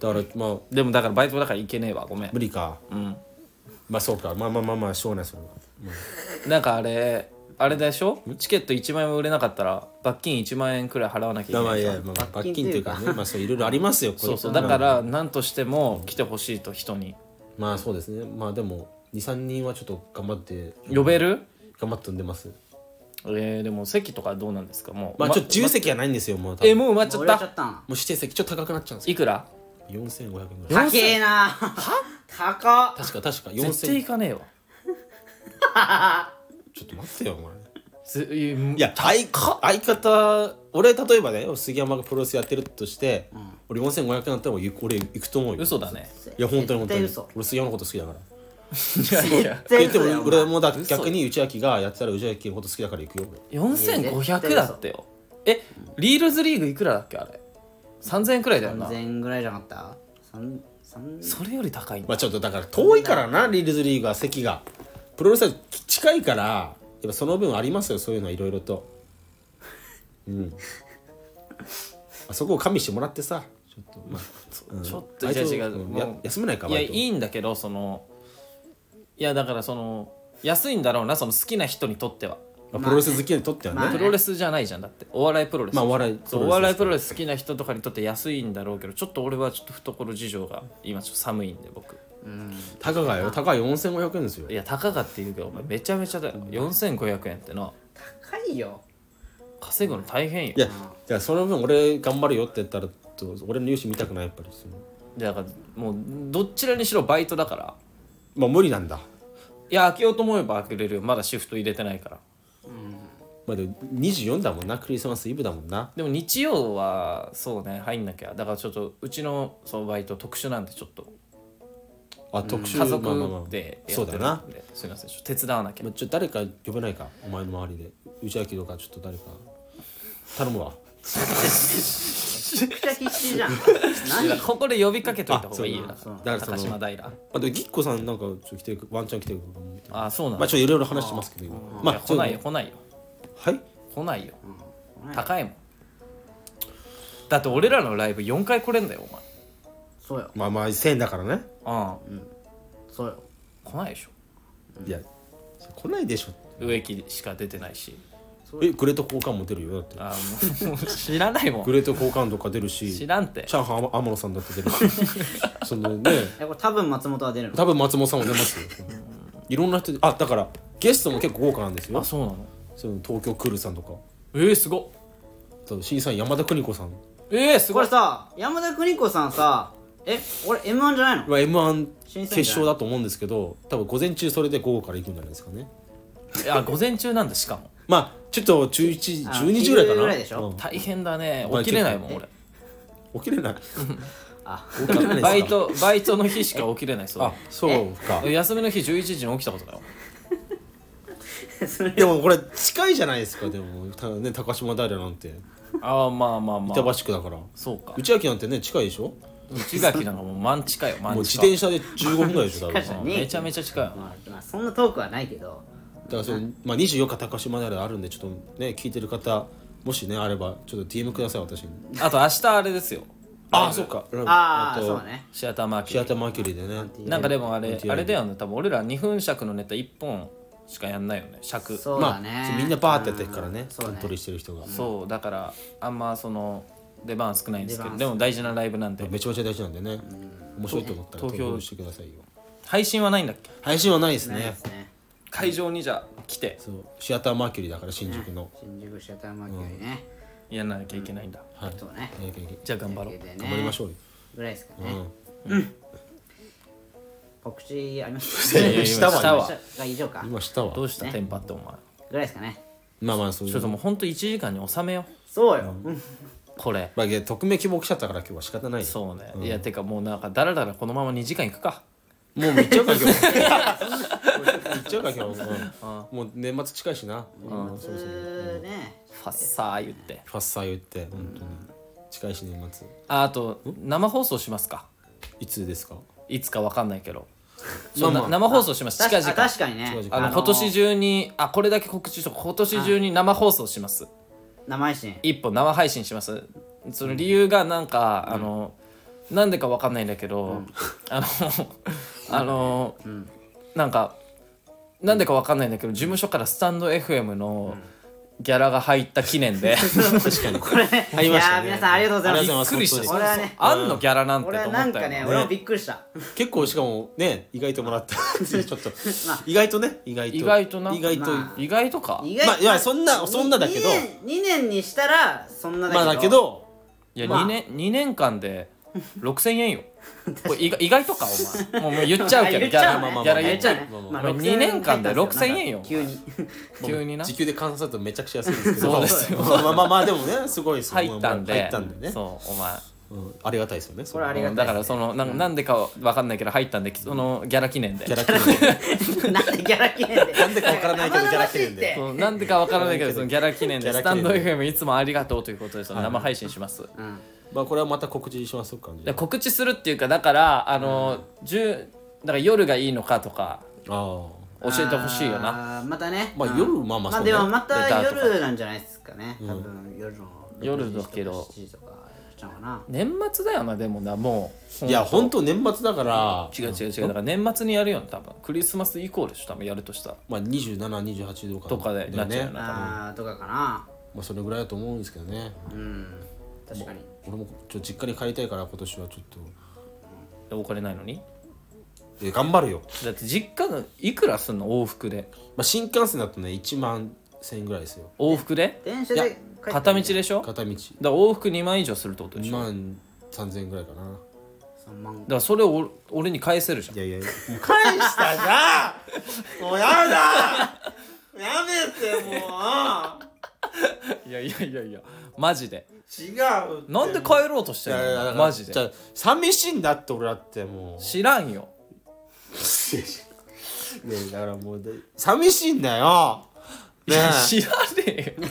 S3: だからまあ
S2: でもだからバイトだから行けねえわごめん
S3: 無理か
S2: ん
S3: まあそうかまあまあまあまあしょうがないそれは
S2: なんかあれあれでしょチケット1万円も売れなかったら罰金1万円くらい払わなきゃいけ
S3: だま
S2: な
S3: あ
S2: い
S3: い
S2: じゃん
S3: やまあ罰金というかねまあそういろいろあり ますよこれ
S2: そうそうだから何としても来てほしいと人に
S3: まあそうですねまあでも23人はちょっと頑張って
S2: 呼べる
S3: 頑張ってんでます
S2: えー、でも席とかどうなんですかもう
S3: まあちょっと10席はないんですよもう多分
S2: えもう埋まっちゃ
S1: 俺
S2: っ
S1: やっちゃ
S2: た
S1: ったない
S3: もう指定席ちょっと高くなっちゃうんですよ
S2: いくら
S3: 4500円ぐらい
S1: 高えな高っ
S3: 確か確か
S2: 絶対
S3: 4000
S2: 行かねえわ
S3: ちょっと待ってよお前
S2: ぜい
S3: いや相か相方俺例えばね杉山がプロレスやってるとして、俺4500円だったら俺行く俺行くと思うよ
S2: 嘘だね
S3: いや本当に本当に
S1: 絶対嘘
S3: 俺杉山のこと好きだから
S2: いやいや
S3: 言っても
S1: だよ
S3: 俺もだ逆に内明がやってたら内明のこと好きだから行くよ俺
S2: 4500だってよえリールズリーグいくらだっけあれ3000円くらいだよな
S1: 3000円ぐらいじゃなかった三三
S2: それより高いん
S3: ま
S2: だ
S3: あちょっとだから遠いからなリールズリーグは席がプロレスは近いからやっぱその分ありますよそういうのはいろいろと うんあそこを加味してもらってさちょっとまあ
S2: ちょっと
S3: バイ
S2: い
S3: ト
S2: や違う
S3: うんや
S2: もう
S3: 休めないか
S2: いや
S3: バイ
S2: い
S3: ト
S2: いんだけどそのいやだからその安いんだろうなその好きな人にとっては
S3: まあプロレス好きにとってはね、
S1: まあ
S2: プロレスじゃないじゃんだってお笑いプロレス
S3: まあお笑いプロレス
S2: そうお笑いプロレス好きな人とかにとって安いんだろうけどちょっと俺はちょっと懐事情が今ちょっと寒いんで僕
S3: 高がよ高い4500円ですよ
S2: いやたかがって言うけどお前めちゃめちゃだよ4500円ってな
S1: 高いよ
S2: 稼ぐの大変よ
S3: いやいやその分俺頑張るよって言ったらと俺の融資見たくないやっぱりその
S2: だからもうどちらにしろバイトだから
S3: まあ無理なんだ
S2: いや開けようと思えば開けれるよまだシフト入れてないから
S3: まあでも24だもんなクリスマスイブだもんな
S2: でも日曜はそうね入んなきゃだからちょっとうちのそのバイト特殊なんでちょっと
S3: あ特殊
S2: 家
S3: まあまあまあ
S2: 族でや
S3: そう
S2: って
S3: だ
S2: るんで、
S3: な、
S2: すいませんちょっと手伝わなきゃ
S3: まあ、ちょっと誰か呼べないかお前の周りで内明とかちょっと誰か頼むわ
S1: めちゃくちゃ必死じゃん
S2: いや
S1: 何
S2: ここで呼びかけといた方がいいよ
S1: あそう
S2: だ
S1: だ
S2: から高
S3: だからその
S2: 島平
S3: あでもぎっこさんなんかちょっと来てるワンチャン来てるかもみたいな
S2: あそうなんだ
S3: まあちょっといろいろ話してますけど今
S2: い
S3: ま
S2: や
S3: あ
S2: 来ない
S3: ちょ
S2: よ
S3: っ
S2: 来ないよ
S3: とはい
S2: 来ないよ高いもんだって俺らのライブ4回来れんだよ
S1: そうよ
S3: まあまあ1000円だからね
S2: お前うん
S1: そうよ
S2: 来ないでしょ
S3: いや来ないでしょ
S2: 植木しか出てないし
S3: えグレート交換も出るよだって
S2: あもう もう知らないも
S3: グ
S2: ん
S3: レート交換とか出るし
S2: 知らんて
S3: 上海天天野さんだって出るし そのね
S1: えこれ多分松本は出るの
S3: 多分松本さんも出ますよいろんな人あだからゲストも結構豪華なんですよ
S2: あそうなの
S3: その東京クールさんとか
S2: えー、すごっ
S3: と審査員山田邦子さん
S2: えー、す
S1: こ
S2: ご
S1: れ
S2: い
S1: さ山田邦子さんさえ俺 m 1じゃないの
S3: は m 1
S1: 審査
S3: 決
S1: 員じゃない
S3: 勝だと思うんですけど多分午前中それで午後から行くんじゃないですかね
S2: あ午前中なんだしかも
S3: まあちょっと11時
S1: あ
S3: 12時ぐらいか
S1: 昼
S3: な
S1: ぐらいでしょ
S3: うん
S2: 大変だね
S3: まあ
S2: 起きれないもん俺
S3: 起きれない
S1: あ
S3: 起きれないですか
S2: バイトバイトの日しか起きれないそう
S3: あそうか
S2: だよ休みの日11時に起きたことだよ
S1: それ
S3: でもこれ近いじゃないですかでもたね高島平なんて
S2: ああまあまあま
S3: 板橋
S2: あ
S3: 区だから
S2: そうか
S3: 内垣なんてね近いでしょ
S2: 内垣なんかもう満近よ満
S3: もう自
S2: 近
S3: 転車で15分ぐらいでしょ多
S1: 近
S3: 分
S1: いじゃん
S2: うんめちゃめちゃ近いよ
S1: まあ、まあ、そんな遠くはないけど
S3: だからその、まあ、24日高島平あるんでちょっとね聞いてる方もしねあればちょっと DM ください私に
S2: あと明日あれですよ
S3: あそうか
S1: ああ
S3: と
S1: そうね
S2: シアターマー
S3: シ
S2: ケ
S3: ア
S2: ット
S3: ターマーキュリーでね
S2: なんかでもあれ
S3: うん
S2: あれだよね多分俺ら2分尺のネタ1本しかやんないよね尺
S1: そう
S3: ま
S1: だ
S3: あ
S1: ね、
S3: そうみんなバーってやってるからね
S1: うんそう
S3: 筋
S1: ね
S3: トレしてる人が
S2: そうだからあんまその出番少ないんですけ
S1: 出
S2: ど
S1: 番
S2: でも大事なライブなんで
S3: めちゃめちゃ大事なんでね面白いと思ったら投
S2: 投票
S3: 票してくださいよ
S2: 配信はないんだっけ
S3: 配信はないです
S1: ない
S3: ね
S1: ですね
S2: 会場にじゃあ来て
S3: そうシアターマーキュリーだから新宿の
S1: 新宿シャターマーキュリーね、
S2: やんなきゃいけないんだ
S3: はい
S1: そうね
S3: えー
S2: じゃあ頑張ろ
S1: で
S2: う
S1: ね
S3: 頑張りましょうよ
S1: ぐらいですか
S3: う
S1: ね、
S3: ん
S1: 告知あります
S2: いやいや
S3: したわ
S2: した
S1: 告
S2: わ
S1: 知が以上か
S3: 今したわ
S2: どうしたテンパってお前
S1: ぐらいですかね
S3: まあまあそうい
S2: ちょっと
S3: う
S2: もうほんと1時間に収めよ
S1: そうよ、うん
S2: うこれ
S3: まあいや匿名希望来ちゃったから今日は仕方ないよ
S2: そうねいやてかもうなんかだらだらこのまま2時間いくか
S3: もう行っちゃうか 今日行っちゃうか今日うんもう年末近いしなうんそうそう
S1: うーね
S2: ファッサー言って
S3: ファッサー言って本当に近いし年末
S2: ああと生放送しますか
S3: いつですか
S2: いつかわかんないけどそう
S3: まあ
S2: な生放送します近
S1: 確か
S2: 々
S1: あ確かにね
S3: 近々
S2: あの今年中にあこれだけ告知しとこう今年中に生放送します
S1: 生配信
S2: 一本生配信しますその理由がなんか、あのなんでかわかんないんだけど、あのあの、なんかなんでかわかんないんだけど事務所からスタンド FM のギャラが入った記念 で、
S3: 確かにこれあり
S1: い
S3: まし
S1: や
S3: た
S1: ー
S3: ね
S1: 皆さんありがとうございます
S3: ありがとうございます
S2: びっくりした
S3: 本当に
S1: 俺はね
S2: あんのギャラなんてと
S1: 俺
S2: 思った
S1: はな
S2: よ
S1: んかね俺もびっくりした
S3: 結構しかもね意外ともらったちょっと 意外とね意外と
S2: 意外とな
S3: 意外と
S1: ま
S2: 意外とか
S1: 意
S3: まあいやそんなそんなだけど
S1: 2年 ,2 年にしたらそんなだけ
S3: ま
S1: ど,、
S3: あだけど
S2: いや、
S1: まあ
S2: 2年2年間で6000円 よこれ意外意外とかお前もうもう言っちゃうけど
S1: 言っちゃう
S2: ギ
S1: ね
S2: ャ
S1: ギャラ
S2: ラギャラ言
S1: 言
S2: っ
S1: っ
S2: ち
S1: ち
S2: ゃ
S1: ゃ
S2: う
S1: うね、ま
S2: まあ
S1: 6000
S2: 2年間で6000円
S1: な
S2: よ
S1: んか急に
S2: 急にな
S3: 時給で換算するとめちゃくちゃ安いですけど
S2: そうですよ
S3: まあまあまあまあでもねすごいですよ
S2: 入ったんで
S3: 入ったんでね
S2: そうお前
S3: うんありがたいですよね
S1: これありがたい
S2: だからそのなんなんでかわかんないけど入ったんでそのギャラ記念で
S3: キャラクター
S1: なんでギャラ記念でなん
S3: でかわからないけどギャラ記念で
S2: そうなんでかわからないけどそのギャラ記念で
S3: ギャ
S2: ス
S3: ラ
S2: タ
S3: 記
S2: ン
S3: 念
S2: ド
S3: で
S2: FM いつもありがとうということでその生配信します、
S1: うん、
S3: まあこれはまた告知しますかじ
S2: で
S3: ゃ
S2: 告知するっていうかだからあの、10だから夜がいいのかとか
S3: あ
S2: 教えてほしいよな
S1: あーまたね
S3: まあ
S1: うん
S3: 夜まあま
S1: ま
S3: あ
S1: あ
S3: そうね
S1: でもま
S2: レタ
S1: た
S2: ーとか
S1: 夜なんじゃないですかね多分夜の
S2: 夜だけど
S1: 6時とか7時とかちゃうかな
S2: 年末だよなでもなもう
S3: あ
S2: い
S3: いや本当年末だから
S2: 違う違う違うだから年末にやるよね多分クリスマス以降でしょ多分やるとしたら
S3: まあ2728度か
S2: とかでなっちゃうよな
S1: あーとかかな
S3: まあそれぐらいだと思うんですけどね
S1: うん確かに
S3: 俺もちょっと実家に帰りたいから今年はちょっと
S2: お金ないのに
S3: え頑張るよ、
S2: だって実家のいくらすんの往復で
S3: まあ、新幹線だとね1万1000円ぐらいですよ
S2: 往復で
S1: 電車で帰ってみて
S2: 片道でしょだか
S3: 片道
S2: ら往復2万以上するってことでし
S3: 2
S2: ょだか
S3: 万3000円ぐらいかな
S1: 3万
S2: らそれをお俺に返せるじゃん
S3: いやいやもう
S4: 返したじゃんもうやだやめても
S2: いやいやいやいやマジで
S4: う違う
S2: なんで帰ろうとして
S3: いやい
S2: る
S3: やだ
S2: の
S3: から
S2: マジ
S3: じゃ
S2: で
S3: あ寂しいんだって俺だって も
S2: 知らんよ
S3: う、ねえ、だからもうで寂しいんだよね
S2: 知らねえよ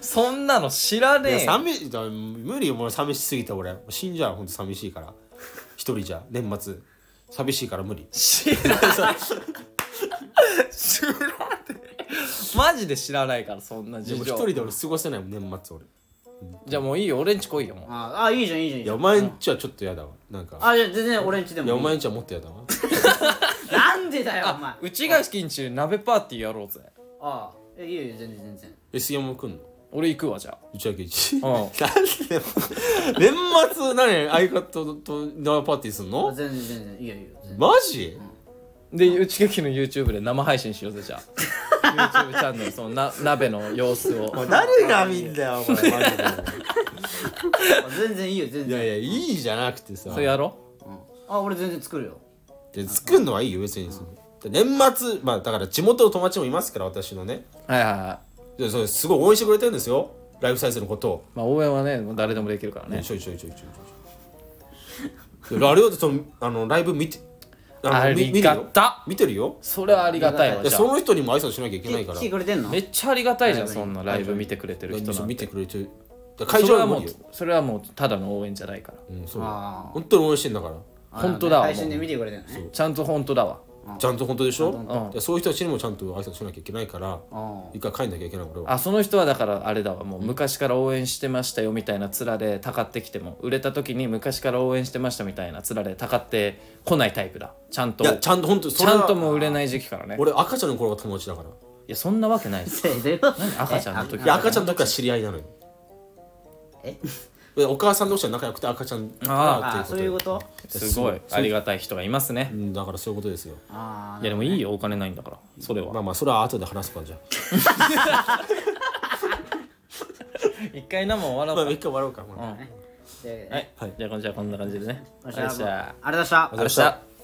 S2: そんなの知ら
S3: えいや
S2: ねえよ
S3: 寂しいだから無理よもう寂しすぎて俺死んじゃうほんと寂しいから一人じゃ年末寂しいから無理
S2: 知らない知らないマジで知らないからそんな
S3: で
S2: 事
S3: も
S2: 情
S3: 一人で俺過ごせないもん年末俺
S2: じゃあもういいよ俺んち来いよもう
S1: ああいいじゃんいいじゃんいい
S3: い
S1: じ
S3: や
S1: ゃ
S3: お
S1: ん
S3: 前んちはちょっとやだわなんか
S1: あじゃあ全然俺んちで
S3: いやお
S1: もいい
S3: 前んちはもっとやだわ
S1: なんでだよお前あ
S2: うちが近中鍋パーティーやろうぜ
S1: あえいいよいいよ全然全然
S3: え杉山くんの
S2: 俺行くわじゃ
S3: 内訳一
S2: あうん
S3: なんで年末何相方とと生パーティーすん
S1: あ
S3: の
S1: 全然全然いいよいいよ全然
S3: マジ
S2: でうちがきの YouTube で生配信しようぜじゃあ YouTube チャンネルそのな鍋の様子を
S5: もう誰が見んだよこれマジで
S1: 全然いいよ全
S3: いや
S1: 然
S3: いやいいじゃなくてさ
S2: それやろ
S1: あ俺全然作るよ
S3: で作るのはいいよ別にその年末まあだから地元の友達もいますから私のね
S2: はいはいはい
S3: でそれすごい応援してくれてるんですよライフサイズのことを
S2: まあ応援はねもう誰でもできるからね
S3: ちょいちょいちょいちょいちょいちょいあれをそのあのライブ見ての
S2: あ
S3: み
S2: りがた
S3: 見てるよ
S2: それはありがたいわ
S3: 見てるよで
S2: じゃ
S3: そ
S2: あ
S3: の人にも挨拶しなきゃいけない
S1: え
S3: から
S1: 来てくれてんの
S2: めっちゃありがたいじゃんそんなライブ見てくれてる人なん
S3: 見
S2: て
S3: てくれてるだか
S2: そ
S3: ら
S2: れ
S3: 会場は
S2: は
S3: も
S2: もう
S3: う
S2: それはもうただの応援じゃないから
S3: うんそう
S1: あ
S3: 本当に応援してんだから
S1: あ
S2: 本当だわ
S1: 配信で見てくれてんのね
S2: ちゃんと本当だわ
S3: ちゃんと本当でしょ
S2: 当
S3: でそういう人たちにもちゃんと挨拶しなきゃいけないから
S1: あ
S3: 一回帰んなきゃいけない俺は
S2: あその人はだからあれだわもう昔から応援してましたよみたいな面でたかってきても売れた時に昔から応援してましたみたいな面でたかってこないタイプだちゃんと
S3: いやち
S2: ち
S3: ゃんと本当にそれ
S2: ゃ
S3: は
S2: んともう売れない時期からね
S3: 俺赤ちゃんの頃が友達だから
S2: いやそんなわけない です
S1: そういうこと
S2: 赤ちゃんの時
S3: いや赤ちゃんの時から知り合いなのよ
S1: え
S3: でお母さん同士は仲良くて赤ちゃん
S1: あそういうこと
S2: すごいありがたい人がいますね
S3: うんだからそういうことですよ
S1: あ
S2: いやでもいいよお金ないんだからそれ
S3: ま
S2: は
S3: あまあそれは後で話すからじゃ
S2: 一回生終わ
S3: あ
S2: ろう
S3: 一回笑うから
S1: あで
S2: かはいじゃあじゃあこんな感じでね
S1: お
S2: あ
S1: し
S2: りがとうございました
S1: ありがとうございました
S2: ありがとうございました